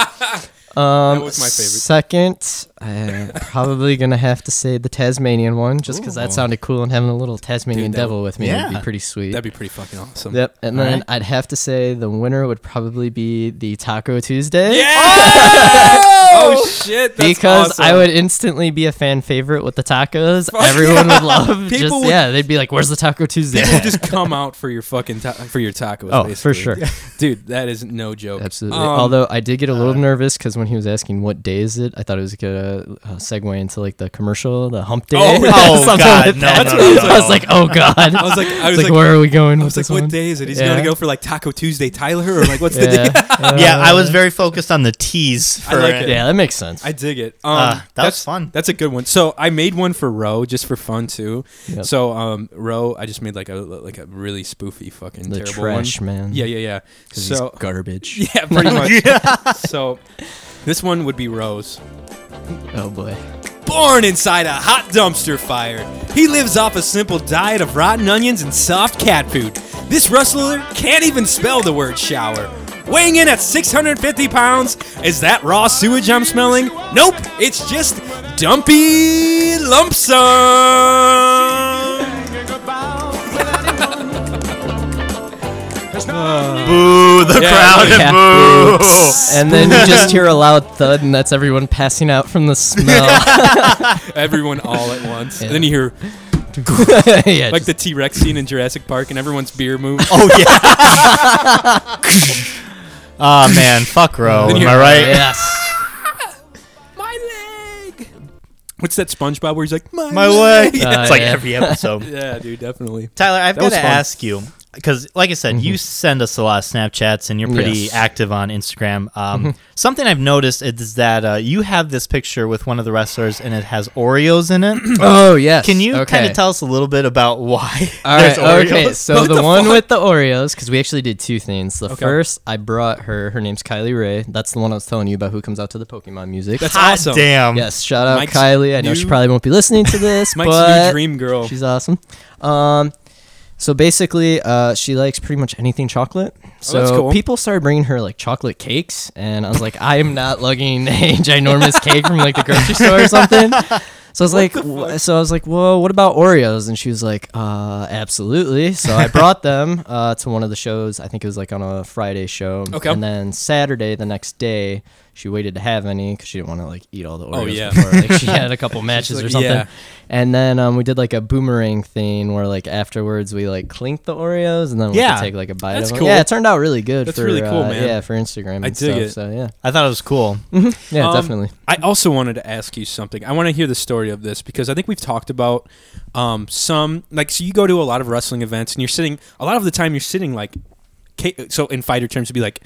Um, was my favorite. Second, Uh, probably gonna have to say the Tasmanian one, just because that sounded cool and having a little Tasmanian that devil with me would yeah. be pretty sweet. That'd be pretty fucking awesome. yep. And All then right. I'd have to say the winner would probably be the Taco Tuesday. Oh shit! That's Because awesome. I would instantly be a fan favorite with the tacos. Everyone would love People just would- yeah, they'd be like, "Where's the Taco Tuesday?" People just come out for your fucking ta- for your tacos. Oh, for basically. sure. dude. That is no joke. Absolutely. Um, Although I did get a little nervous because when he was asking what day is it, I thought it was gonna uh, segue into like the commercial, the hump day. Oh, or oh, something God, like no, that. no, no, So I was no. like, oh god. I was like- I was like, like- where are we going? I was like, what day is it? He's gonna go for like Taco Tuesday, Tyler, or like what's the day? yeah, I was very focused on the tease for like it. it. Yeah, that makes sense. I dig Ah, it. Um, Uh, that was that's fun. That's a good one. So I made one for Roe just for fun too. Yep. So um, Roe, I just made like a like a really spoofy fucking the terrible trash one. man. Yeah, yeah, yeah. So garbage. yeah, pretty much. So this one would be Roe's. Oh boy. Born inside a hot dumpster fire, he lives off a simple diet of rotten onions and soft cat food. This wrestler can't even spell the word shower. Weighing in at 650 pounds, is that raw sewage I'm smelling? Nope, it's just dumpy lump sum. Boo, the crowd Yeah. and boo. And then you just hear a loud thud, and that's everyone passing out from the smell. Everyone all at once. And then you hear yeah, like just- the T Rex scene in Jurassic Park, and everyone's beer moves. Oh yeah. oh man, fuck Roe. Am I right? yes. my leg! What's that SpongeBob where he's like, my, My way. Uh, it's like yeah. every episode. Yeah, dude, definitely. Tyler, I've That got was to fun. ask you because, like I said, you send us a lot of Snapchats and you're pretty Mm-hmm. Yes. Mm-hmm. active on Instagram. Um, Something I've noticed is that uh, you have this picture with one of the wrestlers and it has Oreos in it. Oh yes. Can you okay. kind of tell us a little bit about why All there's right, okay. Oreos? So the, one with the Oreos, because we actually did two things. The Okay. first, I brought her. Her name's Kylie Ray. That's the one I was telling you about who comes out to the Pokemon music. That's Hot awesome. damn. yes, shout out Mike's Kylie. I know she new- probably won't be listening to this, Mike's but new dream girl. she's awesome. Um, so basically, uh, she likes pretty much anything chocolate. So Oh, that's cool. people started bringing her like chocolate cakes, and I was like, I am not lugging a ginormous cake from like the grocery store or something. So I was like, wh- so I was like, well, what about Oreos? And she was like, uh, absolutely. So I brought them uh, to one of the shows. I think it was like on a Friday show. Okay. And then Saturday, the next day, she waited to have any because she didn't want to like eat all the Oreos Oh, yeah. before. Like she had a couple matches like, or something. yeah. And then um, we did like a boomerang thing where like afterwards we like clinked the Oreos and then we Yeah. could take like a bite That's of them. cool. Yeah, it turned out really good. That's for, really cool, uh, man. Yeah, for Instagram. And I dig stuff, it. So yeah, I thought it was cool. yeah, Um, definitely. I also wanted to ask you something. I want to hear the story of this because I think we've talked about um, some like so you go to a lot of wrestling events and you're sitting a lot of the time you're sitting like ca- so in fighter terms would be like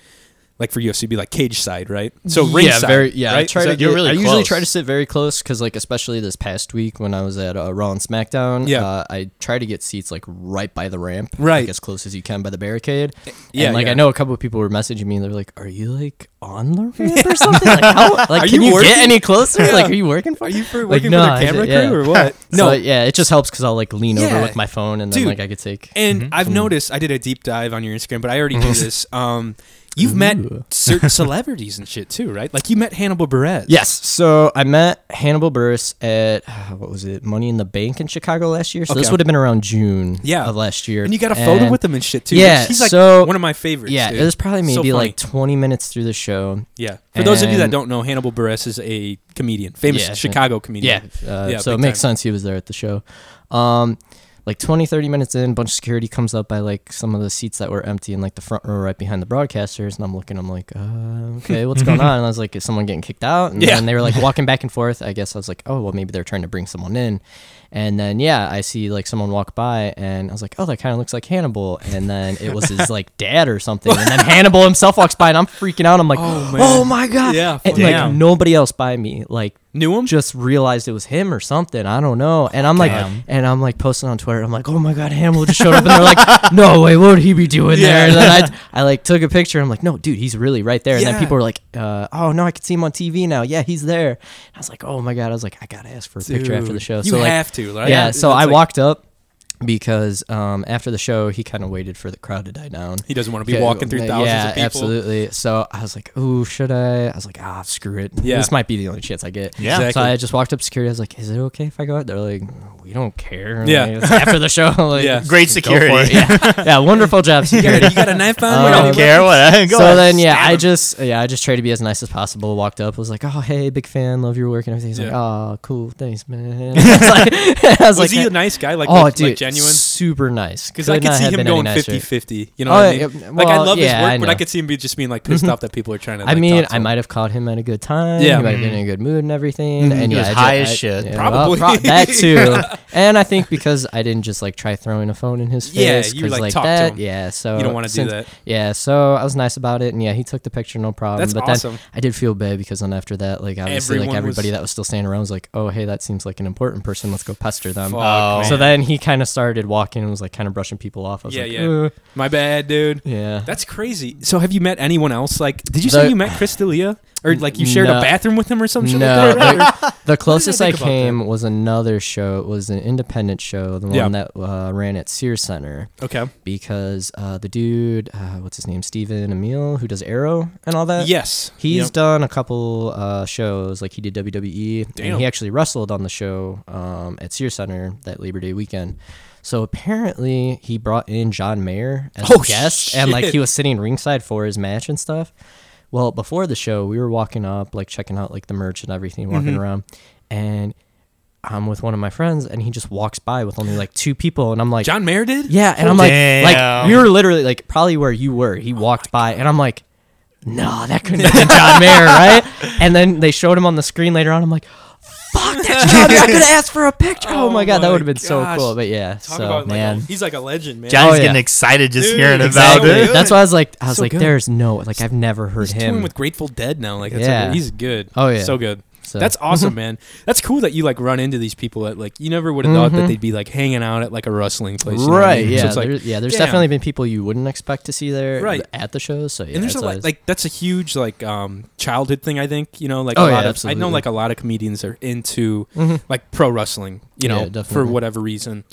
like for UFC it'd be like cage side, right? So ringside. Yeah, very. Yeah, I right? try Is to. that- Get, you're really I usually close. try to sit very close because, like, especially this past week when I was at uh, Raw and SmackDown, Yeah. uh, I try to get seats like right by the ramp, Right. Eh, like, as close as you can by the barricade. yeah, and, like yeah. I know a couple of people were messaging me, and they're like, "Are you like on the ramp or something? Like, how, like Are can you you, working? get any closer? Like, are you working for? Are you for like, working no, for I the did- camera yeah. crew or what? No, yeah, it just helps because I'll like lean Yeah. over with my phone and then Dude. like I could take. And I've mm-hmm. noticed I did a deep dive on your Instagram, but I already knew this. Um, you've met certain celebrities and shit too, right? Like you met Hannibal Buress. Yes. So I met Hannibal Burris at uh, what was it, Money in the Bank in Chicago last year. So this Okay. would have been around June Yeah. of last year. And you got a photo And- with him and shit too. yeah, He's like so- one of my favorites. Yeah, dude. it was probably So maybe funny. like 20 minutes through the show. Yeah. For those of you that And- don't know, Hannibal Buress is a comedian, famous Yeah, Chicago Yeah. comedian. Uh, Yeah, so it big makes time. sense he was there at the show. Um, like 20, 30 minutes in, bunch of security comes up by like some of the seats that were empty in like the front row right behind the broadcasters. And I'm looking, I'm like, uh, okay, what's going on? And I was like, is someone getting kicked out? And Yeah. then they were like walking back and forth. I guess I was like, oh, well, maybe they're trying to bring someone in. And then, yeah, I see like someone walk by and I was like, oh, that kind of looks like Hannibal. And then it was his like dad or something. And then Hannibal himself walks by and I'm freaking out. I'm like, man. oh my God. Yeah, And, fuck. like Damn. nobody else by me. Like, Knew him? just realized it was him or something. I don't know. And I'm like, Damn. and I'm like posting on Twitter. I'm like, oh my god, Hamill just showed up. And they're like, no way, what would he be doing there? And then I, I like took a picture. I'm like, no, dude, he's really right there. And Yeah. then people were like, uh, oh no, I can see him on TV now. Yeah, he's there. And I was like, oh my god. I was like, I gotta ask for a picture after the show. You so like, have to, right? yeah. So It's I like- walked up. because um, after the show, he kind of waited for the crowd to die down. He doesn't wanna be walking through thousands of yeah, people. absolutely. So I was like, "Ooh, should I?" I was like, "Ah, screw it. Yeah. This might be the only chance I get." Yeah. Exactly. So I just walked up to security. I was like, "Is it okay if I go out?" They're like, "We don't care." Like, Yeah. it's after the show, like, Yeah. Great security. yeah, yeah, wonderful job, security. got a knife on? Uh, I Um, don't care what. Go so ahead, then, yeah, stab I him. just yeah, I just tried to be as nice as possible. Walked up, was like, "Oh, hey, big fan, love your work and everything." He's like, Yeah. "Oh, cool, thanks, man." I was like, I was Was like, he a nice guy? Like, oh, like, dude, like genuine? super nice. Because I Could could not see have him been any going nicer. 50 50. You know Oh, what I mean? yeah, like, I well, love yeah, his work, I but I know. could see him be just being like pissed off that people are trying to. Like, I mean, talk to I him. might have caught him at a good time. Yeah. Mm-hmm. He might have been in a good mood and everything. And He yeah, was I ju- high as I- shit. yeah, Probably. well, pro- that too. and I think because I didn't just like try throwing a phone in his face. Yeah, you, 'cause, like, like talked to that. him. Yeah, so You don't wanna do since- that. Yeah, so I was nice about it, and yeah, he took the picture, no problem. That's but awesome. then I did feel bad because then after that, like obviously, Everyone like was- everybody that was still standing around was like, "Oh, hey, that seems like an important person. Let's go pester them." Fuck, Oh. So then he kind of started walking and was like kind of brushing people off. I was Yeah, like, yeah. "Uh, My bad, dude. yeah. That's crazy. So, have you met anyone else? Like, did you say The- you met Chris D'Elia? Or, like, you shared a No. bathroom with him or some shit No, like that? right? the, the closest I think about came was another show. It was an independent show, the one Yeah. that uh, ran at Sears Center, okay. because uh, the dude, uh, what's his name, Steven Emil, who does Arrow and all that. Yes. He's Yep. done a couple uh, shows, like he did WWE, Damn. and he actually wrestled on the show um, at Sears Center that Labor Day weekend. So apparently, he brought in John Mayer as Oh, a guest, and like shit. he was sitting ringside for his match and stuff. Well, before the show, we were walking up, like checking out like the merch and everything, walking Mm-hmm. around, and I'm with one of my friends, and he just walks by with only like two people, and I'm like, John Mayer did? yeah, and I'm like, Damn. like we were literally like probably where you were. He walked by, and I'm like, no, that couldn't have been John Mayer, right? And then they showed him on the screen later on. I'm like, fuck, that's John Mayer. I could ask for a picture. Oh, my god, that my would have been gosh. so cool. But yeah, Talk so about, like, man. a- he's like a legend, man. Johnny's Oh, yeah. getting excited just Dude, hearing exactly. about it. that's why I was like, I was So like, good. there's no like I've never heard He's him. touring with Grateful Dead now. Like, that's Yeah. a, he's good. Oh, yeah. so good. So- That's awesome, man. That's cool that you like run into these people that like you never would have thought that they'd be like hanging out at like a wrestling place, you know what I Mm-hmm. Right, mean? yeah, So it's like, there- yeah. There's damn. definitely been people you wouldn't expect to see there Right. at the show. So yeah, and there's it's a lot, always- like that's a huge like um childhood thing I think you know like Oh, a yeah, lot of I know absolutely. like a lot of comedians are into Mm-hmm. like pro wrestling you Yeah, know for definitely. whatever reason.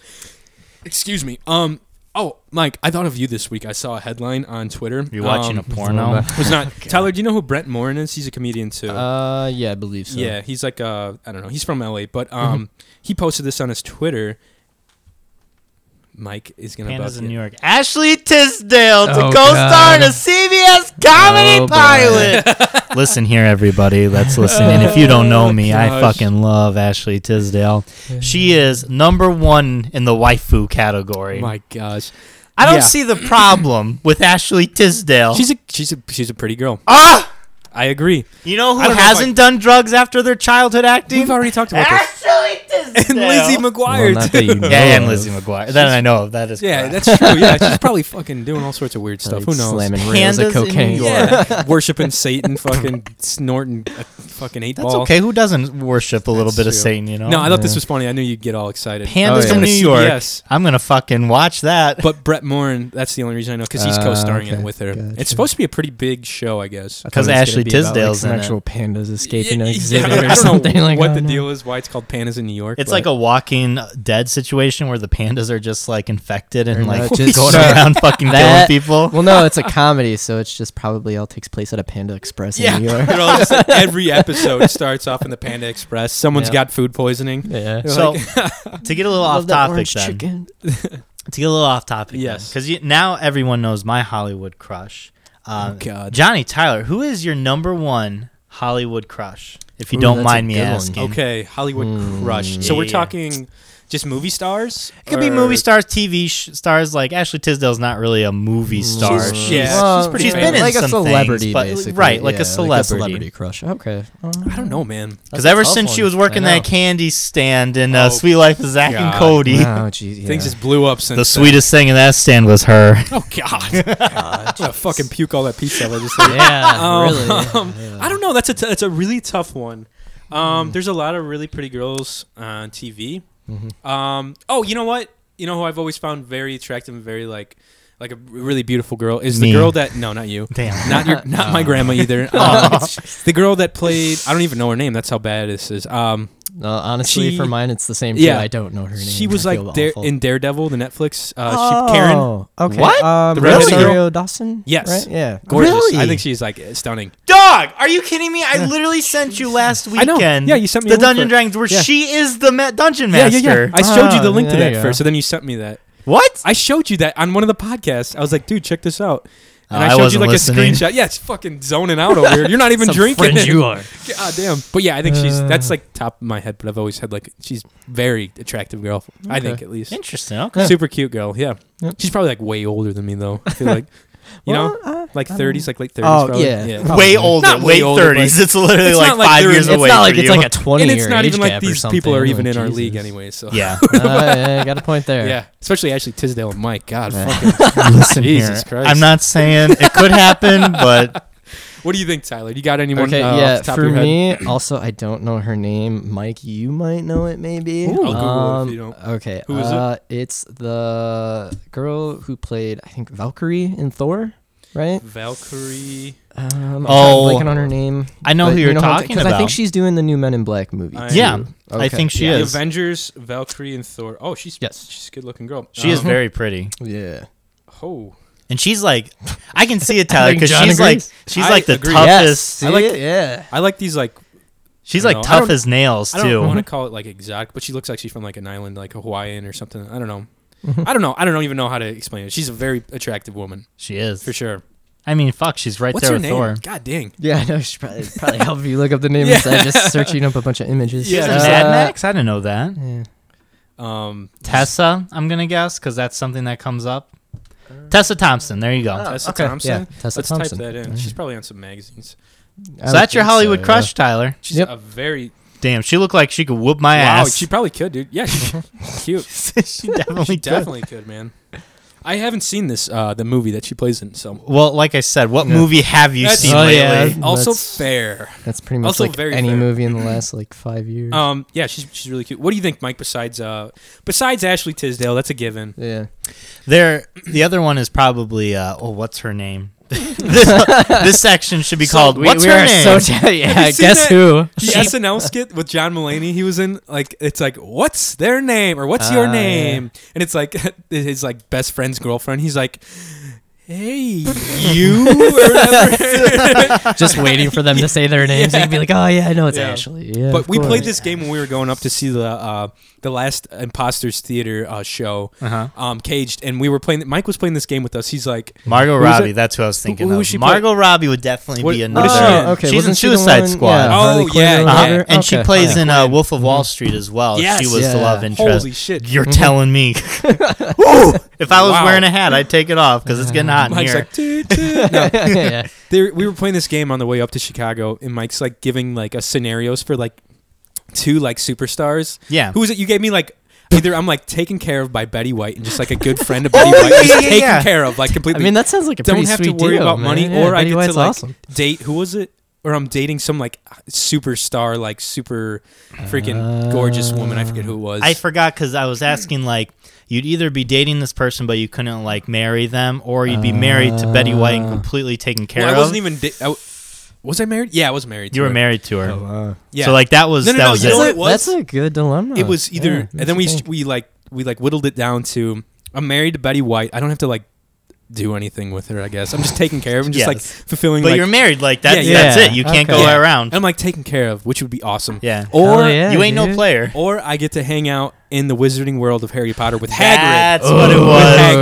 Excuse me. Um. Oh, Mike, I thought of you this week. I saw a headline on Twitter. You're watching um, a porno. was not Tyler. Do you know who Brent Morin is? He's a comedian too. uh, yeah, I believe so. Yeah, he's like uh I don't know, he's from LA, Mm-hmm. but um he posted this on his Twitter. Mike is gonna Pandas bug in New you. York. Ashley Tisdale to Oh, co-star in a God. CBS comedy Oh, boy. pilot. listen here, everybody that's listening. If you don't know me, I Oh, gosh. fucking love Ashley Tisdale. She is number one in the waifu category. My gosh, I don't yeah. see the problem with Ashley Tisdale. she's a she's a she's a pretty girl. ah, I agree. you know I who don't know if hasn't done drugs after their childhood acting? We've already talked about this. Ashley Tisdale And Lizzie Well, McGuire. not too. that you know Yeah, and of. Lizzie McGuire. That I know of. That is yeah, correct. that's true. Yeah, she's probably fucking doing all sorts of weird stuff. Like Who knows? Slamming rails of Pandas in cocaine. New Yeah, worshiping Satan, fucking snorting a fucking eight That's ball. okay. Who doesn't worship a little That's bit of true. Satan? You know. No, I thought this was funny. I knew you'd get all excited. Pandas Oh, from yeah. New York. CBS. I'm gonna fucking watch that. But Brett Morin, that's the only reason I know because he's Ah, co-starring in okay. it with her. Gotcha. It's supposed to be a pretty big show, I guess. Because Ashley Tisdale's in like, it. some actual pandas escaping Yeah, an yeah, exhibit I don't know or something like what oh, the no. deal is, why it's called Pandas in New York. It's like a Walking Dead situation where the pandas are just like infected and They're like not just- uh, going Sure. around fucking killing That- people. Well, no, it's a comedy, so it's just probably all takes place at a Panda Express in New York. you know, it's like every episode starts off in the Panda Express. Someone's Yeah. got food poisoning. Yeah. So to get a little Love off that topic, orange then chicken. to get a little off topic, Yes. because now everyone knows my Hollywood crush, Oh, um, Oh, God. Johnny Tyler. Who is your number one Hollywood crush? If you Ooh, don't that's a mind me good one. asking, Okay, Hollywood Hmm. Crush. So Yeah, we're yeah. talking just movie stars. It could be movie stars, TV sh- stars. Like Ashley Tisdale's not really a movie star. She's- She's- yeah. she's pretty she's been in like some a celebrity, things, but- basically. right, like a yeah, celebrity. crush. Okay. I don't know, man. Because ever since she was working that candy stand in uh, Oh, Sweet Life of Zach and God. Cody, Oh, jeez. Yeah. Things just blew up since the then. sweetest thing in that stand was her. Oh God! I'm gonna fucking puke all that pizza. I just ate. yeah, Um, really. um, I don't know. That's a t- that's a really tough one. Um, Mm. There's a lot of really pretty girls on TV. Mm-hmm. Um, oh, you know what? You know who I've always found very attractive and very like like a really beautiful girl is Me. the girl that no, not you, Damn. not your, Oh. not my grandma either. Um, the girl that played I don't even know her name. That's how bad this is. Um, Uh, honestly, She- for mine, it's the same. Too. Yeah. I don't know her name. She was I like feel Dare- awful. in Daredevil, the Netflix. Uh, Oh, she, Karen. Okay. What? Um, The redheaded Rosario girl? Dawson. Yes. Right? Yeah. Gorgeous. Really? I think she's like stunning. Dog, are you kidding me? I literally sent you last weekend. know. Yeah, you sent me a the link Dungeon for it. Dragons where Yeah. she is the ma- dungeon Yeah, master. yeah, yeah. I showed you Ah, the link to there that you first, so go. then you sent me that. what? I showed you that on one of the podcasts. I was like, dude, check this out. And I Oh, I showed you wasn't like listening. a screenshot. Yeah, it's fucking zoning out over here. You're not even drinking. are. God damn. But yeah, I think she's that's like top of my head. But I've always had like she's very attractive girl. I think at least Interesting. Okay. super cute girl. Yeah, she's probably like way older than me though. I feel like you know, like 30s, like late 30s. Oh, probably. yeah. Way older, Not way late older, but- 30s. It's literally It's like not like five they're- years it's It's away. not like for it's you. like a twenty. And it's or not age even like gap or these something. people are even Like, in our Jesus. league anyway. So yeah. Uh, yeah, I got a point there. yeah, especially Ashley Tisdale and Mike. God, fucking Listen Jesus Christ. I'm not saying it could happen, but What do you think, Tyler? You got anyone? Okay, uh, off yeah. the top For of your head? me, also, I don't know her name. Mike, you might know it, maybe. Um, Ooh, I'll Google it if you don't. Okay. Who is it? uh, It's the girl who played, I think, Valkyrie in Thor, right? Valkyrie. Um, I'm kinda Oh. blanking on her name. I know but who you you're who I'm talking Because I think about. she's doing the new Men in Black movie. I- too. yeah, I Okay. think she Yeah. The is. Avengers, Valkyrie, and Thor. Oh, she's Yes. she's a good looking girl. She is Um, very pretty, Yeah. Oh, and she's like, I can see it, Tyler, think because John she's like, agrees. she's I like the agree. toughest. Yes. I like- see it? Yeah. I like these like She's I like know. I tough don't- as nails I don't too. want to call it like exotic, but she looks like she's from like an island, like Hawaiian or something. I don't know. Mm-hmm. I don't know. I don't even know how to explain it. She's a very attractive woman She is for sure. I mean, fuck, she's right What's there her with name? Thor. God dang. Yeah, I know. She probably, probably help you look up the name instead of just searching up a bunch of images. Yeah, uh, Is it just- Mad Max? I didn't know that. yeah. Um, Tessa, I'm gonna guess because that's something that comes up. Tessa Thompson. There you go. Oh, Tessa okay, Thompson. yeah, Tessa Let's Thompson. type that in. Mm-hmm. She's probably on some magazines. I so would that's your think so, Hollywood yeah. crush, Tyler. She's Yep. a very Damn, she looked like she could whoop my wow. ass. She probably could, dude. Yeah, she's cute. she definitely She could. definitely could, man. I haven't seen this uh the movie that she plays in. So Well, like I said, what movie have you That's- seen Oh, lately? yeah. also That's- fair. That's pretty much Also like very any fair. movie in the last like five years. Um, yeah, she's she's really cute. What do you think, Mike? Besides uh, besides Ashley Tisdale, that's a given. yeah. There, the other one is probably. Uh, oh, what's her name? this, this section should be called "What's Her Name." yeah, you seen guess that? who? The SNL skit with John Mulaney, he was in like it's like what's their name or what's your Ah, name, and it's like his like best friend's girlfriend. He's like, hey, you or whatever. Just waiting for them to say their names. They can be like, oh, yeah, I know it's Yeah. Ashley. Yeah, but of we course. played this game when we were going up to see the uh, the last Imposters Theater uh, show, Uh-huh. um, Caged, and we were playing. Mike was playing this game with us. He's like, Margot Who's Robbie. it? That's who I was thinking who of. was she play- Margot Robbie would definitely What- be what another. is she in? Oh, okay. She's in wasn't she the Suicide one- Squad. Uh-huh. Yeah, Oh, Harley Quinn yeah, or yeah. whatever? And she Okay. plays Okay. in uh, Wolf of Wall Street as well. Mm-hmm. Yes. She was the Yeah. love interest. holy shit, Mm-hmm. You're telling me. Woo! If I Wow. was Uh-huh. wearing a hat, I'd take it off because it's getting hot in Mike's here. like, "Toot, toot." No. yeah. there, we were playing this game on the way up to Chicago, and Mike's like giving like us scenarios for like two like superstars. yeah. Who was it? You gave me like either I'm like taken care of by Betty White and just like a good friend of Betty White, Oh, yeah, just yeah, taken yeah. care of like I completely. mean, that sounds like a don't pretty have to sweet worry deal, about man. money, Yeah, or I Betty get White's to like awesome. date. Who was it? Or I'm dating some like superstar, like super freaking gorgeous woman. I forget who it was. I forgot because I was asking like you'd either be dating this person but you couldn't like marry them, or you'd be married to Betty White and completely taken care Ah. Well, I of. wasn't even. Da- I w- was I married? Yeah, I was married. to you were her. married to her. Oh, Yeah. So like that was No, no, that no, was you it. know what it That's a- was? That's a good dilemma. It was either, Yeah, and makes then you we think. we like we like whittled it down to I'm married to Betty White. I don't have to like do anything with her. I guess I'm just taken care of. I'm just like Yes. fulfilling. But like, you're married, like that's Yeah, that's yeah. it. You can't Okay. go Yeah. around. and I'm like taken care of, which would be awesome. Yeah. Or Hell yeah, you ain't no dude. player. or I get to hang out in the Wizarding world of Harry Potter with Hagrid. That's what it Ooh, was. Hagrid.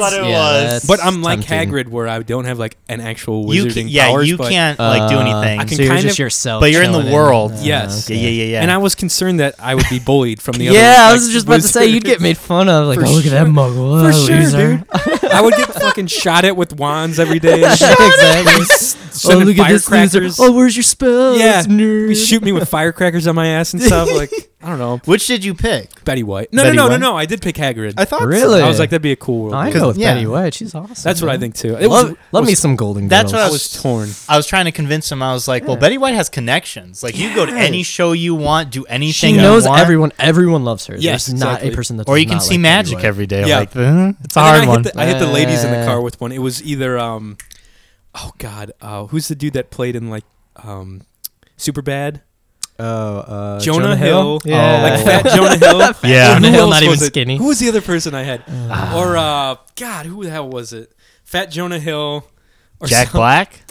That's- what it yeah, was. that's- but I'm like tempting. Hagrid, where I don't have like an actual you wizarding can, yeah, powers. you but- uh, can't like do anything. I can so you're kind just of- yourself, but you're in the chilling world. Uh, Yes. yeah, yeah, yeah, yeah. And I was concerned that I would be bullied from the other. yeah, I like, was just about to say you'd get wizards. made fun of. Like, For oh, look at that sure. muggle. For oh, sure, loser. dude. I would get fucking shot at with wands every day. and shit. exactly. oh, Sending look at this loser. firecrackers. Oh, where's your spell? yeah, nerd. shoot me with firecrackers on my ass and stuff. Like I don't know, Which did you pick? Betty White. No, Betty no, no, White? no, no. I did pick Hagrid. I thought Really? I was like, that'd be a cool world. I war. know with yeah. Betty White. She's awesome. That's what I man. think too. It Love, was, love was, me some Golden Girls. That's what I I was torn. I was trying to convince him. I was like, well, Betty White has connections. Like, you go to any show you want, do anything She knows you want, everyone. Everyone loves her. Yes, There's not exactly. a person that. Or does you can not see like Betty magic White. every day. Yeah. Like, uh, it's a And then hard I one. Hit the, I hit the ladies in the Uh, car with one. It was either um, oh god, uh, who's the dude that played in like um, Superbad? Oh, uh, Jonah, Hill, Oh, Yeah. like fat Jonah Hill. Yeah. Jonah Who Hill, else not even was it? skinny. Who was the other person I had? or uh, God, who the hell was it? Fat Jonah Hill. Or Jack some- Black.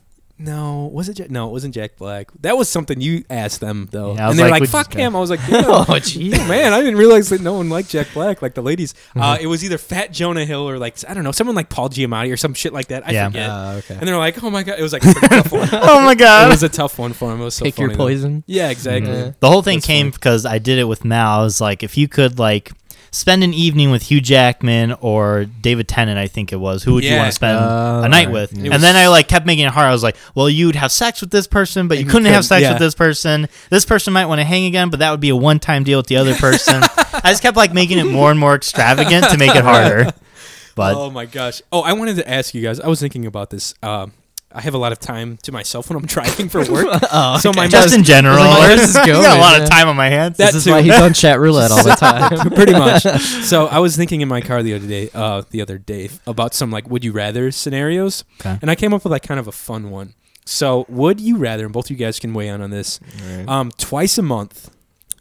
No, was it Jack? No, it wasn't Jack Black. That was something you asked them though, Yeah, I was and they're like, like, would you- "Fuck him." I was like, "Oh, Oh, geez. man, I didn't realize that no one liked Jack Black, like the ladies." Uh, Mm-hmm. it was either Fat Jonah Hill or like I don't know, someone like Paul Giamatti or some shit like that. I Yeah. Uh. forget. Ah, okay. And they're like, "Oh my god,it was like a pretty tough one. it Oh my god. was a tough one for him. It was so Pick your funny, though. poison. Yeah, exactly. The whole thing came because I did it with Mal. I was like, if you could like spend an evening with Hugh Jackman or David Tennant, I think it was, who would you Yeah. Uh, want to spend Oh, a night right. with? It And was- then I like kept making it hard. I was like, well, you'd have sex with this person, but you couldn't have couldn't- sex yeah. with this person. This person might want to hang again, but that would be a one-time deal with the other person. I just kept like making it more and more extravagant to make it harder. But oh my gosh. Oh, I wanted to ask you guys. I was thinking about this. Um, I have a lot of time to myself when I'm driving for work. Oh, So my just mother- in general, I was like, where is this I got going? a lot Yeah. of time on my hands. That This is too. why he's on chat roulette all the time. pretty much. So I was thinking in my car the other day, uh, the other day about some like would you rather scenarios, Okay. and I came up with like kind of a fun one. So would you rather, and both you guys can weigh in on this. Um, twice a month,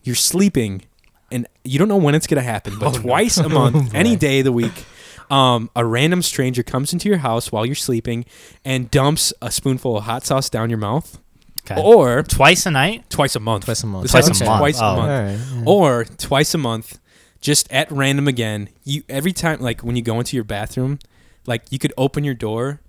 you're sleeping, and you don't know when it's gonna happen, but twice a month, any day of the week. Um, a random stranger comes into your house while you're sleeping and dumps a spoonful of hot sauce down your mouth, Okay. or twice a night. twice a month. Twice a month. This Twice a happens month. Twice a Oh. month Mm-hmm. or twice a month, just at random again. You every time, like when you go into your bathroom, like you could open your door,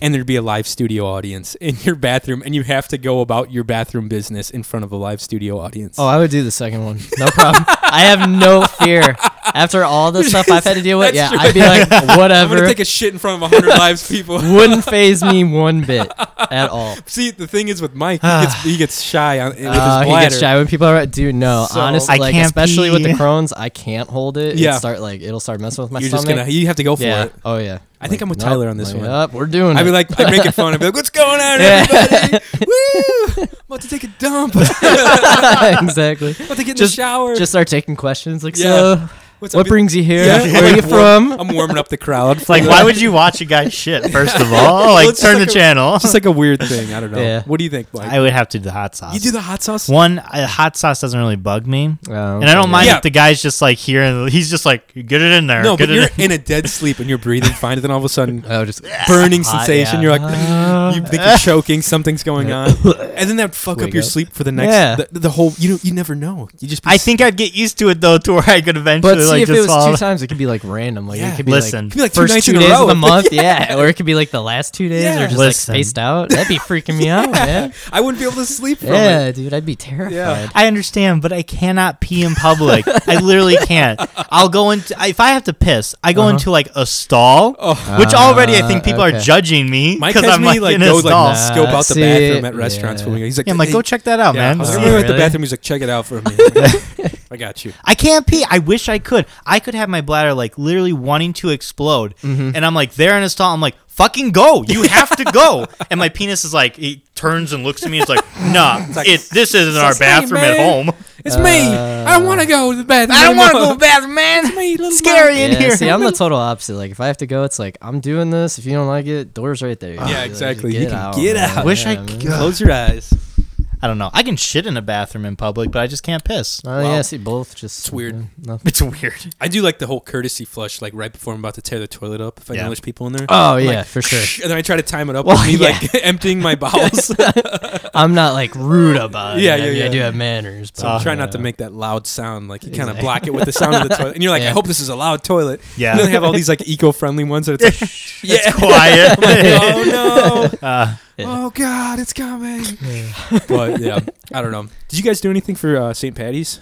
and there'd be a live studio audience in your bathroom, and you have to go about your bathroom business in front of a live studio audience. Oh, I would do the second one. No problem. I have no fear. After all the stuff I've had to deal with, yeah, That's true. I'd be like, I'm gonna whatever. take a shit in front of hundred live people. Wouldn't phase me one bit at all. See, the thing is with Mike, he gets, he gets shy on, with his Uh, bladder. he gets shy when people are. Dude, no, So- honestly, I like can't especially with the pee. Crohn's, I can't hold it. Yeah. it start like it'll start messing with my You're just stomach. gonna, you have to go for yeah. it. Oh yeah. I think I'm with nope, Tyler on this like, one. Yep, we're doing. I'd be it. like, I'd make it fun. I'd be like, what's going on, everybody? Woo! I'm about to take a dump. I'm exactly. about to get in Just- the shower. Just start taking questions like, Yeah. so What's what up? brings you here? Yeah. Where are you I'm warm- from? I'm warming up the crowd. It's Like, why would you watch a guy shit? First of all, like, it's just turn like the a- channel. It's just like a weird thing. I don't know. Yeah. What do you think, Mike? I would have to do the hot sauce. you do the hot sauce. One, uh, hot sauce doesn't really bug me. Oh, And I don't okay. mind Yeah. if the guy's just like here and he's just like, get it in there. no, get but it you're in in. a dead sleep and you're breathing fine, and then all of a sudden, Oh, just burning hot, sensation. yeah. You're like, you think you're choking. Something's going on, and then that fuck up Wake your up. sleep for the next. Yeah. The, the whole. You don't. You never know. You just. Be I think I'd get used to it though, to where I could eventually But see, like if just it was fall. two times, it could be like random. Like Yeah. it could be Listen. Could be like like first two nights two in a days row. of the month, yeah. or it could be like the last two days, Yeah. or just Listen. like spaced out. That'd be freaking me out, man. I wouldn't be able to sleep from it. Yeah, dude, I'd be terrified. Yeah. I understand, but I cannot pee in public. I literally can't. I'll go into if I have to piss, I go into like a stall, which already I think Uh-huh. Uh, people are okay. judging me Oh, Mike because has I'm me like, like in go a like stall. scope out the see, bathroom at restaurants yeah. when we go. He's like, Yeah, I'm like, "Hey, go check that out, yeah." I man. was Oh, like, "Remember at the really? bathroom. He's like, check it out for me. I got you. I can't pee. I wish I could. I could have my bladder like literally wanting to explode, Mm-hmm. and I'm like there in a stall. I'm like, fucking go! You have to go. and my penis is like, it turns and looks at me. It's like, nah, it, this isn't our like, hey, bathroom at man. home. It's me. I don't want to go to the bathroom. Uh, I don't want to go anymore. to the bathroom, man. It's me, little Scary in Yeah, here. see, I'm the total opposite. Like, if I have to go, it's like I'm doing this. If you don't like it, doors right there. You'd be like, exactly. just You can get man. out. Wish I man. could- Close your eyes. I don't know. I can shit in a bathroom in public, but I just can't piss. Uh, Oh yeah, see, both just it's weird. nothing. It's weird. I do like the whole courtesy flush, like right before I'm about to tear the toilet up. If I Yeah. know there's people in there, Oh yeah, for sure. and then I try to time it up Well, with me yeah. like emptying my bowels. I'm not like rude about it. Yeah, I yeah, mean, yeah. I do have manners. But, So try not to make that loud sound. Like you kind of block it with the sound of the toilet, and you're like, I Yeah. hope this is a loud toilet. Yeah. And then they have all these like eco-friendly ones that it's like, yeah. Quiet. Oh no! Uh, Oh god, it's coming! But yeah, I don't know. Did you guys do anything for uh, St. Patty's?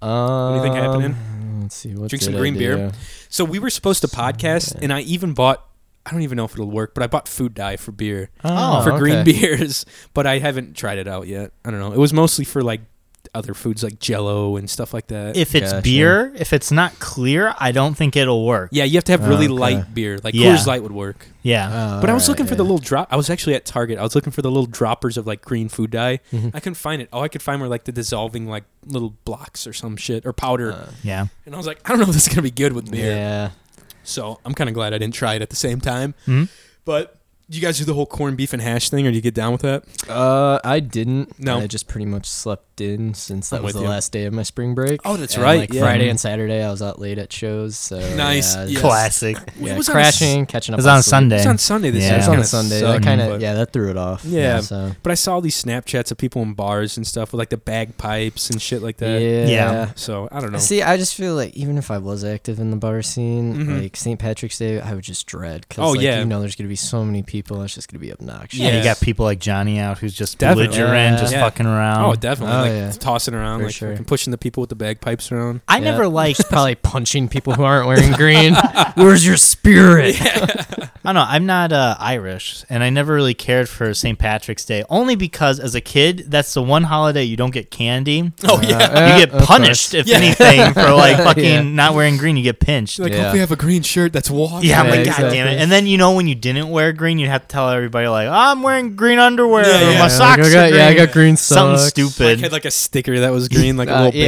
Um, Anything happening? Let's see. What Drink did some I green do? beer. So we were supposed to podcast, and I even bought. I don't even know if it'll work, but I bought Food Dye for beer. Oh, for green okay. beers, but I haven't tried it out yet. I don't know. It was mostly for like other foods like Jello and stuff like that. if it's Yeah, sure. beer, if it's not clear, I don't think it'll work. yeah, you have to have really okay. light beer. Like Yeah. Coors Light would work. Yeah. Oh, But I was alright, looking for yeah. the little drop. I was actually at Target. I was looking for the little droppers of like green food dye. I couldn't find it. All I could find were like the dissolving like little blocks or some shit or powder. Uh. yeah. and I was like, I don't know if this is gonna be good with beer. Yeah. Mm-hmm. So I'm kind of glad I didn't try it at the same time. But you guys do the whole corned beef and hash thing, or do you get down with that? Uh, I didn't. No. I just pretty much slept in since that I'm was with the you. last day of my spring break. Oh, that's And, right, Like yeah. Friday and Saturday, I was out late at shows. So Nice, Yeah, yes. Classic. yeah, It was on a s- crashing, catching It up. was on a It sleep. Sunday. was on Sunday this Yeah. year. It was on a Sunday. that sucked, kind of but- yeah, that threw it off. Yeah. so But I saw these Snapchats of people in bars and stuff with like the bagpipes and shit like that. yeah. Yeah. So I don't know. See, I just feel like even if I was active in the bar scene, Mhm. like St. Patrick's Day, I would just dread. Cause, Oh, like, yeah. you know there's gonna be so many people. and It's just gonna be obnoxious. Yeah, Yes. you got people like Johnny out who's just Definitely. belligerent, just Yeah. fucking around. Oh, definitely. Oh, like yeah. tossing around, For like sure. fucking pushing the people with the bagpipes around. I Yeah. never liked. Just probably punching people who aren't wearing green. Where's your spirit? I don't know. I'm not uh, Irish, and I never really cared for St. Patrick's Day, only because as a kid, that's the one holiday you don't get candy. Oh yeah. you get Uh, of punished if anything for like fucking Yeah. not wearing green. You get pinched. like Yeah. hope we have a green shirt that's washed. yeah, I'm Yeah, like, God damn exactly. it. And then, you know, when you didn't wear green, you'd have to tell everybody, like, oh, I'm wearing green underwear. Yeah, or yeah. My Like, socks I are got, green. yeah, I got green Something socks. Like stupid. had like a sticker that was green, like a Uh, little bitch.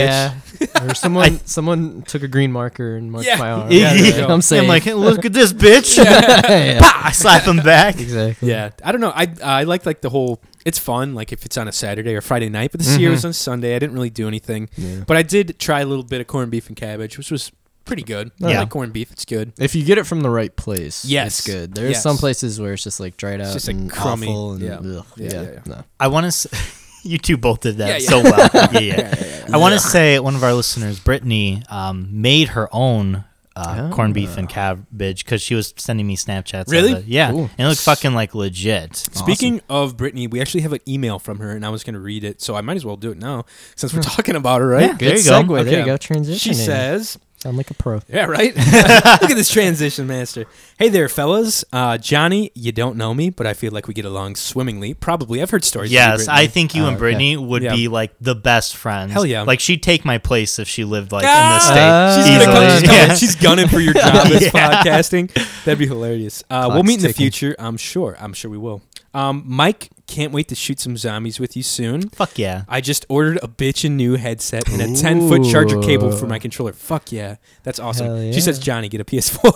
yeah. or someone someone took a green marker and marked Yeah. my arm. Yeah, there you go. I'm saying I'm like, "Hey, look at this bitch. Pah! I slap him back. exactly. Yeah, I don't know. I I like like the whole. It's fun, like if it's on a Saturday or Friday night. But this Mm-hmm. year was on Sunday. I didn't really do anything, but I did try a little bit of corned beef and cabbage, which was pretty good. I Yeah. like corned beef; it's good. If you get it from the right place, Yes. it's good. There's Yes. some places where it's just like dried out just, like, and crummy. awful and Yeah. ugh, Yeah, yeah, yeah, yeah. no. I want to. S- you two both did that Yeah, yeah. so well. Yeah, yeah. I want to say one of our listeners, Brittany, um, made her own. Uh, corned beef and cabbage because she was sending me Snapchats. of Ah. Really? it. Yeah. Cool. And it looked fucking like legit. Speaking of Brittany, we actually have an email from her, and I was going to read it, so I might as well do it now since we're talking about her, right? Hmm. Yeah, there you go. segue. There you Okay. go. Transitioning. She says, "Sound like a pro." Yeah, right? Look at this transition master. Hey there, fellas. Uh, Johnny, you don't know me, but I feel like we get along swimmingly. Probably. I've heard stories. of you, Yes, Brittany. I think you Oh, and okay. Brittany would Yeah. be like the best friends. Hell yeah. Like she'd take my place if she lived like in Ah! this state. Uh, She's, gonna come, Easily. she's, coming- Yeah. she's gunning for your job as Yeah. podcasting. That'd be hilarious. Uh, we'll Clock's meet in the ticking. future, I'm sure. I'm sure we will. Um, Mike, can't wait to shoot some zombies with you soon. Fuck yeah. I just ordered a bitchin' new headset and a 10 foot charger cable for my controller. Fuck yeah. That's awesome. Hell She says, yeah. Johnny, get a PS4.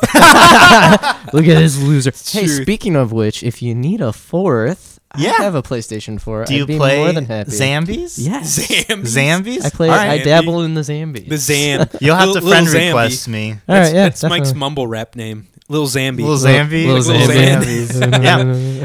Look at this loser. hey, Truth. speaking of which, if you need a fourth, Yeah. I have a PlayStation 4. Do I'd you be play more than happy. Zambies? Yes. Zam. Zambies? I play. All right. I dabble in the Zambi. The Zam. You'll have to Lil- friend Lil Zambi. request me. All right, yeah, That's Mike's definitely. mumble rap name. Lil Zambi. Little Zambi? Lil Lil Zambi. Zambies. yeah.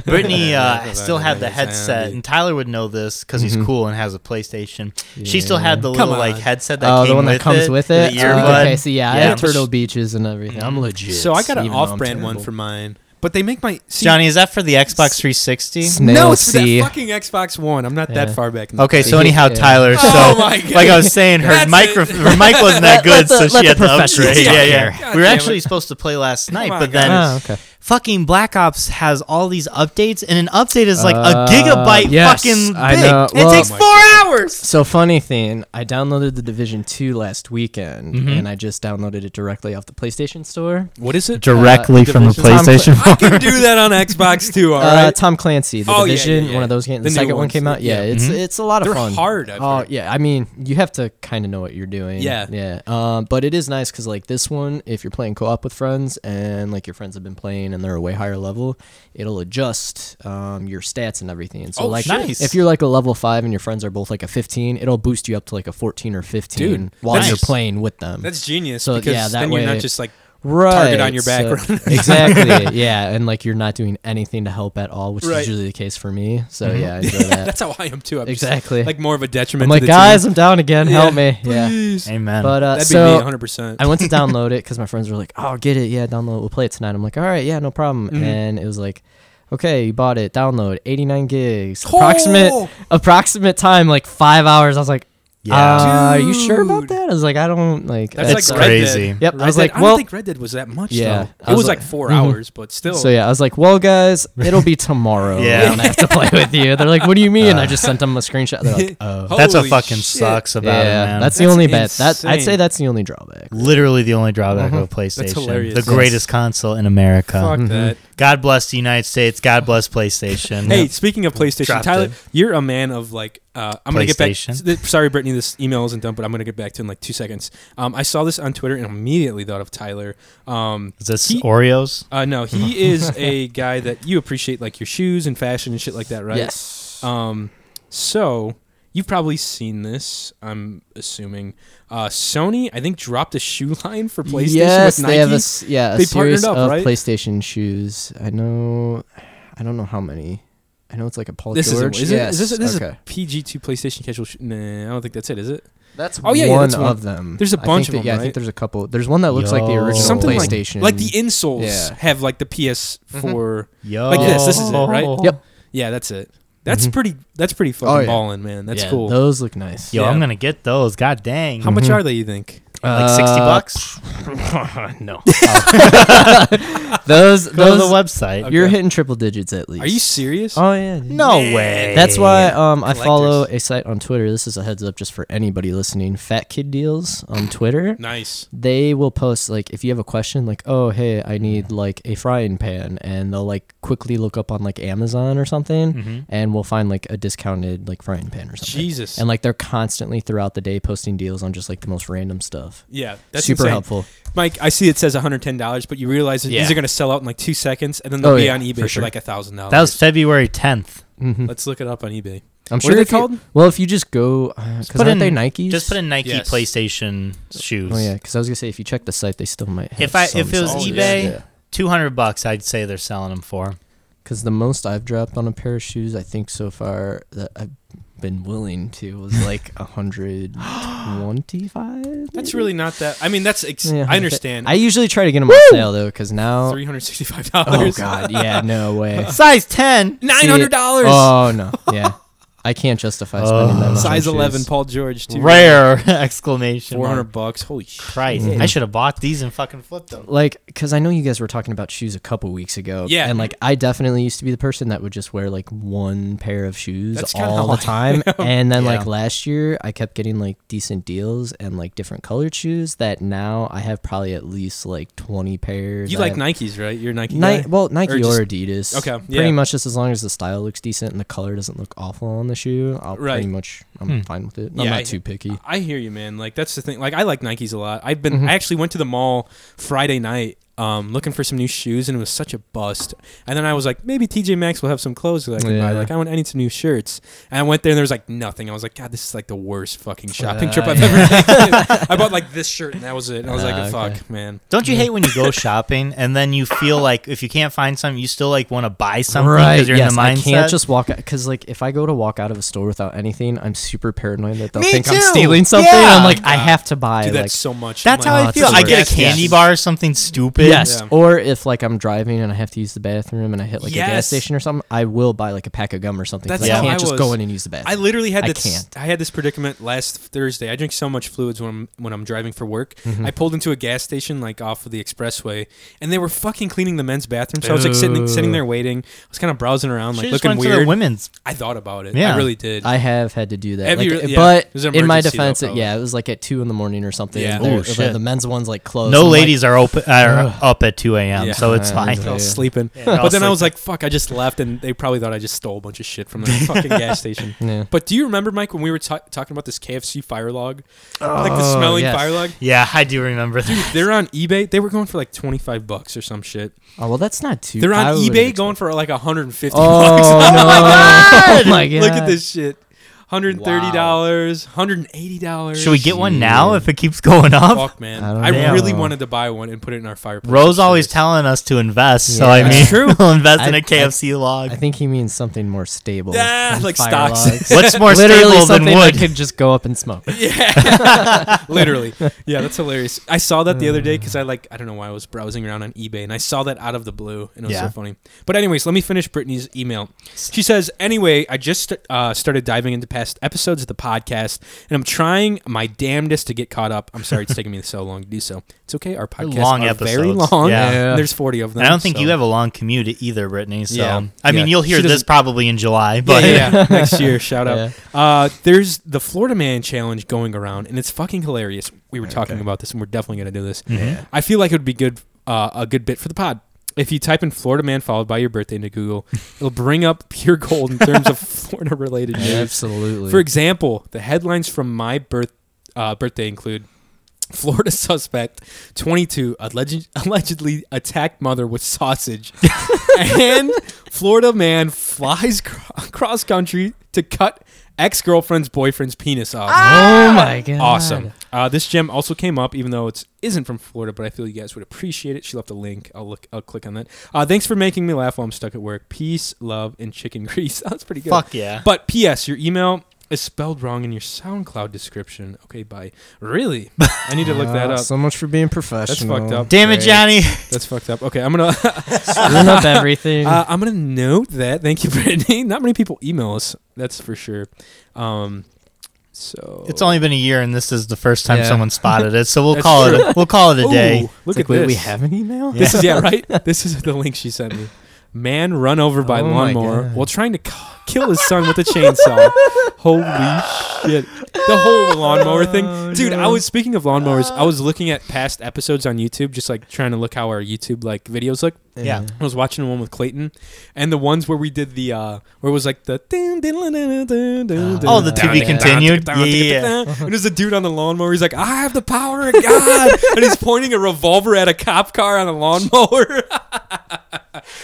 Brittany Yeah, uh, that's still what had I the think, headset, Zambi. and Tyler would know this because he's cool and has a PlayStation. She still had the Mm-hmm. Come little like on. headset that Oh, came the one that comes with it. The Oh, earbud. okay, so yeah, I Yeah. have Turtle Beaches and everything. I'm legit. So I got an even though I'm off brand one terrible. for mine. But they make my. See, Johnny, is that for the Xbox 360? Snail No, it's for C. that fucking Xbox One. I'm not that Yeah. far back. in the- Okay, so Yeah. anyhow, Yeah. Tyler. So, Oh my God. like I was saying, her That's micro, it. her mic wasn't that Let good, the- so let she the had to professionals upgrade. talk Yeah, here. yeah. God we were damn actually it. supposed to play last night, on, but then guys. Oh, okay. fucking Black Ops has all these updates, and an update is like a gigabyte Uh, yes, fucking I big. know. It Well- takes Oh four my hours. So funny thing, I downloaded the Division Two last weekend, and I just downloaded it directly off the PlayStation Store. What is it? Directly from the PlayStation I can do that on Xbox too. All Uh, right. Tom Clancy, the Oh, yeah, yeah, Division, yeah. one of those games. The, The new second one ones, came out. yeah. Mm-hmm. Yeah, it's it's a lot of They're fun. hard, I've oh heard. yeah, I mean you have to kind of know what you're doing. Yeah. yeah. Um, but it is nice because like this one, if you're playing co-op with friends and like your friends have been playing and they're a way higher level, it'll adjust um, your stats and everything. And so Oh, like nice. if you're like a level five and your friends are both like a 15, it'll boost you up to like a 14 or 15 Dude, while that's- you're playing with them. That's genius So, because yeah, that then you're not way- just like right, target on your so- background. exactly. Yeah, and like you're not doing anything to help at all, which Right. Mm-hmm. is usually the case for me. So yeah, I enjoy that. that's how I am too. I'm just, Exactly. like more of a detriment. I'm to like, the team. guys, I'm down again. Help Yeah, me. Yeah. Please. Amen. But uh, That'd be me, so 100. percent I went to download it because my friends were like, "Oh, get it, yeah, download. it. We'll play it tonight." I'm like, "All right, yeah, no problem." Mm-hmm. And it was like, "Okay, you bought it. Download. 89 gigs. Approximate Oh! approximate time like five hours." I was like, Yeah. "Yeah, are you sure about Dude. that?" I was like, "I don't like." That's That's like uh, Red crazy. Dead. Yep. Red I was Dead- like, I "Well, don't think Red Dead was that much. Yeah, though. I it was was like like- 4 Mhm. hours, but still. So yeah, I was like, "Well, guys, it'll be tomorrow. Yeah. Yeah, I have to play with you." They're like, "What do you mean?" I just sent them a screenshot. They're like, "Oh, That's what Holy fucking shit. sucks yeah, about it, man. that's, the That's only bad. That I'd insane. say that's the only drawback." literally the only drawback of a PlayStation. hilarious. The Yes. greatest console in America. Fuck that. God bless the United States. God bless PlayStation. Hey, speaking of PlayStation, Dropped Tyler, it. you're a man of like. Uh, I'm gonna get back. PlayStation? th- Sorry, Brittany, this email isn't done, but I'm gonna get back to in like two seconds. Um, I saw this on Twitter and immediately thought of Tyler. Um, Is this he- Oreos? uh, no, he is a guy that you appreciate, like your shoes and fashion and shit like that, right? Yes. Um, so you've probably seen this. I'm assuming uh, Sony, I think, dropped a shoe line for PlayStation yes, with Nike. they have a s- yeah a They partnered series up, of right? PlayStation shoes. I know, I don't know how many. I know it's like a Paul this George. is, is, yes. it, is this, this okay. is PG2 PlayStation casual. Sh- nah, I don't think that's it. Is it? that's Oh, yeah, yeah, one that's one. of them. There's a I bunch think of them, that- Yeah, I right? think there's a couple. There's one that looks like the Yo. original Something like- PlayStation. Like the insoles Yeah. Mm-hmm. have like the PS4. Yo. Like this, this is it, right? Oh. Yep. Yeah, that's it. That's pretty. That's pretty fucking Mm-hmm. Oh, yeah. ballin', man. That's Yeah, cool. Those Mm-hmm. look nice. Yo, Yeah. I'm gonna get those. God dang. How much are they? You think? Like sixty Uh, bucks. no. those Go to those the website. you're Okay. hitting triple digits at least. Are you serious? Oh yeah. dude. No way. That's why um, I Collectors. follow a site on Twitter. This is a heads up just for anybody listening. Fat Kid Deals on Twitter. nice. They will post like if you have a question like, "Oh, hey, I need like a frying pan." And they'll like quickly look up on like Amazon or Hmm. something and we'll find like a discounted like frying pan or something. Jesus. And like they're constantly throughout the day posting deals on just like the most random stuff. Yeah, that's Super insane. helpful. Mike, I see it says $110, but you realize that Yeah. these are going to sell out in like two seconds, and then they'll Oh, be yeah, on eBay for for, sure. like a thousand dollars. That was February 10th. Mhm. Let's look it up on eBay. I'm What sure are they if you- called? well, if you just go, because put aren't in- they Nikes? Just put in Nike Yes. PlayStation shoes. Oh yeah, because I was gonna say if you check the site, they still might. Have If I some if it was sizes. eBay, Yeah. 200 bucks, I'd say they're selling them for. Because the most I've dropped on a pair of shoes, I think so far that I've been willing to was like a hundred twenty-five. That's really not that. I mean, that's. Ex- Yeah, I understand. I usually try to get them on sale though, because now. $365. Oh god, yeah, no way. Size 10. $900. Oh no, yeah, I can't justify spending that much. on Size shoes. 11, Paul George, too. Rare exclamation. Four hundred mark. bucks. Holy shit! Christ. Yeah. I should have bought these and fucking flipped them. like because i know you guys were talking about shoes a couple weeks ago Yeah. Mm-hmm. and like i definitely used to be the person that would just wear like one pair of shoes That's kinda all how I the time and then like Yeah. last year i kept getting like decent deals and like different colored shoes that now i have probably at least like 20 pairs You I like have- Nikes, right? You're a Nike. Ni- guy? well, Nike or, just- Adidas. Okay, Pretty yeah. much just as long as the style looks decent and the color doesn't look awful on the shoe, I'll Right. Hmm. pretty much I'm fine with it. I'm Yeah, not I- too picky. I hear you, man. Like that's the thing. Like I like Nikes a lot. I've been. Mm-hmm. I actually went to the mall Friday night, um, looking for some new shoes, and it was such a bust. And then I was like, maybe TJ Maxx will have some clothes that I can Yeah. buy. Like I want, I need some new shirts. And I went there, and there was like nothing. I was like, God, this is like the worst fucking shopping trip I've ever. Taken. I bought like this shirt, and that was it. And I was like, Ah, fuck, okay. man. Don't you hate when you go shopping and then you feel like if you can't find something, you still like want to buy something because you're in the mindset? I can't just walk out because like if I go to walk out of a store without anything, I'm super paranoid that they'll Me think too! I'm stealing something. Yeah! I'm like, I have to buy. Dude, like, that's so much. That's I'm like, Oh, how I it's feel. the I get worst. a candy Yes. bar or something stupid. yes. Yeah. Or if like I'm driving and I have to use the bathroom and I hit like a Yes. gas station or something, I will buy like a pack of gum or something. 'cause That's I how can't I just was. go in and use the bathroom. I literally had I this. can't. I had this predicament last Thursday. I drink so much fluids when I'm when I'm driving for work. Mm-hmm. I pulled into a gas station like off of the expressway, and they were fucking cleaning the men's bathroom. So I was like sitting sitting there waiting. I was kind of browsing around, like Should've just looking went to the weird. women's. I thought about it. I Yeah. really did. I have had to do that. Have Like, you re- uh, yeah. It was But an in my emergency, though, defense, it, probably. yeah, it was like at two in the morning or something. Yeah. and they're- Oh, the- shit. The men's one's like closed. No I'm like, ladies are open are up at 2 a.m., Yeah. so it's Yeah, fine. I was Yeah. sleeping, I but was then I was like, "Fuck!" I just left, and they probably thought I just stole a bunch of shit from the fucking gas station. Yeah. But do you remember, Mike, when we were ta- talking about this KFC fire log, like the smelling Oh, yes. fire log? Yeah, I do remember that. They're on eBay. They were going for like twenty five bucks or some shit. Oh well, that's not too. They're on I would've eBay expected- going for like 150 Oh, bucks. no. Oh my god! Look at this shit. $130, $180. Should we get one now if it keeps going up? Fuck, man. I don't I, know. really wanted to buy one and put it in our fireplace. Rose always upstairs. telling us to invest, so Yeah. I mean, That's true. we'll invest in I- a KFC log. I think he means something more stable. Yeah, than like fire stocks. logs. What's more Literally stable than something wood? that could just go up and smoke. Literally. Yeah, that's hilarious. I saw that the other Mm. day because I like, I don't know why I was browsing around on eBay and I saw that out of the blue and it was so Yeah. funny. But, anyways, let me finish Brittany's email. She says, Anyway, I just uh, started diving into past episodes of the podcast and I'm trying my damnedest to get caught up. I'm sorry it's taking me so long to do so. It's okay. Our podcast long are very episodes. long. Yeah. Yeah. There's 40 of them. I don't think so- you have a long commute either, Brittany. So Yeah. I mean, Yeah. you'll hear She this doesn't- probably in July, but yeah, yeah, yeah. next year. Shout out. Yeah. Uh, there's the Florida Man challenge going around, and it's fucking Mm-hmm. hilarious. We were talking about this, and we're definitely gonna do this. I feel like it would be good, uh, a good bit for the pod. if you type in Florida man followed by your birthday into Google, it'll bring up pure gold in terms of Florida related news. Absolutely. For example, the headlines from my birth uh, birthday include Florida suspect 22 alleged, allegedly attacked mother with sausage, and Florida man flies cr- cross country to cut ex girlfriend's boyfriend's penis off. oh my god. Awesome. Uh, this gem also came up, even though it isn't from Florida, but I feel you guys would appreciate it. She left a link. I'll look. I'll click on that. Uh, thanks for making me laugh while I'm stuck at work. Peace, love, and chicken grease. That's pretty good. Fuck yeah. But P.S. Your email is spelled wrong in your SoundCloud description. Okay, bye. Really? I need to look that Uh, up. So much for being professional. up. Damn it, Great. Johnny. That's fucked up. Okay, I'm gonna. Screwing up everything. Uh, I'm gonna note that. Thank you, Brittany. Not many people email us. That's for sure. Um, so It's only been a year, and this is the first time Yeah. someone spotted it. So we'll That's call true. it. A, we'll call it a Ooh, day. Look It's like, at wait, this. we have an email? This is yeah, right. This is the link she sent me. Man run over by Oh my lawnmower God. while trying to c- kill his son with a chainsaw. Holy shit! The whole lawnmower Oh, thing, dude. I was speaking of lawnmowers. I was looking at past episodes on YouTube, just like trying to look how our YouTube like videos look. Yeah. I was watching the one with Clayton, and the ones where we did the uh where it was like the Oh, the to be continued. Yeah, yeah, and there's a dude on the lawnmower. He's like, I have the power of God, and he's pointing a revolver at a cop car on a lawnmower.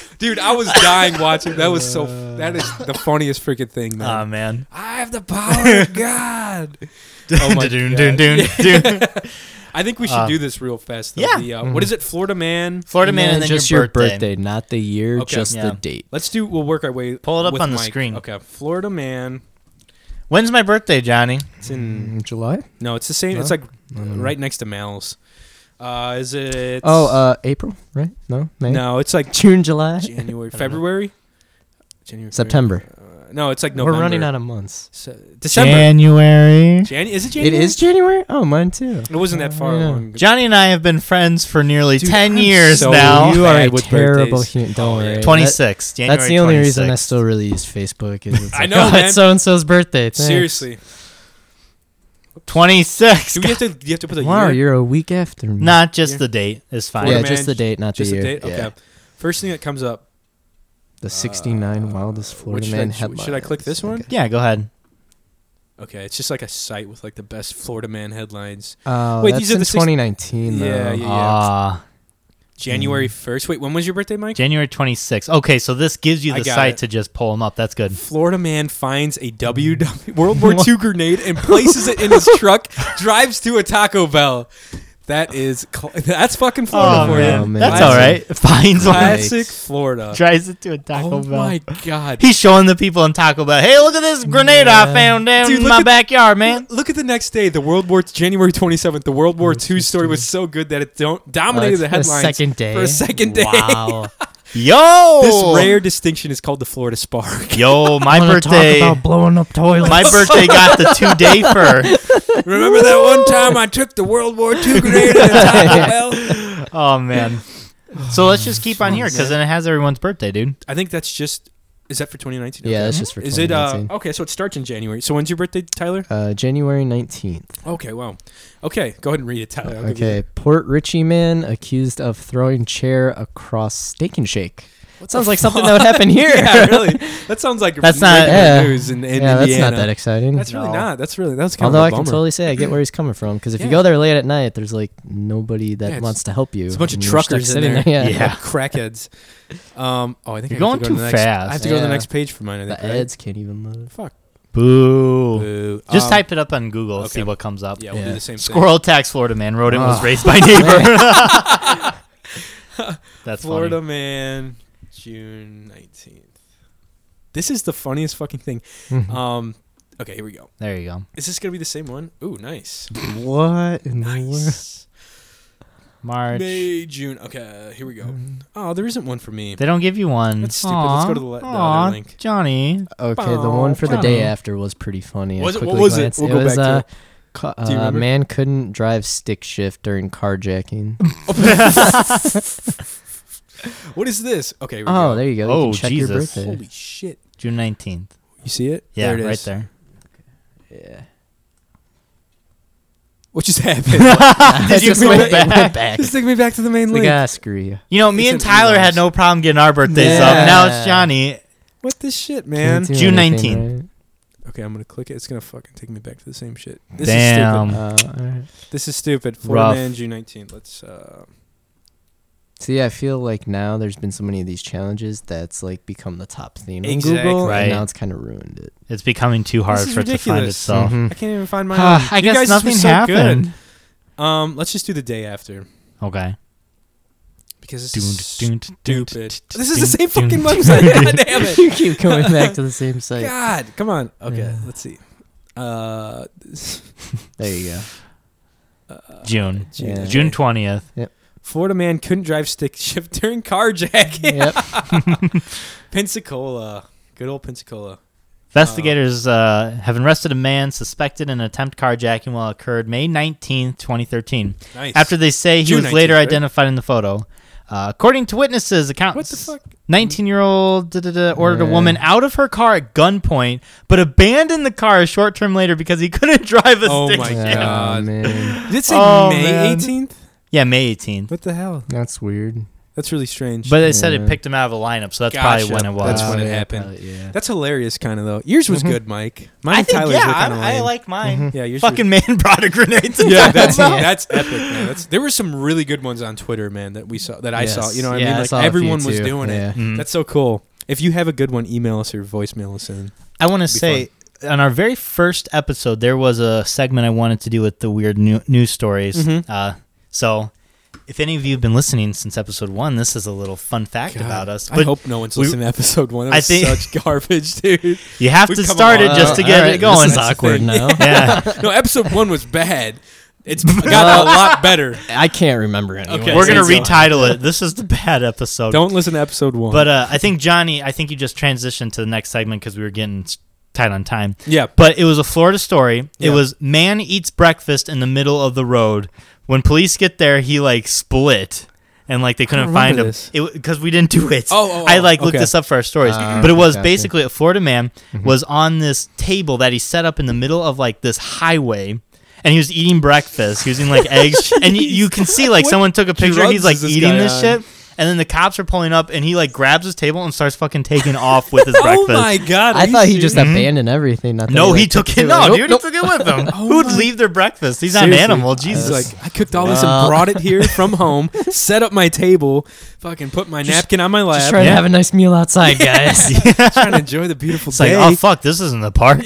dude, I was dying watching. That was so. That is the funniest freaking thing, man. yeah. Oh man. I have the power of God. Oh my Dun, God. dun, dun, dun. I think we should do this real fast. Though. Um, yeah. Mm-hmm. The, uh, what is it, Florida Man? Florida man, and then just your birthday. not the year, Okay. just Yeah. the date. Let's do. We'll work our way. Pull it up with on the Mike. screen. Okay, Florida Man. When's my birthday, Johnny? It's in. Mm, July? Mm. No, it's the same. It's like Mm. Uh, right next to Mal's. Uh, is it? Oh, uh, April, right? No, May? no, it's like June, July? January, February, January, September. February. No, it's like November. We're running out of months. Se- December. January. Jan- is it It January? is January? Oh, mine too. It wasn't that far Yeah. along. Johnny and I have been friends for nearly Dude, 10 I'm years so now. you- You are a bad with terrible birthdays. Oh, human. Don't worry. 26. That- January that's the only 26. reason I still really use Facebook. Is it's I like, know, oh, man. it's so and so's birthday. Thanks. Seriously, 26. do we have to? Do you have to put the Wow, year? you're a week after me. Not just Yeah. the date is fine. yeah, Florida man, just the date, not Just the a year. date. Okay. Yeah. First thing that comes up. The 69 wildest Florida which should, I, man should- headlines. should I click this one? Yeah, go ahead. Okay, it's just like a site with like the best Florida Man headlines. Oh, Wait, that's these are in the six- 2019 though. Yeah, yeah. Ah, January Mm. first. Wait, when was your birthday, Mike? January 26. Okay, so this gives you I the got site it. to just pull them up. That's good. Florida man finds a WW World War II grenade and places it in his truck, drives to a Taco Bell. That is cl- that's fucking Florida Oh, for man. you. man. That's Classic- all right. Finds one. Classic Florida. Tries it to a Taco oh Bell. my god. He's showing the people in Taco Bell, hey, look at this grenade I found down Dude, in look my at- backyard, man. Look at the next day, the World War January 27th, the World War II story was so good that it don't, dominated Oh, the it's the headlines second day? for a second day. Wow. Yo! this rare distinction is called the Florida spark. Yo, my birthday. blowing up toilets. My birthday got the two day fur. Remember that one time I took the World War II grenade to Taco Bell? Oh man. So let's just keep on here because then it has everyone's birthday, dude. I think that's just is that for 2019? Yeah, Okay. that's just for Is it uh oh. 2019. okay? So it starts in January. So when's your birthday, Tyler? Uh, January 19th. Okay, wow. Okay, go ahead and read it, Tyler. I'll give you- Okay, Port Richie man accused of throwing chair across Steak and Shake. Sounds like something that would happen here. yeah, really. That sounds like That's not- regular Yeah. news in, in Yeah, that's Indiana. not that exciting. That's really not. That's really that's kind Although of I a bummer. can totally say I get where he's coming from because if Yeah. you go there late at night, there's like nobody that Yeah, it's- wants to help you. There's a bunch of and you're stuck truckers in sitting there. Yeah, Like crackheads. Um, oh, I think You're I have going to go to the too next, I fast. have to go to the Yeah. next page for mine. I think. the right? ads can't even load. Fuck. Boo. Boo. Just Um, type it up on Google, see okay. what comes up. Yeah, we'll do Yeah. the same thing. Squirrel attacks Florida man. Rodent was Ah. raised by neighbor. That's Florida Florida. man, June nineteenth. This is the funniest fucking thing. Mm-hmm. Um, okay, here we go. There you go. Is this gonna be the same one? Ooh, nice, What in nice. March. May, June. Okay, uh, here we go. Mm. Oh, there isn't one for me. They don't give you one. That's stupid. Let's go to the le- the other Aw, link. Johnny. Okay, the one for the day Aw. after was pretty funny. I Was it- what quickly was it? glanced- We'll go back was, to uh, it. ca- Do you uh, remember? man couldn't drive stick shift during carjacking. Oh, What is this? Okay. Here we Oh, go. there you go. You Oh, can check your Jesus. birthday. Holy shit! June 19th. You see it? Yeah, it right is. there. Yeah. What just happened? Did you Just went back? back. back. Just take me back to the main Like, link. ah, screw you. You know, me It's and an Tyler email. had no problem getting our birthdays Yeah. up. Now it's Johnny. What the shit, Can't man? do June anything, 19th. Okay, I'm gonna click it. It's gonna fucking take me back to the same shit. This Damn. is right? Uh, all right. stupid. This is stupid. Florida Rough. Man, June 19th. Let's. Uh, See, I feel like now there's been so many of these challenges that's like become the top theme on Exactly. Google, Right. and now it's kind of ruined it. It's becoming too hard is for it to find ridiculous. itself. I can't even find my. own. Hmm. Ah, I You guess guys nothing were so happened. Good. Um, let's just do the day after Okay. because it's Dun, dun, dun, stupid. dun, This is dun, the same dun, fucking dun. website. God damn it. you keep going back to the same site. God, come on. Okay, Yeah. let's see. Uh, There you go. June. June. Yeah. June 20th. Florida man couldn't drive stick shift during carjacking. Yep. Pensacola, good old Pensacola. Investigators uh, have arrested a man suspected in attempt carjacking while it occurred May 19th, 2013. Nice. After they say he June was later 19th, right? identified in the photo. Uh, according to witnesses, accounts. what the fuck? 19 year old da, da, da, ordered a Yeah. woman out of her car at gunpoint, but abandoned the car a short term later because he couldn't drive a Oh stick. my shift. Oh, God. man. Did it say Oh, May man. 18th? Yeah, May 18th. What the hell? That's weird. That's really strange. But they said Yeah. it picked him out of the lineup, so that's Gotcha. probably when it was. That's when it yeah, happened. probably, Uh, yeah. that's hilarious, kind of though. Yours Mm-hmm. was good, Mike. Mine I and think, Tyler's yeah, were kind of I, I like mine. Yeah, yours Fucking man brought a grenade to Were, yeah, that's Taco Bell. that's epic, man. That's, there were some really good ones on Twitter, man. That we saw, that I saw. Yes. You know what Yeah, I I mean? Like saw a few everyone was too. doing Yeah. it. That's Mm-hmm. so cool. If you have a good one, email us or voicemail us in. I want to say on our very first episode, there was a segment I wanted to do with the weird new, news stories. Mm-hmm. Uh, so, if any of you have been listening since episode one, this is a little fun fact about us. I hope no one's we- listening to episode one. That I was think- such garbage, dude. you have We've to come Uh, start a it long just to way. get Alright, it going. Uh, this is awkward now. yeah. No, episode one was bad. It's got a lot better. I can't remember anyway. Okay. We're gonna Sounds retitle it. This is the bad episode. Don't listen to episode one. But uh, I think Johnny, I think you just transitioned to the next segment because we were getting s- tight on time. yeah, But it was a Florida story. It Yeah. was man eats breakfast in the middle of the road. When police get there, he like split. And like they couldn't find remember him this. because we didn't do it. Oh, oh, I oh, like looked okay. Mm-hmm. this up for our stories, Ah, but it was gotcha. basically a Florida man was on this table that he set up in the middle of like this highway, and he was eating breakfast. He was eating like eggs, and you, you can see like someone took a picture. drugs He's like is this eating guy this on? shit, and then the cops are pulling up, and he like grabs his table and starts fucking taking off with his Oh breakfast. my god! are I you thought he serious? just abandoned everything. not that No, like, he took it. like, No, nope, dude, nope. he took it with him. Who would leave their breakfast? He's not Oh Seriously. an animal. He's like, Jesus. I cooked all this and brought it here from home, set up my table, fucking put my napkin on my lap, Just just trying trying, to have a nice meal outside, guys. to enjoy the beautiful it's like, day. oh fuck, this isn't the park. oh,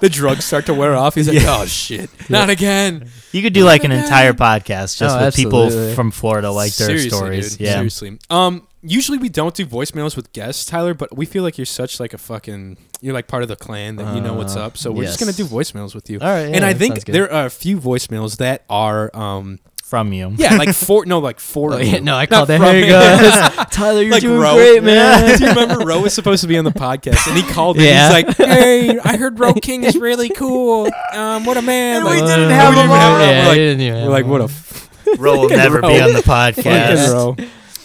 the drugs start to wear off. He's like, oh shit, not again. You could do like an entire podcast just Oh, with people absolutely. from Florida, like their Seriously, stories. dude. Yeah. seriously. Um, usually we don't do voicemails with guests, Tyler, but we feel like you're such like a fucking you're like part of the clan that you know what's up. So we're just gonna yes. do voicemails with you. All right, yeah, and I that think sounds good. there are a few voicemails that are um From you. yeah like four no like four. Oh, of yeah, them. no, I Not called that. from Hey him. guys, Tyler, you're like doing Roe. great, man. Do you remember Roe was supposed to be on the podcast and he called me. Yeah. He's like, "Hey, I heard Roe King is really cool. Um, what a man!" And like, we didn't have we him on. him. Yeah, we're like, we didn't even we're have like, him "What a on. f- Ro will never be on the fucking podcast. Roe."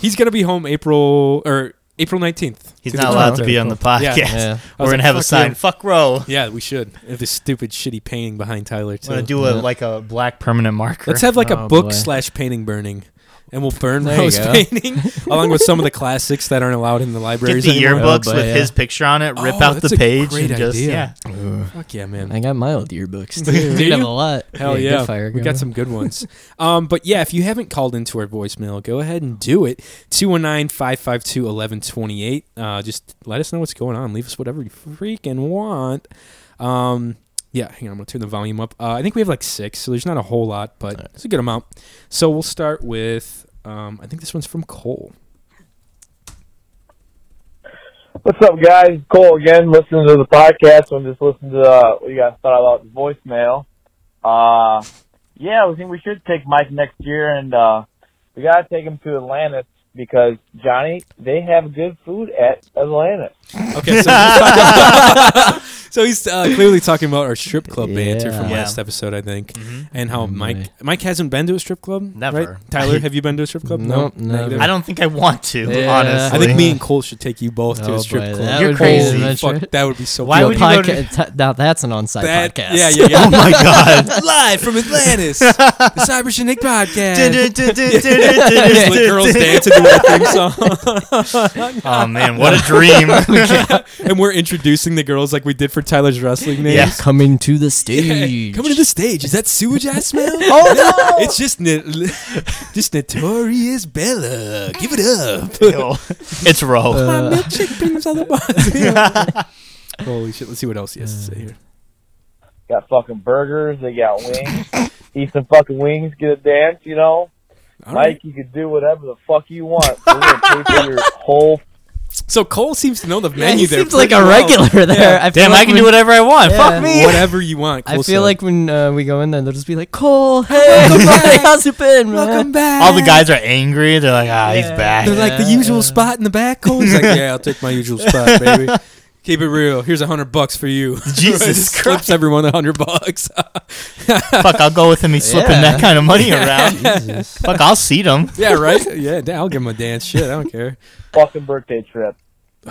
He's gonna be home April or April nineteenth. He's not allowed to be on the podcast. Yeah. Yeah. We're gonna like, have a fuck sign. him. Fuck Ro. Yeah, we should. If this stupid, shitty painting behind Tyler I'm gonna too. do a like a black permanent marker. Let's have like a Oh, book boy. slash painting burning, and we'll burn There you Roe's go. painting along with some of the classics that aren't allowed in the Get libraries the anymore. yearbooks but with yeah. his picture on it. Rip Oh, out the that's a page great and just idea. yeah. Fuck yeah, man. I got my old yearbooks Do too. We have you? a lot. Hell good yeah, fire we going. got some good ones. um, but yeah, if you haven't called into our voicemail, go ahead and do it. 219-552-1128. Uh, just let us know what's going on. Leave us whatever you freaking want. Um, yeah, hang on, I'm gonna turn the volume up. Uh, I think we have like six, so there's not a whole lot, but it's a good amount. So we'll start with. Um, I think this one's from Cole. What's up, guys? Cole again, listening to the podcast. I'm just listening to uh, what you guys thought about the voicemail. Uh, yeah, I think we should take Mike next year, and uh, we gotta take him to Atlantis because Johnny, they have good food at Atlantis. Okay, so, So he's uh, clearly talking about our strip club banter from Yeah. last episode, I think, and how boy. Mike Mike hasn't been to a strip club. Mm-hmm. Never. right? Tyler, have you been to a strip club? Nope, No, never. I don't think I want to, Yeah. honestly. I think me and Cole should take you both to Oh, a strip boy, club. that You're would be crazy. an adventure. Fuck, that would be so. Why cool. would you go to- Podca- t- now that's an on-site that? podcast. Yeah, yeah, yeah. Oh my god. Live from Atlantis, the Cyber Shindig podcast. It's like girls oh dancing to our theme song, man, what a dream. and we're introducing the girls like we did for Tyler's wrestling names. Yeah. Coming to the stage. Coming to the stage. Is that sewage I smell? oh no! It's just na- just notorious Bella. Give it up. it's roll. Uh, milkshake brings all the bodies. Holy shit! Let's see what else he has to say here. Got fucking burgers. They got wings. Eat some fucking wings. Get a dance. You know, All Mike, right. you can do whatever the fuck you want. We're gonna pay for your whole So Cole seems to know the Yeah, menu he there. seems like pretty a well. regular there. I feel Damn, like I can when- do whatever I want. Fuck me. Whatever you want. I Cole said. feel like when uh, we go in there, they'll just be like, Cole, hey, back. how's it been, man? welcome back. uh, All the guys are angry. They're like, ah, he's back. They're like the usual spot in the back. Cole's like, yeah, I'll take my usual spot, baby. Keep it real. Here's a hundred bucks for you. Jesus Just Flips everyone a hundred bucks. Fuck, I'll go with him. He's slipping Yeah. that kind of money around. Fuck, I'll seat him. yeah, right. Yeah, I'll give him a dance. Shit, I don't care. fucking birthday trip.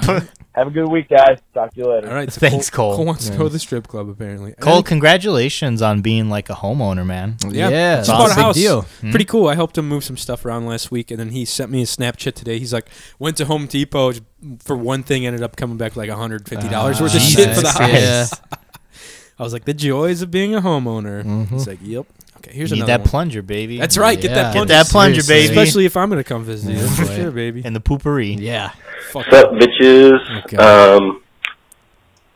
Have a good week, guys. Talk to you later. All right. So Thanks, Cole, Cole. Cole wants to go to the strip club apparently. Cole, congratulations on being like a homeowner, man. Yeah, Yeah, just that's bought a a big house. deal. Pretty hmm? cool. I helped him move some stuff around last week, and then he sent me a Snapchat today. He's like, went to Home Depot just for one thing, ended up coming back with like hundred fifty dollars Ah, worth of Jesus shit for the house. Christ. I was like, the joys of being a homeowner. He's like, yep. Okay, here's Mm-hmm. Need another that one. plunger, baby. That's right. Get that Yeah. plunge. Get that plunger, Seriously. baby. Especially if I'm gonna come visit you, that's for boy. sure, baby. in the poopery. Yeah. Fuck What's up, bitches? Okay. Um,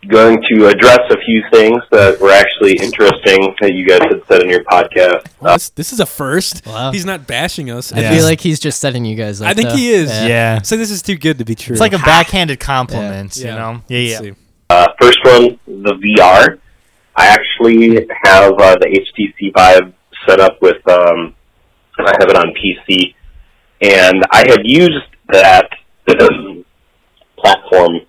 going to address a few things that were actually interesting that you guys had said in your podcast. Well, this, this is a first. Wow. He's not bashing us. I Yeah. feel like he's just setting you guys up. I think though. he is. Yeah. Yeah. So this is too good to be true. It's like a backhanded compliment, Yeah. you know? Yeah, Let's yeah. see. Uh, first one, the VR. I actually have uh, the HTC Vive set up with, um, I have it on PC, and I have used that platform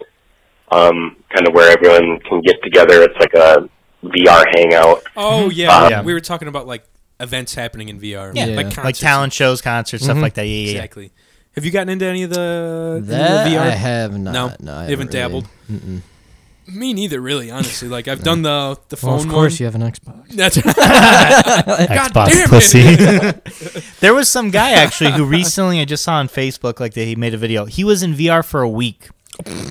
um, kind of where everyone can get together. It's like a VR hangout. Oh yeah, Yeah. we were talking about like events happening in VR. Mm-hmm. Yeah. like Like Like concerts. talent shows, concerts, stuff like that. Yeah, yeah, yeah. Exactly. Have you gotten into any of the, any of That the VR? I have not. No, No, I you haven't really. dabbled. Me neither, really. Honestly, like I've done the the phone. Well, of course, one. you have an Xbox. That's God Xbox damn it. there was some guy actually who recently I just saw on Facebook like that he made a video. He was in VR for a week.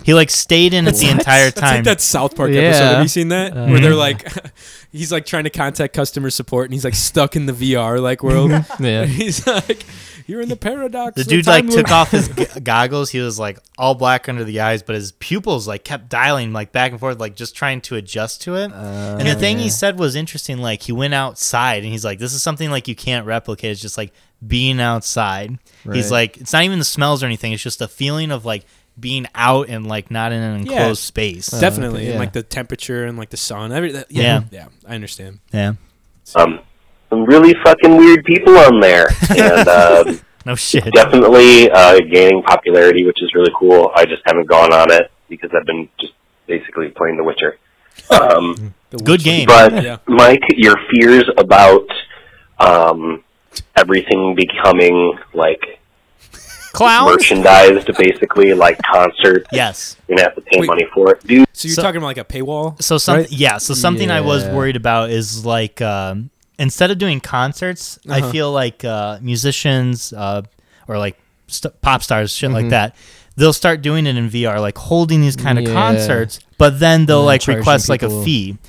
He like stayed in it the entire It's like time. that South Park Yeah. Uh, episode. Have you seen that? Where they're like, he's like trying to contact customer support, and he's like stuck in the VR like world. Yeah. he's like, "You're in the paradox." the of dude like time took loop." off his g- goggles. He was like all black under the eyes, but his pupils like kept dialing like back and forth, like just trying to adjust to it. Uh, Uh, and the thing he said was interesting. Like he went outside and he's like, "This is something like you can't replicate. It's just like being outside." He's Right. like, "It's not even the smells or anything. It's just the feeling of like being out and like not in an Yeah. enclosed space." Definitely, and, okay, Uh, yeah. like the temperature and like the sun. Every, that, yeah, Yeah. yeah, I understand. yeah. um, some really fucking weird people on there, and um, No Oh, shit. definitely uh, gaining popularity, which is really cool. I just haven't gone on it because I've been just basically playing The Witcher. Um, The Good Witcher. game. but Yeah. Mike, your fears about um, everything becoming like Clowns. merchandised, basically like concerts, Yes. you're gonna have to pay Wait. money for it, dude. So you're So- talking about like a paywall? So something, right? yeah. So something I was Yeah. worried about is like um, instead of doing concerts, I feel like uh, musicians uh, or like st- pop stars, shit Mm-hmm. like that, they'll start doing it in VR, like holding these kind of Yeah. concerts. But then they'll then like charging request like a people.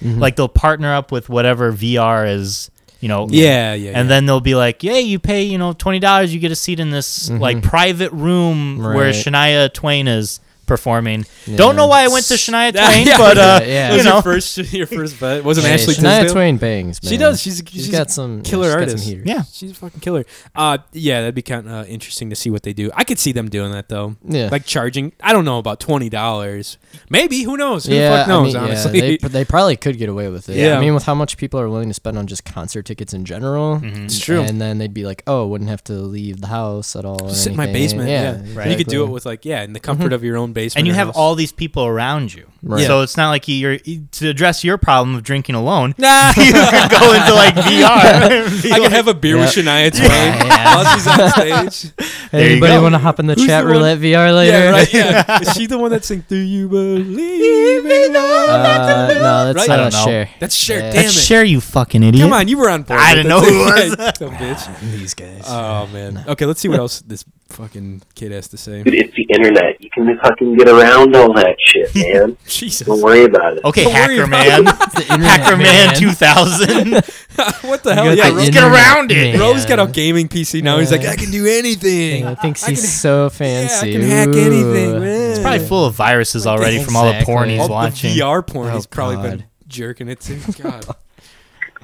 Mm-hmm. fee, like they'll partner up with whatever VR is, you know. Yeah, yeah. And then they'll be like, "Yeah, you pay, you know, twenty dollars, you get a seat in this Mm-hmm. like private room where Right. Shania Twain is performing." Don't know why I went to Shania Yeah, Twain, yeah. but uh, Yeah, yeah. that you was know, your first your first bet. Wasn't Hey, Ashley Shania Tisdale? Twain bangs. Man. She does. She's, she's she's got some killer she's got some artist. heaters. Yeah. She's a fucking killer. Uh, yeah, that'd be kind of uh, interesting to see what they do. I could see them doing that though. Yeah. like charging. I don't know about twenty dollars. Maybe who knows? Who the Yeah, fuck knows? I mean, honestly, yeah, they, they probably could get away with it. Yeah. I mean, with how much people are willing to spend on just concert tickets in general, Mm-hmm. it's true. and then they'd be like, "Oh, wouldn't have to leave the house at all." or Just sit in my anything. basement. Yeah, yeah, And you could do exactly. Mm-hmm. it with like yeah, in the comfort of your own basement. and you or have house. all these people around you. Right. So it's not like you're to address your problem of drinking alone. you could go into like VR. I can have a beer with Shania Twain while she's on stage. you Anybody go. want to hop in the Who's chat the one- roulette VR later? Yeah, right. Yeah. Is she the one that sings "Do You Believe in Love"? Uh, no, that's Right? I not don't know. share. That's Cher. Yeah. Damn Let's it. share, you fucking idiot. Come on, you were on board. I with didn't know who it Yeah, dumb bitch. These guys. Oh man. Okay, let's see what else this fucking kid has to say. Dude, it's the internet. You can fucking get around all that shit, man. Jesus. Don't worry about it. Okay, Don't worry Hacker about Man. internet, Hacker Man 2000. what the hell? You got Yeah, the Rose, get internet, around it. man. Rose got a gaming PC now. He's like, I can do anything. Yeah, thinks I he's can- so Yeah, fancy. I can hack Ooh. anything. It's probably full of viruses already from all the porn he's all watching. the VR porn. he's Oh, probably God. been jerking it to. God.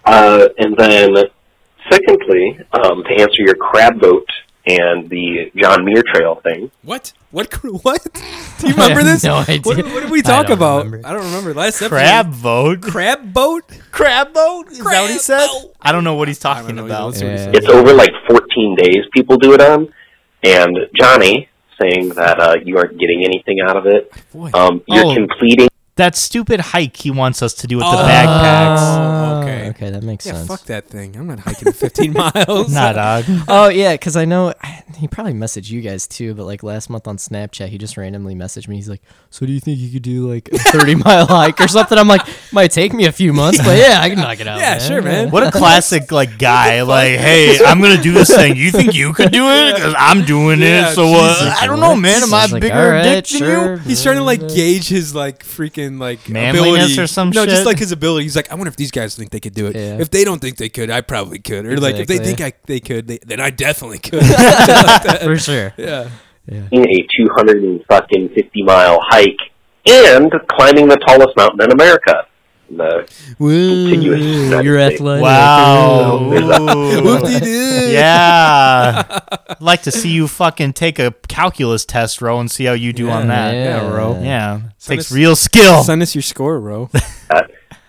Uh, and then, secondly, um, to answer your crab boat and the John Muir Trail thing, What? What? cr- What? Do you remember this? no idea. What, what did we I talk don't about? remember. I don't remember. Last Crab episode. vote. Crab boat. Crab vote? Is that what he Crab said? vote. I don't know what he's I don't talking know. about. Let's see what he Yeah. says. it's over like 14 days people do it on. And Johnny saying that uh, you aren't getting anything out of it. Boy. Um, you're Oh. completing That stupid hike he wants us to do with the Oh. backpacks. Oh, okay. okay. Okay, that makes Yeah, sense. fuck that thing. I'm not hiking 15 miles. Nah, dog. Oh yeah, because I know he probably messaged you guys too. But like last month on Snapchat, he just randomly messaged me. He's like, "So do you think you could do like a thirty mile hike or something?" I'm like, "Might take me a few months, but yeah, I can knock it out." Yeah, sure, man. What a classic like guy. Like, hey, I'm gonna do this thing. You think you could do it? Because I'm doing Yeah, it. So uh, Jesus, I don't know, man. Am I Sounds like, bigger all dick right, than sure. you? He's trying to like gauge his like freaking like Manliness ability. or some no, just shit? like his ability. He's like, I wonder if these guys think they could do it. Yeah. If they don't think they could, I probably could. Or like, if they think Exactly. I they could, they, then I definitely could. for sure. yeah. a 250 mile hike and climbing the tallest mountain in America. The Continuous Woo, United you're States. athletic. Wow. Ooh. Ooh. Whoop-de-doo. yeah. I'd like to see you fucking take a calculus test, Ro, and see how you do on that. Yeah, Ro. Yeah. Takes us- real skill. Send us your score, bro. oh,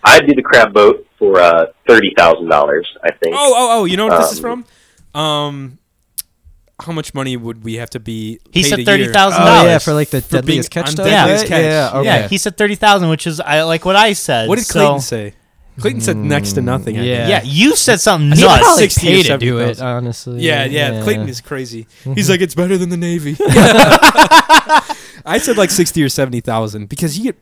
I'd do the crab boat for uh, thirty thousand dollars. I think. oh, oh! You know what this is Um, from? Um, how much money would we have to be? He paid said a year? thirty thousand Oh yeah, dollars. for like the For being deadliest catch on though, deadliest right? catch. Yeah, okay. Yeah, he said thirty thousand, which is I like what I said. What did Clayton so, Mm, say? Clayton said next to nothing. I think. Yeah. Yeah, you said something He Not probably nuts. 60 or paid to do 70,000. it, honestly. Yeah, yeah, Clayton is crazy. He's like, it's better than the Navy. I said like sixty or seventy thousand because you get,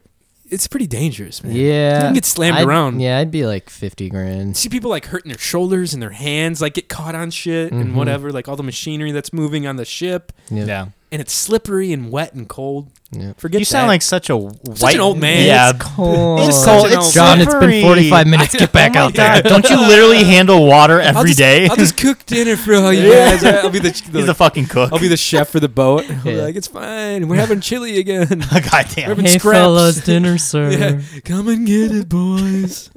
it's pretty dangerous, man. Yeah, you can get slammed I'd- around. Yeah, I'd be like fifty grand. See people like hurting their shoulders and their hands, like get caught on shit Mm-hmm. and whatever, like all the machinery that's moving on the ship, Yeah. and it's slippery and wet and cold. Yeah. Forget you sound that. like such a white an old man. Yeah, It's cold. It's cold. It's It's John, it's slippery. been 45 minutes. Get back out there. don't you literally handle water Oh I'll every just, day? I'll just cook dinner for all you guys. I'll be the, the, He's a fucking cook. I'll be the chef for the boat. I'll be Yeah. like, it's fine. We're having chili again. Goddamn. Urban Hey, scraps. fellas, dinner served. Yeah, come and get it, boys.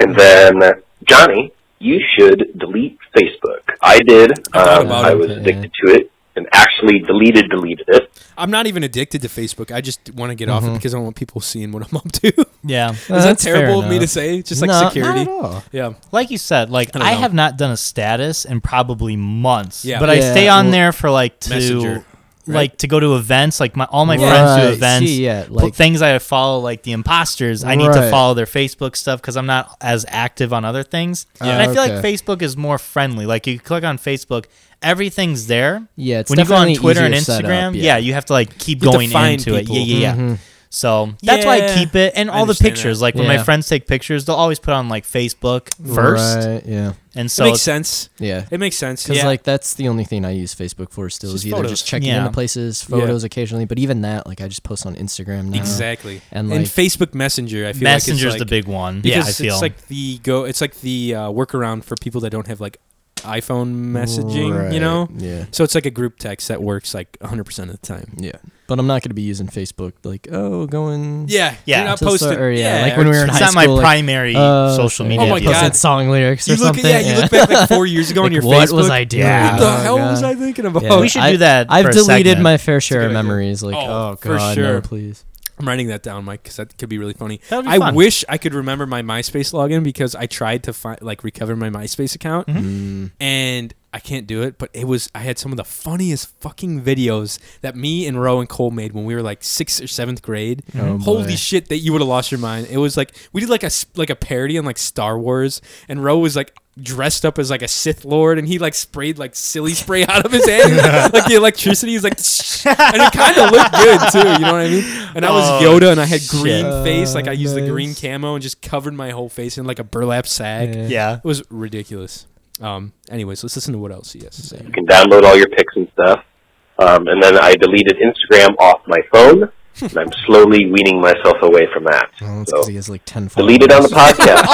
And then uh, Johnny, you should delete Facebook. I did. Um, about I it, was yeah. addicted to it and actually deleted deleted it. I'm not even addicted to Facebook. I just want to get off it because I don't want people seeing what I'm up to. Yeah. Uh, Is that Mm-hmm. that's fair terrible of me to enough. say? Just like No, security. Not at all. Yeah. Like you said, like don't I, know. have not done a status in probably months. Yeah. But I Yeah, stay on well- there for like to Messenger, like to go to events. Like my all my Right. friends do See, events. yeah, pl- like- things I follow, like the imposters. I need to Right. follow their Facebook stuff because I'm not as active on other things. and I feel like okay. Facebook is more friendly. Like you click on Facebook, everything's there. Yeah, it's when you go on definitely Twitter and easier setup, Instagram, yeah. Mm-hmm. yeah. you have to like keep You have to going find into it. people. Yeah, yeah, yeah. So that's why I Yeah, keep it, and I all the understand pictures. that. Like when my Yeah. friends take pictures, they'll always put on like Facebook first, Right, yeah. and it so makes it's- sense. Yeah. It makes sense. Because Yeah. like that's the only thing I use Facebook for still Just is either photos. just checking Yeah. into places, photos occasionally, but even that like I just post on Instagram now. exactly. And, And, like- Facebook Messenger, I feel like Messenger's it's like, the big one. Yeah, I because feel. it's like the go. It's like the uh, workaround for people that don't have like iPhone messaging. You Right, know. Yeah. So it's like a group text that works like 100 percent of the time. Yeah. But I'm not gonna be using Facebook like oh going Yeah. Yeah. You're not to posting. start- or yeah, yeah, like when we were in it's high not my school, like, primary uh, social yeah, media. Oh my deal. God. posting song lyrics or You look, something. yeah, you look back like four years ago on Like, your what Facebook. was I doing? What the Oh, hell God. was I thinking about? Yeah. We should do that I've for a deleted segment. my fair share good of idea. memories. Like, Oh, oh, for god, sure. no, please. I'm writing that down, Mike, because that could be really funny. That would be I fun. wish I could Mm-hmm. Mm-hmm. Mm-hmm. remember my MySpace login because I tried to find like recover my MySpace account, and I can't do it, but it was I had some of the funniest fucking videos that me and Roe and Cole made when we were like sixth or seventh grade. Mm-hmm. Oh, Holy shit, that you would have lost your mind. It was like we did like a s- like a parody on like Star Wars, and Roe was like dressed up as like a Sith Lord, and he like sprayed like silly spray out of his head, like the electricity is like, and it kind of looked good too. You know what I mean? And I was Oh, Yoda, and I had shit. green face, like I used the Oh, nice. green camo and just covered my whole face in like a burlap sack. Yeah. It was ridiculous. Um, anyways, let's listen to what else he has to say. You can download all your pics and stuff. Um, and then I deleted Instagram off my phone, and I'm slowly weaning myself away from that. Well, that's so because Oh, he has like ten. deleted on the podcast.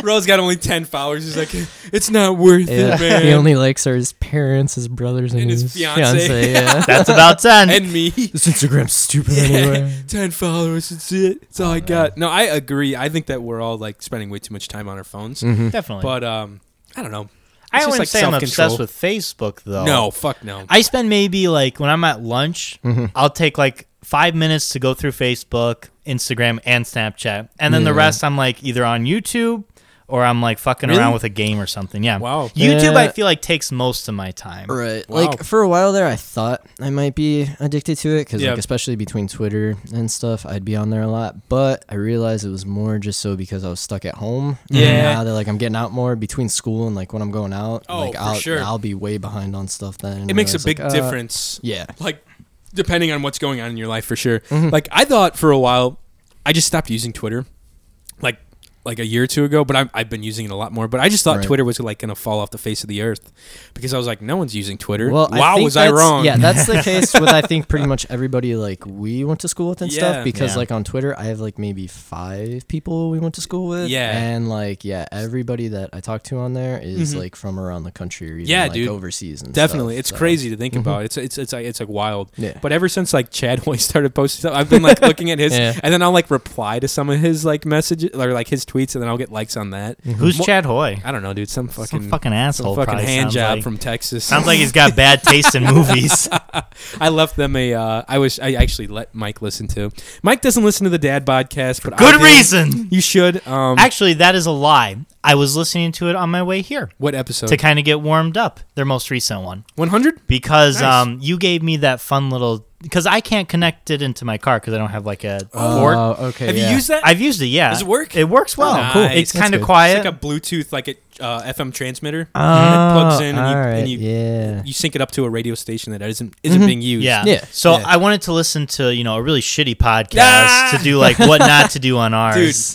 Bro's got only 10 followers. He's like, it's not worth Yeah. it, man. He only likes are his parents, his brothers, and, And his his, fiancée. fiancée, yeah. That's about 10. and me. this Instagram's stupid anyway. Oh, 10 followers, that's it. That's all I got. No, I agree. I think that we're all like spending way too much time on our phones. Mm-hmm. Definitely. But um, I don't know. I It's wouldn't just, say I'm self-control. obsessed with Facebook, though. No, fuck no. I spend maybe like when I'm at lunch, I'll take like five minutes to go through Facebook, Instagram, and Snapchat. And then the rest I'm like either on YouTube or I'm like fucking around with a game or something. Yeah. Wow. YouTube, I Yeah. feel like takes most of my time. Right. Wow. Like for a while there, I thought I might be addicted to it because, Yeah. like, especially between Twitter and stuff, I'd be on there a lot. But I realized it was more just so because I was stuck at home. And Yeah. Now that like I'm getting out more between school and like when I'm going out, Oh, like for I'll sure. I'll be way behind on stuff then. it makes a Whereas, big like, uh, difference. Yeah. like depending on what's going on in your life for sure. Mm-hmm. Hmm. Like I thought for a while, I just stopped using Twitter, like like a year or two ago. But I'm, I've been using it a lot more. But I just thought Right. Twitter was like gonna fall off the face of the earth because I was like, no one's using Twitter. Well, wow, think was I that's- wrong? Yeah, that's the case with I think pretty much everybody like we went to school with and Yeah. stuff. Because Yeah. like on Twitter, I have like maybe five people we went to school with. Yeah. and like yeah, everybody that I talk to on there is, like from around the country or even, Mm-hmm. Yeah, like dude. overseas and Definitely, stuff, it's so. crazy to think about. It's it's it's like it's like wild. Yeah. But ever since like Chad Hoy started posting stuff, I've been like looking at his, Yeah. and then I'll like reply to some of his like messages or like his tweets, and then I'll get likes on that. Who's Mo- Chad Hoy? I don't know, dude. Some fucking Mm-hmm. Some fucking asshole. some fucking probably hand sounds job like. from Texas. Sounds like he's got bad taste in movies. I left them a. Uh, I was. I actually let Mike listen to. Mike doesn't listen to the Dad podcast, but I Good do. reason. You should. Um, Actually, that is a lie. I was listening to it on my way here what episode? to kind of get warmed up. Their most recent one. One hundred. because Nice. um, you gave me that fun little because I can't connect it into my car because I don't have like a port. Oh, okay. Have yeah. you used that? I've used it. Yeah, Does it work? It works well. Oh, cool. It's That's kind of good. It's quiet. like a Bluetooth, like a uh, FM transmitter. Oh, and it plugs in, and you, and alright, you, yeah. you sync it up to a radio station that isn't isn't being used. Mm-hmm. yeah. Yeah, So yeah. I wanted to listen to you know a really shitty podcast Ah! to do like what not to do on ours.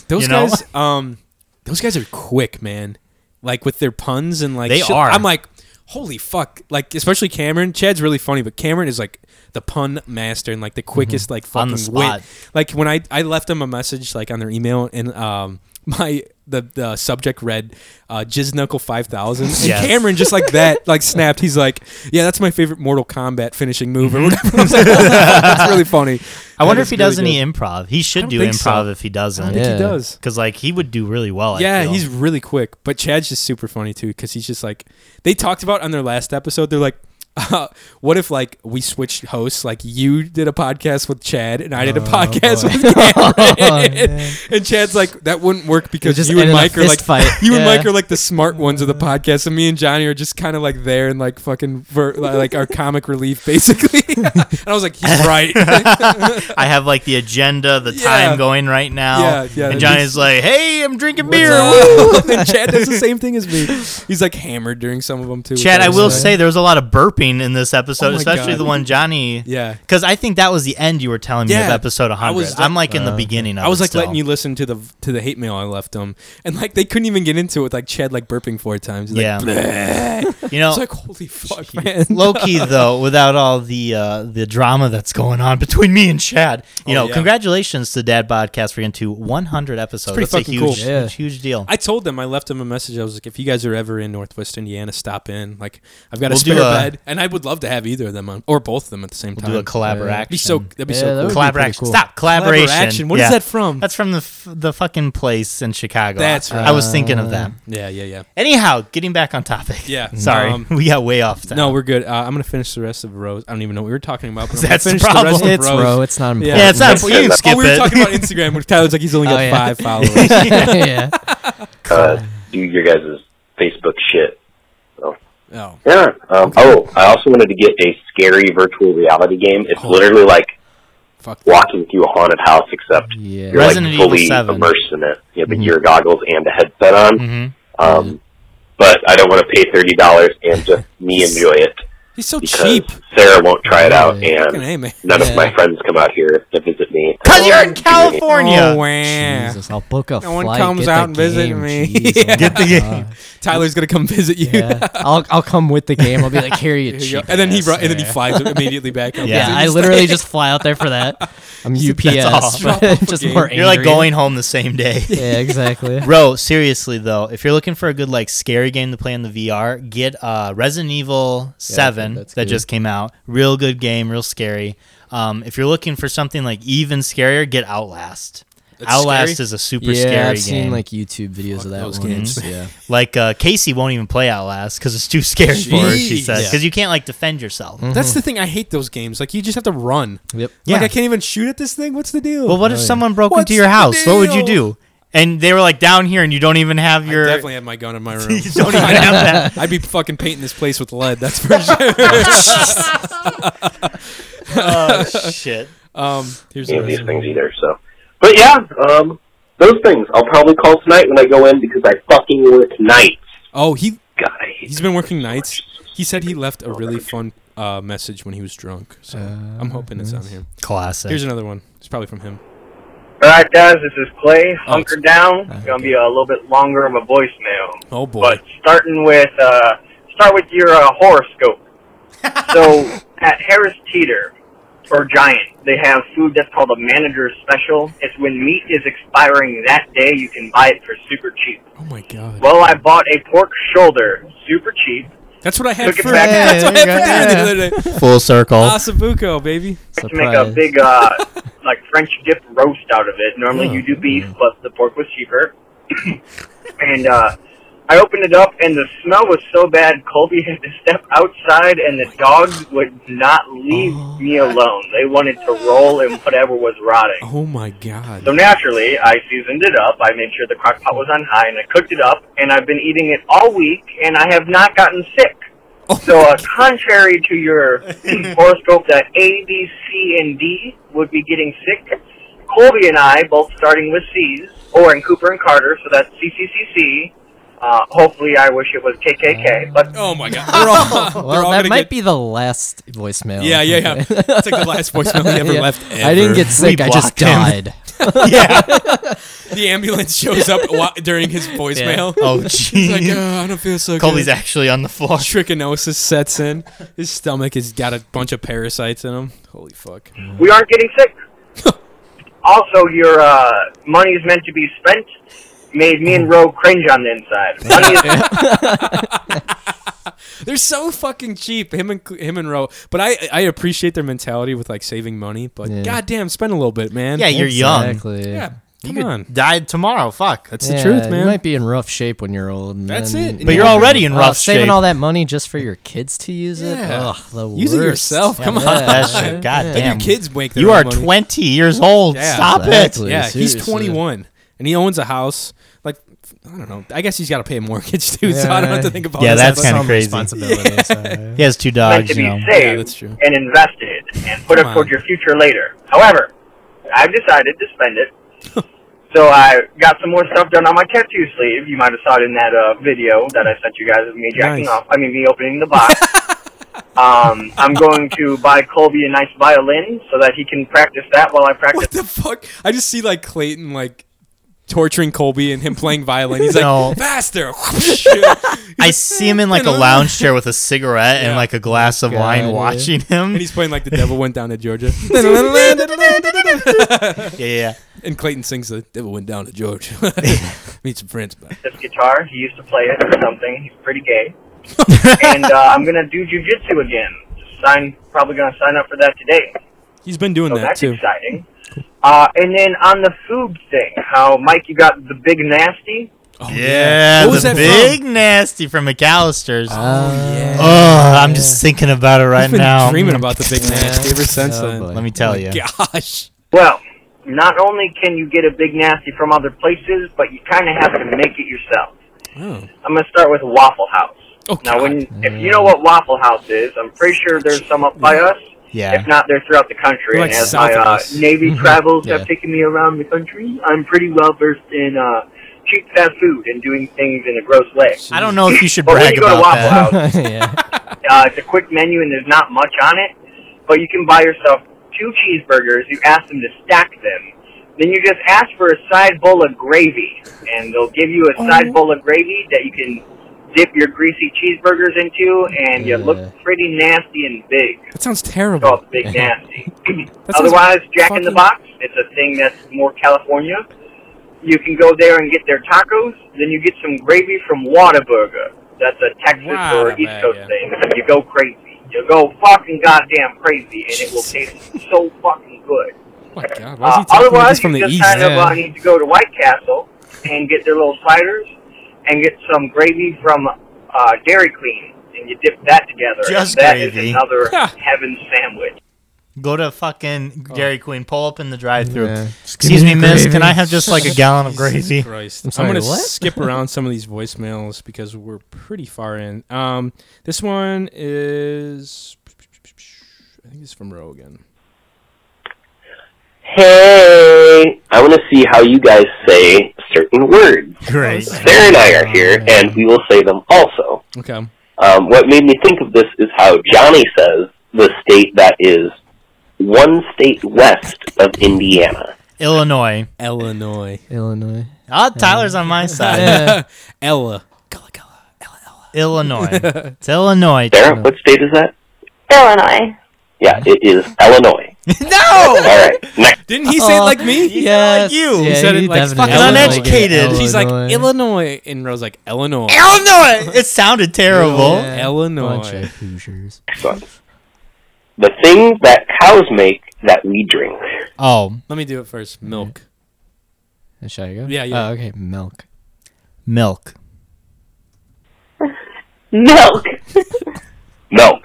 dude. Those you know? guys. Um, those guys are quick, man. Like with their puns and like They shit- are. I'm like, holy fuck! Like especially Cameron. Chad's really funny, but Cameron is like the pun master and like the quickest like Mm-hmm. On fucking the wit. spot. Like when I I left them a message like on their email and um. My the, the subject read uh Jizz Knuckle five thousand and Yes. Cameron just like that like snapped he's like yeah that's my favorite Mortal Kombat finishing move or whatever Mm-hmm. that's really funny I wonder That if is he does really any improv. He should don't do think improv so. if he good. I doesn't. think Yeah. he does Because like he would do really well. I yeah, feel. he's really quick. But Chad's just super funny too because he's just like they talked about on their last episode. They're like, uh, what if like we switched hosts? Like you did a podcast with Chad and I Oh, did a podcast with Cameron. and Chad's like, that wouldn't work because just you and ended in a Mike are like fist fight. you and Yeah. Mike are like the smart ones of the podcast, and me and Johnny are just kind of like there and like fucking ver- like our comic relief basically. and I was like, he's right. I have like the agenda, the Yeah. time going right now. Yeah, yeah. And Johnny's like, "Hey, I'm drinking beer." and Chad does the same thing as me. He's like hammered during some of them too. which Chad, I was will like- say there was a lot of burping in this Oh episode, my especially God. the one Johnny. Yeah. Because I think that was the end you were telling me of Yeah. episode 100. I was like- uh, I'm like in the beginning of I was it like still. letting you listen to the to the hate mail I left them, and like they couldn't even get into it. with, Like Chad like burping four times. He's like, Yeah. you I was know, like, holy fuck, man. low key though, without all the uh, the drama that's going on between me and Chad, you Oh, know, yeah. congratulations to Dad Podcast for getting to 100 episodes. pretty That's a fucking huge, cool. Yeah. huge deal. I told them I left them a message. I was like, if you guys are ever in Northwest Indiana, stop in. Like, I've got a We'll do spare a- bed, and I would love to have either of them on or both of them at the same time. Do a collaboration. That'd be so. That'd be Yeah, so that cool. would be Collaboration. cool. Stop. Collaboration. Collaboration. What is Yeah. that from? That's from the f- the fucking place in Chicago. That's I was thinking of that. yeah, yeah, yeah. Anyhow, getting back on topic. Yeah, Sorry, um, we got way off. That. No, we're good. Uh, I'm gonna finish the rest of Rose. I don't even know what we were talking about. But I'm gonna That's the finish problem. rest of It's Rose. bro. It's not "Oh, Yeah. important. yeah, it's not. You can skip Oh, we were it. talking about Instagram, which Tyler's like he's only got Oh, yeah. five followers. yeah. uh, do your guys' Facebook shit. Oh. Yeah. Um, Oh, I also wanted to get a scary virtual reality game. It's literally like Fuck. walking through a haunted house, except Yeah. you're Resident like Evil fully 7. immersed in it. You have the gear goggles and a headset on. Mm-hmm. Um, but I don't want to pay thirty dollars and just me enjoy it He's so because cheap. Sarah won't try it out, Yeah. and Fucking A, man. none Yeah. of my friends come out here to visit me. Because you're in Oh, California. wow. Jesus, I'll book a No one flight. comes get out the and visit game, me. jeez, Yeah. oh Get my the game. God. Tyler's gonna come visit you. Yeah, I'll I'll come with the game. I'll be like, here you, Here you go. cheap And then he ass." ru- and then he flies immediately back. up. Yeah, Yeah, I literally just fly out there for that. I'm UPS, awesome. but just more angry. You're like going home the same day. Yeah, exactly. Bro, seriously though, if you're looking for a good like scary game to play in the VR, get uh, Resident Evil Seven that's that good. just came out. Real good game, real scary. Um, if you're looking for something like even scarier, get Outlast. Outlast scary? is a super scary yeah, I've game. seen like YouTube videos of that those one. games. Yeah, Like, uh, Casey won't even play Outlast because it's too scary for her. She Jeez. says Yeah. because you can't like defend yourself. That's the thing. I hate those games. Like you just have to run. Like yep. Yeah. I can't even shoot at this thing. What's the deal? Well, what if someone broke What's into your the house? What would you deal? do? And they were like down here, and you don't even have I your. definitely had my gun in my room. you don't even have that. I'd be fucking painting this place with lead. That's for sure. Oh shit. Um, here's any the of these rest. things either. So, but yeah, um, those things I'll probably call tonight when I go in because I fucking work nights. Oh, he God, I hate he's been working nights. He said he left a really fun uh, message when he was drunk. So Uh, I'm hoping it's on here. Classic. Here's another one. It's probably from him. All right, guys, this is Clay. Hunker Hunker down. It's gonna be a little bit longer of a voicemail, Oh boy. but starting with uh, start with your uh, horoscope. so at Harris Teeter or Giant, they have food that's called a manager's special. It's when meat is expiring that day, you can buy it for super cheap. oh my god. Well, I bought a pork shoulder, super cheap. That's what I had Took it for. back. That's what I had for dinner Yeah. the other day. Full circle. Asabuco, baby. to make a Surprise. big uh, like French dip roast out of it. Normally you do beef, but the pork was cheaper. and uh, I opened it up, and the smell was so bad. Colby had to step outside, and the dogs would not leave me alone. They wanted to roll in whatever was rotting. Oh my god. So naturally, I seasoned it up. I made sure the crock pot was on high, and I cooked it up. And I've been eating it all week, and I have not gotten sick. so, uh, contrary to your horoscope that A, B, C, and D would be getting sick, Colby and I, both starting with C's, or in Cooper and Carter, so that's CCCC. Uh, hopefully, I wish it was KKK, but Oh my god. They're all, they're Well, all that gonna might get- be the last voicemail. Yeah, yeah, yeah. That's like the last voicemail he ever Yeah. left. I didn't ever. get sick. I just blocked him. died. the ambulance shows up wa- during his voicemail. Oh He's like, jeez. "Oh, I don't feel so Colby's good." actually on the floor. Trichinosis sets in. His stomach has got a bunch of parasites in him. Holy fuck. we aren't getting sick. also, your uh, money is meant to be spent made me and Roe cringe on the inside. Money is They're so fucking cheap, him and him and Roe. But I I appreciate their mentality with like saving money, but Yeah. goddamn, spend a little bit, man. Yeah, you're young. Exactly. yeah. Come You on, could die tomorrow. Fuck. that's the truth, You man. might be in rough shape when you're old. and That's then- it. But you're already in Oh, rough saving shape. all that money just for your kids to use it. Yeah. Ugh, the Use it worst. yourself. Come on. Yeah. That shit. God Let damn. your kids wake. Their You own are money. 20 years old. Yeah. Stop Exactly. it. Yeah, he's seriously. 21 and he owns a house. Like I don't know. I guess he's got to pay a mortgage too, so I don't have to think about. Yeah, all this that's other kinda stuff. Some crazy. responsibility, so- He has two meant dogs, to you be know. uh, Yeah, that's saved true. and invested and put Come up toward on. your future later. However, I've decided to spend it. so I got some more stuff done on my tattoo sleeve. You might have saw it in that uh, video that I sent you guys of me jacking Nice. off. I mean, me opening the box. um, I'm going to buy Colby a nice violin so that he can practice that while I practice What the fuck? I just see like Clayton like torturing Colby and him playing violin. He's like No. faster. I see him in like a lounge chair with a cigarette Yeah. and like a glass of God, wine yeah. watching him. and he's playing like the devil went down to Georgia. yeah, yeah. and Clayton sings the devil went down to Georgia. Meet some friends. Bye. this guitar. He used to play it or something. He's pretty gay. and uh, I'm gonna do jujitsu again. Sign, probably gonna sign up for that today. He's been doing So that Oh, that's too. exciting. Uh, and then on the food thing, how Mike, you got the big nasty. Oh, yeah. What was the that big nasty from McAllister's. Uh, Yeah. oh, I'm just thinking about it right I've been now. Mm, dreaming about the big nasty ever since Oh, then. boy. Let me tell you. Gosh. Well, not only can you get a big nasty from other places, but you kind of have to make it yourself. Oh. I'm gonna start with Waffle House. Oh, now, when if you know what Waffle House is, I'm pretty sure there's some up by us. Yeah. If not, they're throughout the country. They're and like as my south of uh, us. Navy Mhm. travels Yeah. have taken me around the country, I'm pretty well versed in uh, cheap fast food and doing things in a gross way. I don't know if you should But when brag you go to about Waffle House, that. yeah. uh, it's a quick menu and there's not much on it, but you can buy yourself two cheeseburgers. You ask them to stack them. Then you just ask for a side bowl of gravy, and they'll give you a side bowl of gravy that you can dip your greasy cheeseburgers into, and you look pretty nasty and big. That sounds It's terrible. called Big Nasty. That sounds Oh, Otherwise, Jack in the fucking- Box. It's a thing that's more California. You can go there and get their tacos. Then you get some gravy from Whataburger. That's a Texas or East Coast thing. You go crazy. You go fucking goddamn crazy, and it will taste so fucking good. Oh, my God, why is Uh, he talking like otherwise, this from you the just east? kind of uh, need to go to White Castle and get their little sliders and get some gravy from uh, Dairy Queen, and you dip that together. Just and that is gravy. another heaven sandwich. Go to fucking Oh. Dairy Queen. Pull up in the drive-through. Yeah. Excuse me, Give me miss. gravy. Can I have just like a gallon of gravy? Christ. I'm I'm, sorry, going to what? skip around some of these voicemails because we're pretty far in. Um, this one is, I think it's from Rogan. Hey, I want to see how you guys say certain words. Great. Sarah and I are here, and we will say them also. Okay. Um, what made me think of this is how Johnny says the state that is one state west of Indiana. Illinois. Illinois. Illinois. Ah, Tyler's on my side. Ella. Illinois. It's Illinois. Sarah, what state is that? Illinois. Yeah, it is Illinois. All No. right, next. Didn't he say it like me? Yes. you. Yeah, he said it like definitely fucking did. uneducated. She's Illinois. like Illinois, and Rose like Illinois. Illinois. It sounded terrible. Yeah. Bunch Illinois. of Hoosiers. one. The thing that cows make that we drink. Oh, Let me do it first. Milk. Should I go? Yeah, yeah. Oh, okay. Milk. milk. Milk. Milk.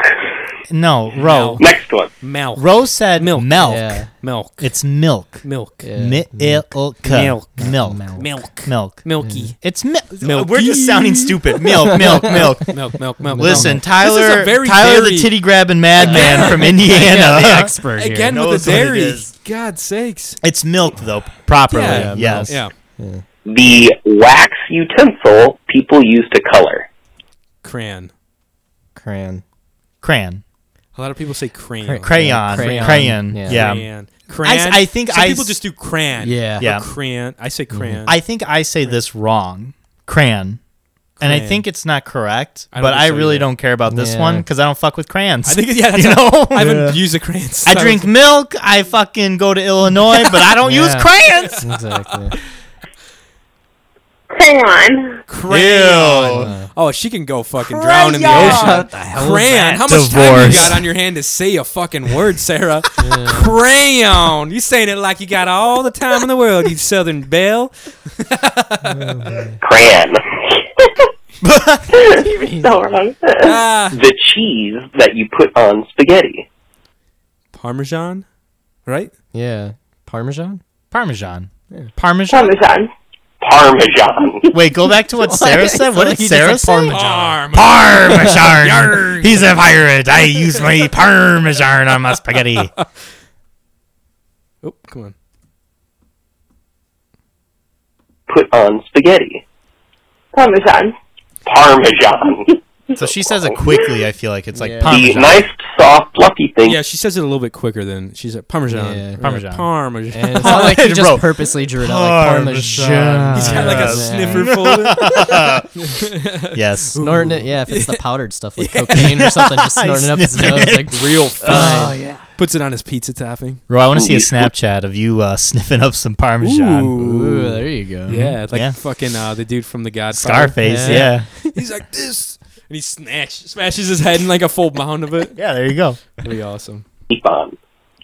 No, Ro. Next one. Milk. Ro said milk. Milk. Yeah. Milk. It's milk. Milk. Yeah. Mi- Milk. Milk. Milk. Milk. Milk. Milky. It's milk. Milky. We're just sounding stupid. Milk. Milk. Milk. Milk. Milk. Milk. Listen, milk. Tyler, This is a very Tyler the dairy- titty grabbing madman from Indiana, the expert here, again with knows the what it dairy. is. God sakes. It's milk though, properly. Yeah, yeah, yes. Yeah. The wax utensil people use to color. Crayon. Crayon. Crayon. A lot of people say crayon. Crayon. Crayon. Crayon. Yeah. Yeah. Crayon. Crayon. I think some I- people just do crayon. Yeah. Or Yeah. Mm-hmm. Crayon. I say crayon. I think I say this wrong. Crayon. And I think it's not correct, I don't but think I so really either. don't care about this Yeah. one because I don't fuck with crayons. I think yeah. That's you a- know. I haven't used a crayon. since I was- drink milk. I fucking go to Illinois, but I don't use Yeah. crayons. Exactly. Crayon. crayon. Uh, Oh, she can go fucking drown in the Crayon. ocean. What the hell is crayon. that? How much time you Divorce. got on your hand to say a fucking word, Sarah? Crayon. You saying it like you got all the time in the world, you Southern belle. Crayon. So wrong. Ah, the cheese that you put on spaghetti. Parmesan, right? Yeah. Parmesan? Parmesan. Parmesan. Parmesan. Parmesan. Wait, go back to what Sarah said. What did He just Sarah said say? Parmesan. Parmesan. He's a pirate. I use my parmesan on my spaghetti. Oh, come on. put on spaghetti. Parmesan. Parmesan. So she says it quickly. I feel like it's like Yeah. the parmesan. nice, soft, fluffy thing. Yeah, she says it a little bit quicker than she's at Parmesan. Yeah. Parmesan. Parmesan. And it's not like he just Bro. purposely drew it out like Parmesan. He's got like a Yeah. sniffer folder. Yes. Snorting it, yeah, if it's the powdered stuff like cocaine or something, just snorting it up his nose like Real fine. Oh, yeah. Puts it on his pizza topping. Ro, I want to see a Snapchat of you uh, sniffing up some parmesan. Ooh, there you go. Yeah, like Yeah. fucking uh, the dude from The Godfather. Scarface, Yeah. yeah. yeah. He's like this, and he snatch, smashes his head in like a full mound of it. there you go. That'd be awesome. Keep on.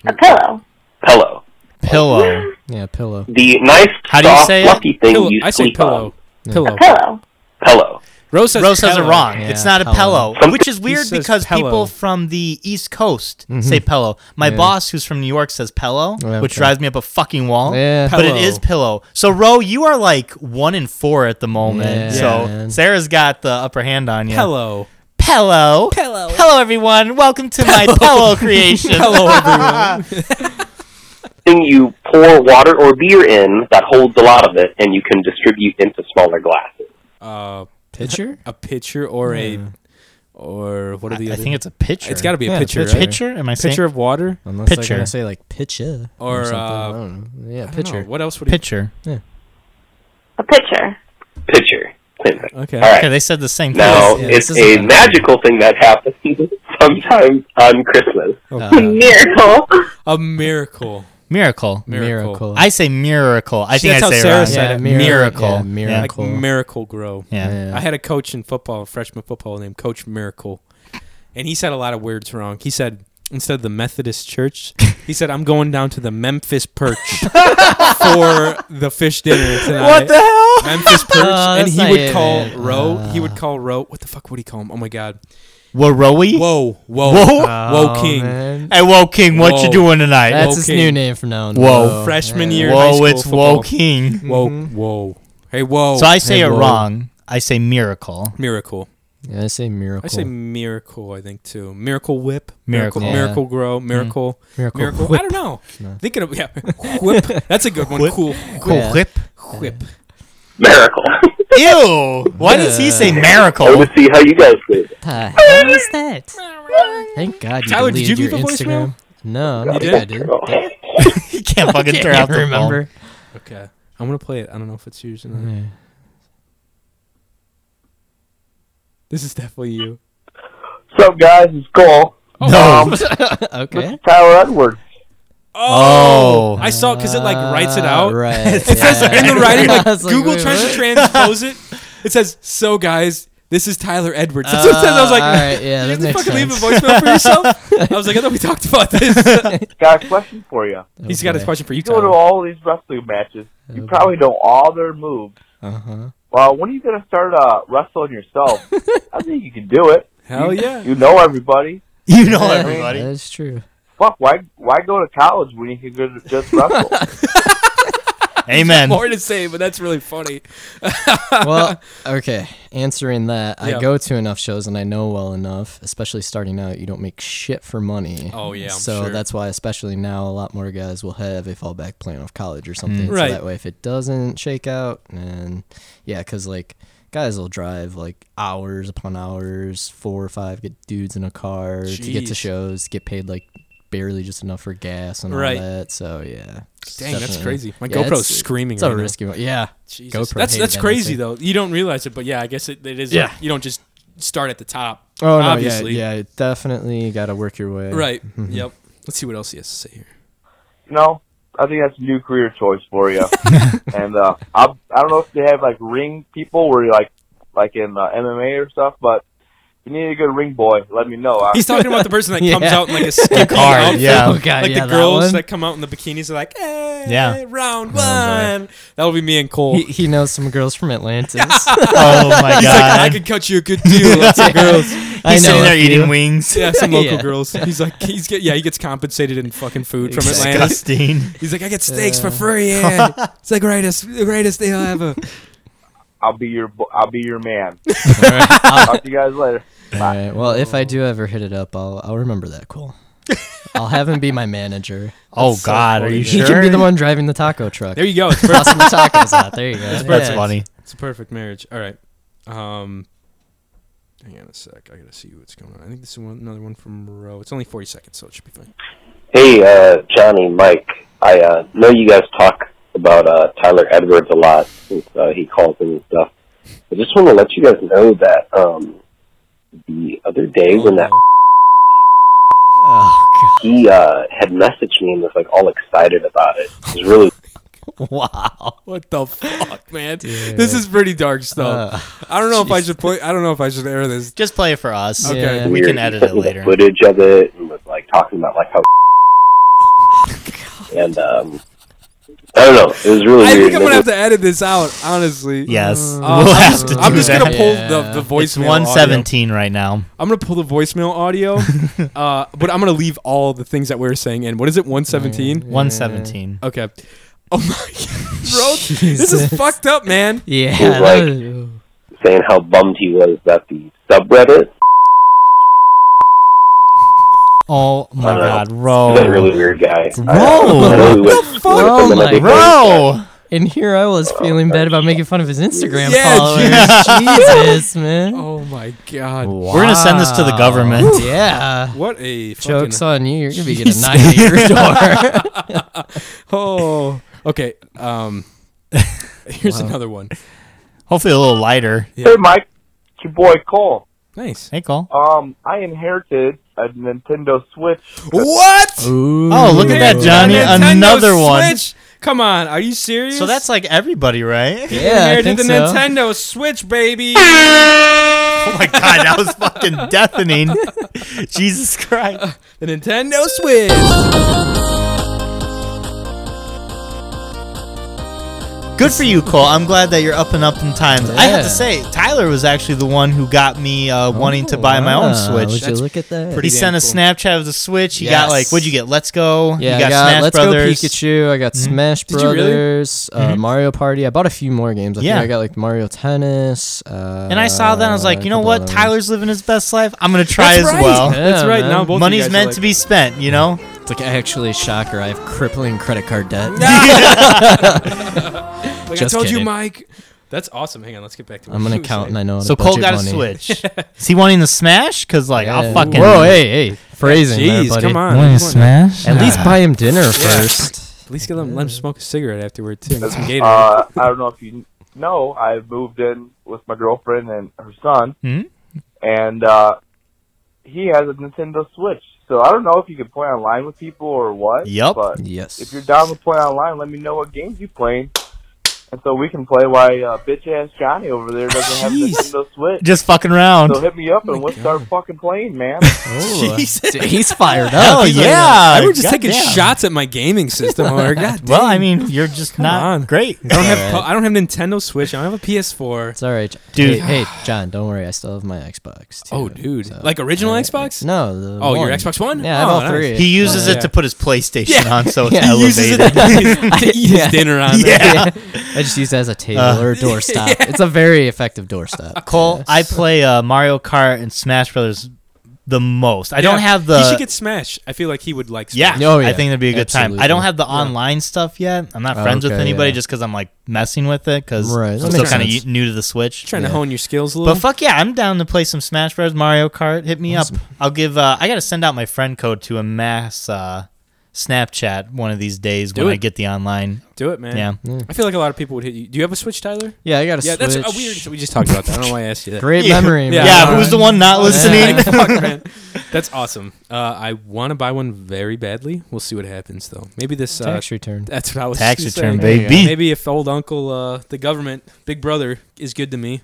A pillow. Pillow. Pillow. Yeah, pillow. The nice, How do you soft, say it? fluffy thing Pillow. you I say sleep pillow. on. Pillow. Pillow. Pillow. Rose says Rose has it pillow. wrong. Yeah, it's not a pillow. pillow, which is He weird says because pillow. people from the East Coast Mhm. say pillow. My Yeah. boss, who's from New York, says pillow, Yeah, which okay. drives me up a fucking wall. Yeah. but it Pillow. is pillow. So Ro, you are like one in four at the moment. Yeah, so man. Sarah's got the upper hand on you. Pillow. Pillow. Pillow. Hello, everyone. Welcome to my pillow creation. Hello, everyone. thing you pour water or beer in that holds a lot of it, and you can distribute into smaller glasses. Uh, pitcher? A pitcher or a or what are the I other? think it's a pitcher. It's got to be a Yeah, pitcher. pitcher. right? Pitcher? Am I Oh, pitcher saying- of water? Unless they're Pitcher. gonna say, like, pitcher or, or something. Uh, I don't know. Yeah, I don't pitcher. know. What else would Pitcher. Yeah. A pitcher. Pitcher. Okay. All right. Okay, they said the same thing. Now, Yeah, it's this a isn't- magical thing that happens sometimes on Christmas. Miracle. A miracle. Miracle. Miracle. I say miracle. I See, think that's I how say Sarah wrong. said it. miracle. Like Yeah. miracle grow. Yeah. Yeah. I had a coach in football, freshman football, named Coach Miracle, and he said a lot of words wrong. He said instead of the Methodist Church, he said I'm going down to the Memphis Perch for the fish dinner tonight. What the hell? Memphis Perch, Uh, and that's he not would it, call man. Roe. he would call Roe. What the fuck would he call him? Oh my god. Waroe? Whoa, whoa, Whoa? Oh, whoa, King! Hey, Whoa King, what you doing tonight? Whoa That's his new name from now on, Whoa, Whoa. freshman Yeah. year. Whoa, high school it's football. Whoa King. Whoa, Mhm. whoa. Hey, whoa. So I say it wrong. I say miracle. Miracle. Yeah, I say miracle. I say miracle. I think too. Miracle whip. Miracle. Miracle. Yeah. Miracle grow. Mm. Miracle. Miracle Miracle. whip. I don't know. No. Thinking of yeah. Whip. That's a good one. Whip. Cool. Cool Yeah. whip. Whip. Miracle. Ew. Why does he say miracle? I want to see how you guys do it. What the hell is that? Thank God you Tyler, did deleted you your leave a voicemail? Instagram. No, I You don't think did? I did. He can't fucking I tear out the phone. remember. Okay. I'm gonna play it. I don't know if it's yours or not. This is definitely you. What's up, guys? It's Cole. No. Okay. This is Tyler Edwards. Oh, I saw because it like writes it out. Ah, right, it says yeah. in the writing, like, I was like, Google wait, tries what? to transpose it. It says, "So guys, this is Tyler Edwards." That's what it says. I was Oh, like, all right, yeah, "You that have to makes fucking leave a sense. voicemail for yourself." I was like, "I thought we talked about this." Got a question for you. He's got his question for you, You go to Tyler. all these wrestling matches. You probably know all their moves. Uh huh. Well, when are you gonna start uh, wrestling yourself? I think you can do it. Hell You- yeah. You know everybody. You know Yeah, everybody. That's true. Fuck, why why go to college when you can go to just wrestle? Amen. More to say, but that's really funny. well, okay. Answering that, Yeah. I go to enough shows and I know well enough, especially starting out, you don't make shit for money. Oh, yeah, I'm so sure. that's why, especially now, a lot more guys will have a fallback plan of college or something. Mm. So Right. that way, if it doesn't shake out, and yeah, because like guys will drive like hours upon hours, four or five get dudes in a car to get to Jeez. shows, get paid like barely just enough for gas and Right. all that. So yeah. it's Dang, that's definitely- crazy. My yeah, GoPro's it's- screaming. It's a right now. risky one. Yeah. Jesus. GoPro that's hated that's that, I crazy think. though. You don't realize it, but yeah, I guess it, it is. Yeah. Like, you don't just start at the top. Oh no, obviously. yeah, yeah, definitely got to work your way. Right. Mhm. Yep. Let's see what else he has to say here. you know, I think that's a new career choice for you. and uh, I I don't know if they have like ring people where you like like in uh, MMA or stuff, but if you need a good ring boy, let me know. I, He's talking about the person that comes Yeah. out in like a skimpy Card, outfit. yeah. Oh, God, like yeah, the that girls one. that come out in the bikinis are like, hey, Yeah. Oh, round boy. one. That'll be me and Cole. He, he knows some girls from Atlantis. Oh my He's God. like, I could cut you a good deal. Lots of girls. He's I know sitting a there few. eating wings. Yeah, some local Yeah. girls. He's like, he's get, yeah, he gets compensated in fucking food from Disgusting. Atlantis. He's like, I get steaks for free. Yeah. it's the greatest, the greatest deal ever. I'll be your bo- I'll be your man. right. Talk to you guys later. All right. Well, if I do ever hit it up, I'll I'll remember that. Cool. I'll have him be my manager. Oh, That's so God, are funny, you man. He can be sure? the one driving the taco truck. There you go. It's Tossing the perfect. tacos out. There you go. It's Yeah. perfect. It's a perfect marriage. All right. Um, hang on a sec. I gotta see what's going on. I think this is one, another one from Row. It's only forty seconds, so it should be fine. Hey, uh, Johnny, Mike. I uh, know you guys talk about uh, Tyler Edwards a lot since uh, he calls in and stuff. I just want to let you guys know that um, the other day when that Oh, he uh, had messaged me and was like all excited about it. It was really Wow. What the fuck, man? This is pretty dark Uh, stuff. I don't know if I should play. I don't know if I should air this. Just play it for us. Okay. Yeah. We weird. can He edit sent it me the later. Footage of it and was like talking about like how and um, I don't know. It was really I weird. think I'm gonna It have to edit this out, honestly. Yes, Uh, we'll I'm have just- to. Do I'm just that. gonna pull the the voicemail. It's audio. 117 right now. I'm gonna pull the voicemail audio, uh, but I'm gonna leave all the things that we were saying in. What is it? 117. 117. Okay. Oh my god, bro, this is fucked up, man. Yeah. was like saying how bummed he was that the subreddit. Oh my I don't know. god, Ro. He's a really weird guy. I- Ro! I Oh. don't know who What was- Oh was my another Ro. And here I was feeling bad about making fun of his Instagram Yeah, followers. Jesus, man. Ah. Oh my god. We're gonna send this to the government. Yeah. What a fucking Joke's on you. You're going to be getting a knock at your door. Oh. Okay. Um. Here's another one. Hopefully, a little lighter. Hey, Mike. It's your boy Cole. Nice. Hey, Cole. Um, I inherited a Nintendo Switch. What? Oh, look at that, Johnny. Nintendo Another one. Switch? Come on. Are you serious? So that's like everybody, right? yeah, I inherited think the so. Nintendo Switch, baby. Oh my god, that was fucking deafening. Jesus Christ. the Nintendo Switch. Good for you, Cole. I'm glad that you're up and up in times. I have Yeah. to say, Tyler was actually the one who got me uh, wanting to buy my own Ah, Switch. Would you look at that? He Pretty damn sent a cool. Snapchat of the Switch. He got Yes. like, what'd you get? Let's Go. Yeah, you got, I got Smash Let's Brothers. Mm-hmm. Go Pikachu. I got Smash Did you really? Brothers, uh, Mario Party. I bought a few more games. I Yeah. think I got like Mario Tennis. Uh, And I saw that and I was like, you know couple what? others. Tyler's living his best life. I'm gonna try Uh, That's as right. well. That's Yeah, right. man. Now both Money's meant to be spent, you know. It's like actually a shocker. I have crippling credit card debt. Like Just I told you, kidding. Mike. That's awesome. Hang on. Let's get back to. I'm what gonna you were count saying. and I know. how to So Cole budget got money. a Switch. Is he wanting to Smash? Cause like I'll Yeah. fucking Whoa, hey, hey, phrasing, there, Jeez, buddy. come on. Come on. Smash. At least buy him dinner first. At least get them, let them smoke a cigarette afterward too. Get some Gatorade. Uh, I don't know if you know, I moved in with my girlfriend and her son, Hmm? and uh, he has a Nintendo Switch. So I don't know if you can play online with people or what. Yep. But Yes. if you're down to play online, let me know what games you playing, and so we can play. Why uh, bitch ass Johnny over there doesn't have a Jeez. Nintendo Switch? Just fucking around. So hit me up and we'll start fucking playing, man. Jesus. Dude, he's fired Hell up. He's like, yeah! I were just taking Goddamn. shots at my gaming system. Or, God Well, dang. I mean, you're just not on. great, I don't have I don't have Nintendo Switch. I don't have a PS4. It's all right, Dude. dude. Hey, hey, John, don't worry. I still have my Xbox. Too, Oh, dude, so- like original Xbox? No. The Oh, your one. Xbox One? Yeah, I have Oh, all nice. three. He uses Yeah. it to put his PlayStation on, so it's Yeah, he uses it elevated. to eat his- to eat his Yeah. dinner on. Yeah. I just use it as a table Uh, or a doorstop. It's a very effective doorstop. Cole, I play uh, Mario Kart and Smash Brothers the most. I don't have the. He should get Smash. I feel like he would like. Smash. yeah, Oh, I yeah. think that'd be a good time. I Absolutely. don't have the online stuff yet. I'm not Oh, friends with okay, anybody yeah. just because I'm like messing with it because Right, that I'm makes still kind sense. of new to the Switch. trying to Yeah. hone your skills a little. But fuck yeah, I'm down to play some Smash Bros. Mario Kart. Hit me up. I'll give. Uh, I gotta send out my friend code to a mass uh, Snapchat one of these days when it. I get the online. Do it, man. Yeah. I feel like a lot of people would hit you. Do you have a Switch, Tyler? Yeah, I got a Yeah, switch. that's a weird. We just talked about that. I don't know why I asked you that. Great memory. Yeah. man. Yeah, who's the one not listening? Like, fuck, man. That's awesome. Uh, I want to buy one very badly. We'll see what happens, though. Maybe this uh, Tax return. That's what I was Tax just return, saying. baby. Maybe if old uncle, uh, the government, big brother, is good to me.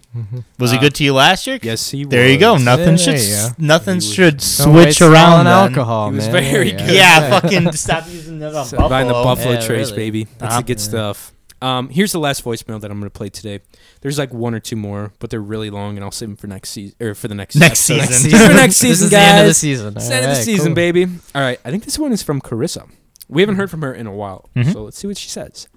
Was he good to you last year? Yes, he. There you go. was. Nothing Yeah, should there you go. nothing He was- should Don't waste switch it all around. on then. alcohol. He was man. very There you good. go. Yeah, fucking stop using that on So Buffalo. buying the Buffalo Yeah, Trace, really. baby. That's the Uh-huh. good stuff. Um, here's the last voicemail that I'm going to play today. There's like one or two more, but they're really long, and I'll save them for next season or for the next Next episode. season. Just for next This season, is the end of the guys. season. It's the end of the Alright, season, cool. Mm-hmm. baby. All right, I think this one is from Carissa. We haven't heard from her in a while, so let's see what she says.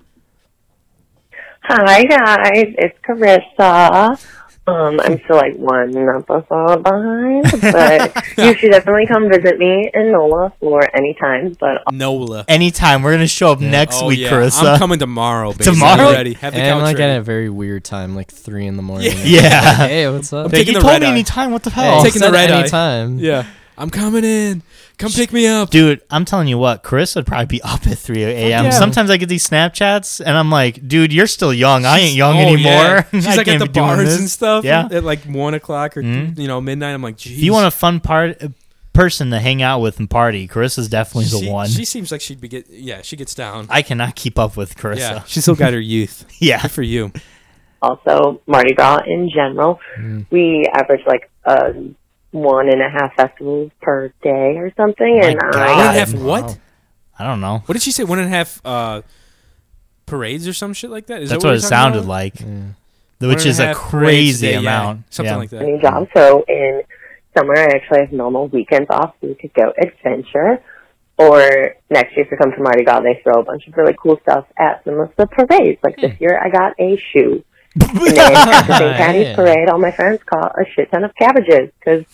Hi guys, it's Carissa. Um, I'm still like one episode behind, but you should definitely come visit me in NOLA for any time. But Nola. Anytime we're gonna show up next Oh, week, yeah. Carissa. I'm coming tomorrow, baby. Tomorrow? Get Ready. Have the And I'm couch like ready. at a very weird time, like three in the morning. Yeah. Yeah. Like, hey, what's up? Like, taking you the told red me eye. anytime. What the Hey, hell? taking the said red eye. anytime. Yeah. I'm coming in. Come pick me up. Dude, I'm telling you what, Carissa would probably be up at 3 a.m. yeah. Sometimes I get these Snapchats and I'm like, dude, you're still young. I ain't young Oh, yeah. anymore. She's I like at can't the be doing bars this. and stuff. Yeah. At like one o'clock or Mhm. you know midnight. I'm like, geez. If you want a fun part uh, person to hang out with and party, Carissa's definitely she, the one. She seems like she'd be get. Yeah, she gets down. I cannot keep up with yeah, Carissa. she still got her youth. Yeah. Good for you. also Mardi Gras in general, Mm. we average like uh, one and a half festivals per day or something. My and God. One and a I half. What? I don't know. What did she say? One and a half. Uh, parades or some shit like that. Is That's that what you're it talking sounded about? like. One Which and is a half parades crazy a day, yeah, amount. something Yeah. like that. Any job. So in summer, I actually have normal weekends off. So we could go adventure. Or next year, if you come to Mardi Gras, they throw a bunch of really cool stuff at some of the parades. Like this year, I got a shoe. and then after St. Patty's Yeah. Parade, all my friends caught a shit ton of cabbages. Because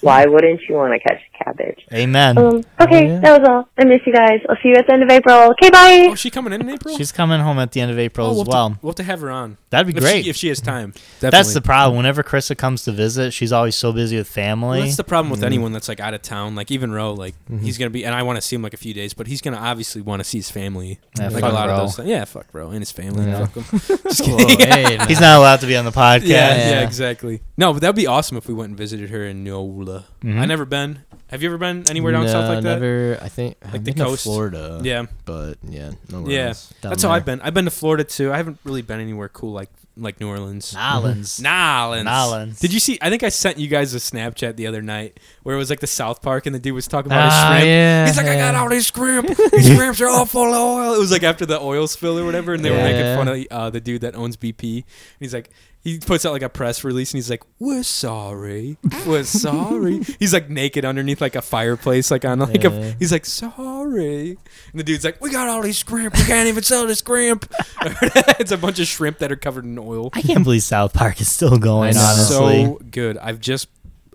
why wouldn't you want to catch a cabbage? Amen. Um, okay, that was all. I miss you guys. I'll see you at the end of April. Okay, bye. Oh, she coming in in April? She's coming home at the end of April Oh, as we'll well. have to, we'll have to have her on. That'd be If she- great. if she has time. That's Definitely. the problem. Whenever Krista comes to visit, she's always so busy with family. Well, that's the problem with Mm. anyone that's like out of town. Like even Roe, like Mm-hmm. he's gonna be, and I want to see him like a few days, but he's gonna obviously want to see his family. Yeah, like fuck a lot Roe. of those. Things. Yeah, fuck Roe and his family. Yeah. Fuck him. Just Whoa, Oh, kidding. hey, He's man. not allowed to be on the podcast. Yeah, yeah, Yeah. exactly. No, but that'd be awesome if we went and visited her in Neola. Mhm. I never been. Have you ever been anywhere down no, south like that? Never. I think Like I've the been to coast. Florida. Yeah. but yeah, nowhere yeah, else down that's there. how I've been. I've been to Florida too. I haven't really been anywhere cool like like New Orleans. Nolens. Nolens. Nolens. Did you see? I think I sent you guys a Snapchat the other night where it was like the South Park and the dude was talking about Ah, his shrimp. yeah, He's like, I got yeah. all these shrimp. These shrimps are all full of oil. It was like after the oil spill or whatever, and they were making Yeah. fun of uh, the dude that owns BP. And he's like, he puts out like a press release and he's like, we're sorry. We're sorry. he's like naked underneath like a fireplace, like on like Yeah. a. He's like, sorry. And the dude's like, we got all these shrimp. We can't even sell this shrimp. it's a bunch of shrimp that are covered in oil. I can't believe South Park is still going. Honestly, So good. I've just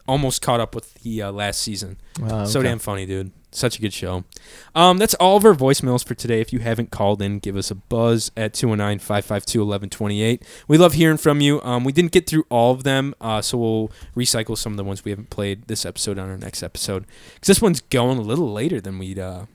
almost caught up with the uh, last season. Wow, So okay. damn funny, dude. Such a good show. Um, that's all of our voicemails for today. If you haven't called in, give us a buzz at 209 552 1128. We love hearing from you. Um, we didn't get through all of them, uh, so we'll recycle some of the ones we haven't played this episode on our next episode. Because this one's going a little later than we'd. Uh,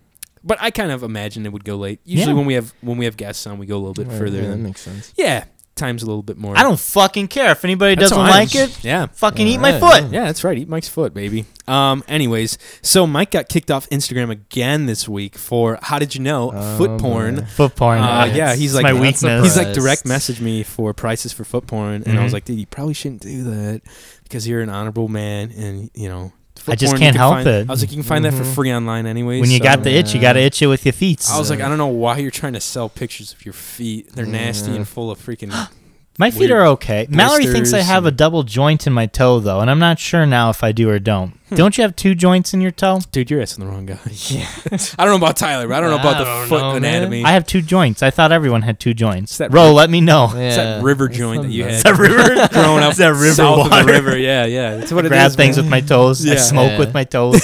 but I kind of imagined it would go late. Usually Yeah. when we have when we have guests on, we go a little bit Right, further. yeah, that than, makes sense. Yeah, time's a little bit more. I don't fucking care if anybody That's doesn't how I am. like it. Yeah, fucking eat my foot. Yeah, that's right. Eat Mike's foot, baby. Um. Anyways, so Mike got kicked off Instagram again this week for how did you know foot porn? man. Foot porn, Uh, yeah. yeah, It's- he's it's like my weakness. He's like Surprised. direct messaged me for prices for foot porn, and I Mhm. was like, dude, you probably shouldn't do that because you're an honorable man, and you know. foot I just porn, you can't can help find- it. I was like, you can find that for Mhm. free online, anyways. When you so- got the itch, you got to itch it with your feet. I was like, I don't know why you're trying to sell pictures of your feet. They're nasty Yeah. and full of freaking. My feet weird are okay. Mallory thinks I blisters have a double joint in my toe though, and I'm not sure now if I do or don't. Hmm. Don't you have two joints in your toe? Dude, you're asking the wrong guy. Yeah. I don't know about Tyler, but I don't know about the foot anatomy. I have two joints. I thought everyone had two joints. that Ro, river- let me know. It's that river joint that you had. It's that river growing up It's that river south water. of the river. Yeah, yeah. That's what I it grab is, things man. with my toes. I smoke with my toes.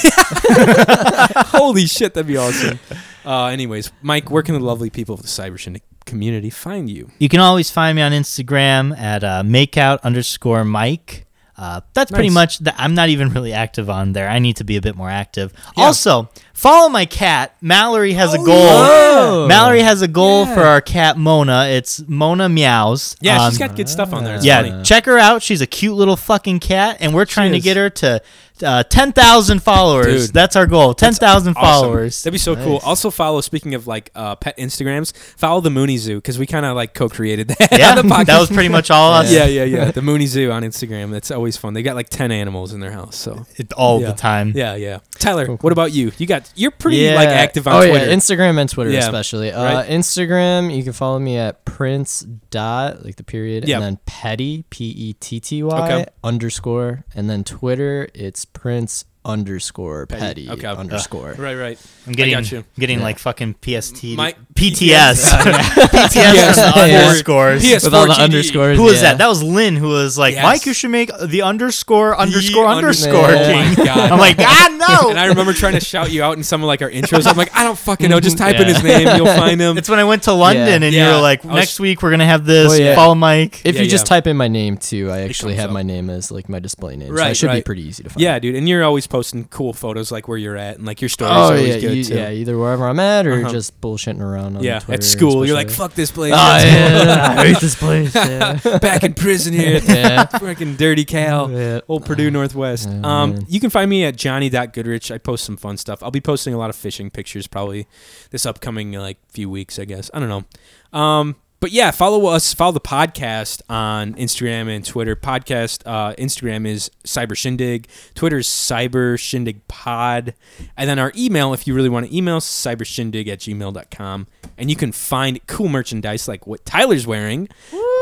Holy shit, that'd be awesome. Uh, anyways, Mike, where can the lovely people of the Cyber Shindig community find you? You can always find me on Instagram at uh, makeout underscore Mike. Uh, that's pretty Nice. much that. I'm not even really active on there. I need to be a bit more active. Also, follow my cat. Mallory has a goal. Oh, yeah. Mallory has a goal for our cat Mona. It's Mona Meows. Yeah, Um, she's got good stuff on there. It's yeah, funny. check her out. She's a cute little fucking cat, and we're trying to is. get her to uh, ten thousand followers. Dude. that's our goal. Ten thousand Awesome. followers. That'd be so cool. Also, follow. Speaking of like uh, pet Instagrams, follow the Mooney Zoo because we kind of like co-created that. Yeah, on the podcast. that was pretty much all us. Yeah, yeah, yeah. The Mooney Zoo on Instagram. That's always fun. They got like ten animals in their house, so It- all the Yeah. time. Yeah, yeah. Tyler, what about you? You got you're pretty like Yeah. active on oh, yeah, Twitter, Instagram and Twitter Yeah, especially. Uh, right? Instagram, you can follow me at prince dot like the period Yeah. and then petty p e t t y Okay. underscore and then Twitter it's prince underscore petty, Uh, underscore. Right, right. I'm getting, I got you. getting Yeah. like fucking PST, My- PTS, Yeah, yeah. PTS Yeah. from the Yeah. underscores. PS4 With all the GD. underscores, Who was yeah. that? That was Lynn who was like, Yes. Mike, you should make the underscore underscore underscore Oh my king. God. I'm like, ah, no. And I remember trying to shout you out in some of like our intros. I'm like, I don't fucking know. Just type in his name, you'll find him. It's when I went to London and you Yeah. were like, I was- next week we're gonna have this. Oh, yeah. Follow Mike. If Yeah, you just yeah. type in my name too, I actually have my name as like my display name. so Right, it should be right. pretty easy to find. Yeah, dude, and you're always posting cool photos like where you're at and like your stories Oh are always yeah, good you- too. yeah. Either wherever I'm at or Uh-huh. just bullshitting around. On Yeah, Twitter at school, you're like, especially. fuck this place. Oh, That's yeah, cool." I hate this place. yeah. Back in prison here. Yeah. Freaking dirty Cal. Old Purdue Northwest. um, man. you can find me at johnny.goodrich. I post some fun stuff. I'll be posting a lot of fishing pictures probably this upcoming like few weeks, I guess. I don't know. Um, But yeah, follow us, follow the podcast on Instagram and Twitter. Podcast uh, Instagram is Cyber Shindig, Twitter is Cyber Shindig Pod, and then our email, if you really want to email, cybershindig at gmail.com. And you can find cool merchandise like what Tyler's wearing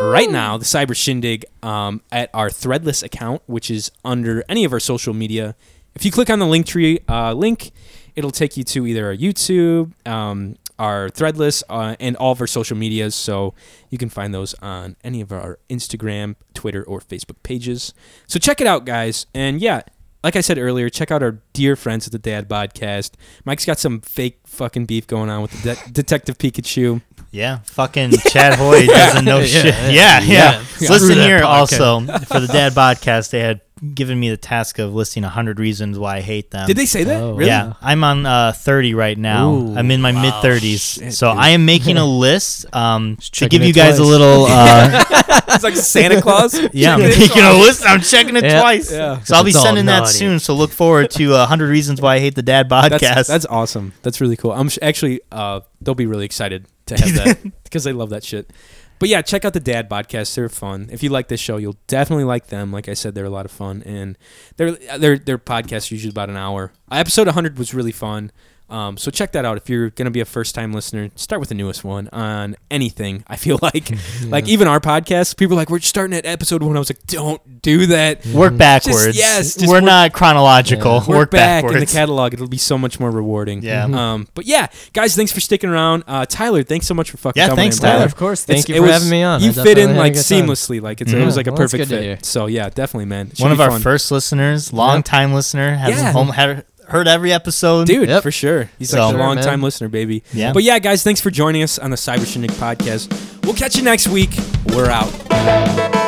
right now, the Cyber Shindig, um, at our threadless account, which is under any of our social media. If you click on the Linktree uh, link, it'll take you to either our YouTube, um, our Threadless, uh, and all of our social medias. So you can find those on any of our Instagram, Twitter, or Facebook pages. So check it out, guys. And yeah, like I said earlier, check out our dear friends at the Dad Podcast. Mike's got some fake fucking beef going on with the de- Detective Pikachu. Yeah, fucking Chad Hoy doesn't know Yeah, shit. yeah, Yeah, yeah. yeah. Yeah. Screw Listen that here, podcast. also for the Dad podcast, they had given me the task of listing hundred reasons why I hate them. Did they say that? Oh. Really? Yeah, I'm on uh, thirty right now. Ooh. I'm in my Wow. mid thirties, Shit, so dude. I am making a list um, to checking give it you guys a twice. little. Uh, It's like Santa Claus. Yeah, I'm Checking it making a twice. list. I'm checking it Yeah. twice. Yeah. So I'll be It's all sending that naughty. soon. So look forward to uh, hundred reasons why I hate the Dad podcast. That's, that's awesome. That's really cool. I'm sh- actually uh, they'll be really excited to have that because they love that shit. But yeah, check out the Dad podcast. They're fun. If you like this show, you'll definitely like them. Like I said, they're a lot of fun, and their their their podcast is usually about an hour. Uh, Episode 100 was really fun. Um, so check that out if you're gonna be a first time listener. Start with the newest one on anything. I feel like, like even our podcast, people are like we're starting at episode one. I was like, don't do that. Work Just- backwards. yes, just we're work- not chronological. Work, Work back in the backwards. catalog. It'll be so much more rewarding. Yeah. Mhm. Um, but yeah, guys, thanks for sticking around. Uh, Tyler, thanks so much for fucking Yeah, coming thanks, in, brother. Tyler. Of course. It's- Thank you it for was- having me on. I You fit definitely in had a like good time. Mm-hmm. seamlessly. Like it's, it Mhm. was like a Well, that's perfect good to fit. hear. So yeah, definitely, man. It should One of be our fun. first listeners, long time listener, has Yeah. home, had, heard every episode. Dude, for sure. He's So- like a Sure, long time man. listener, baby. Yeah. But yeah, guys, thanks for joining us on the Cyber Shindig podcast. We'll catch you next week. We're out.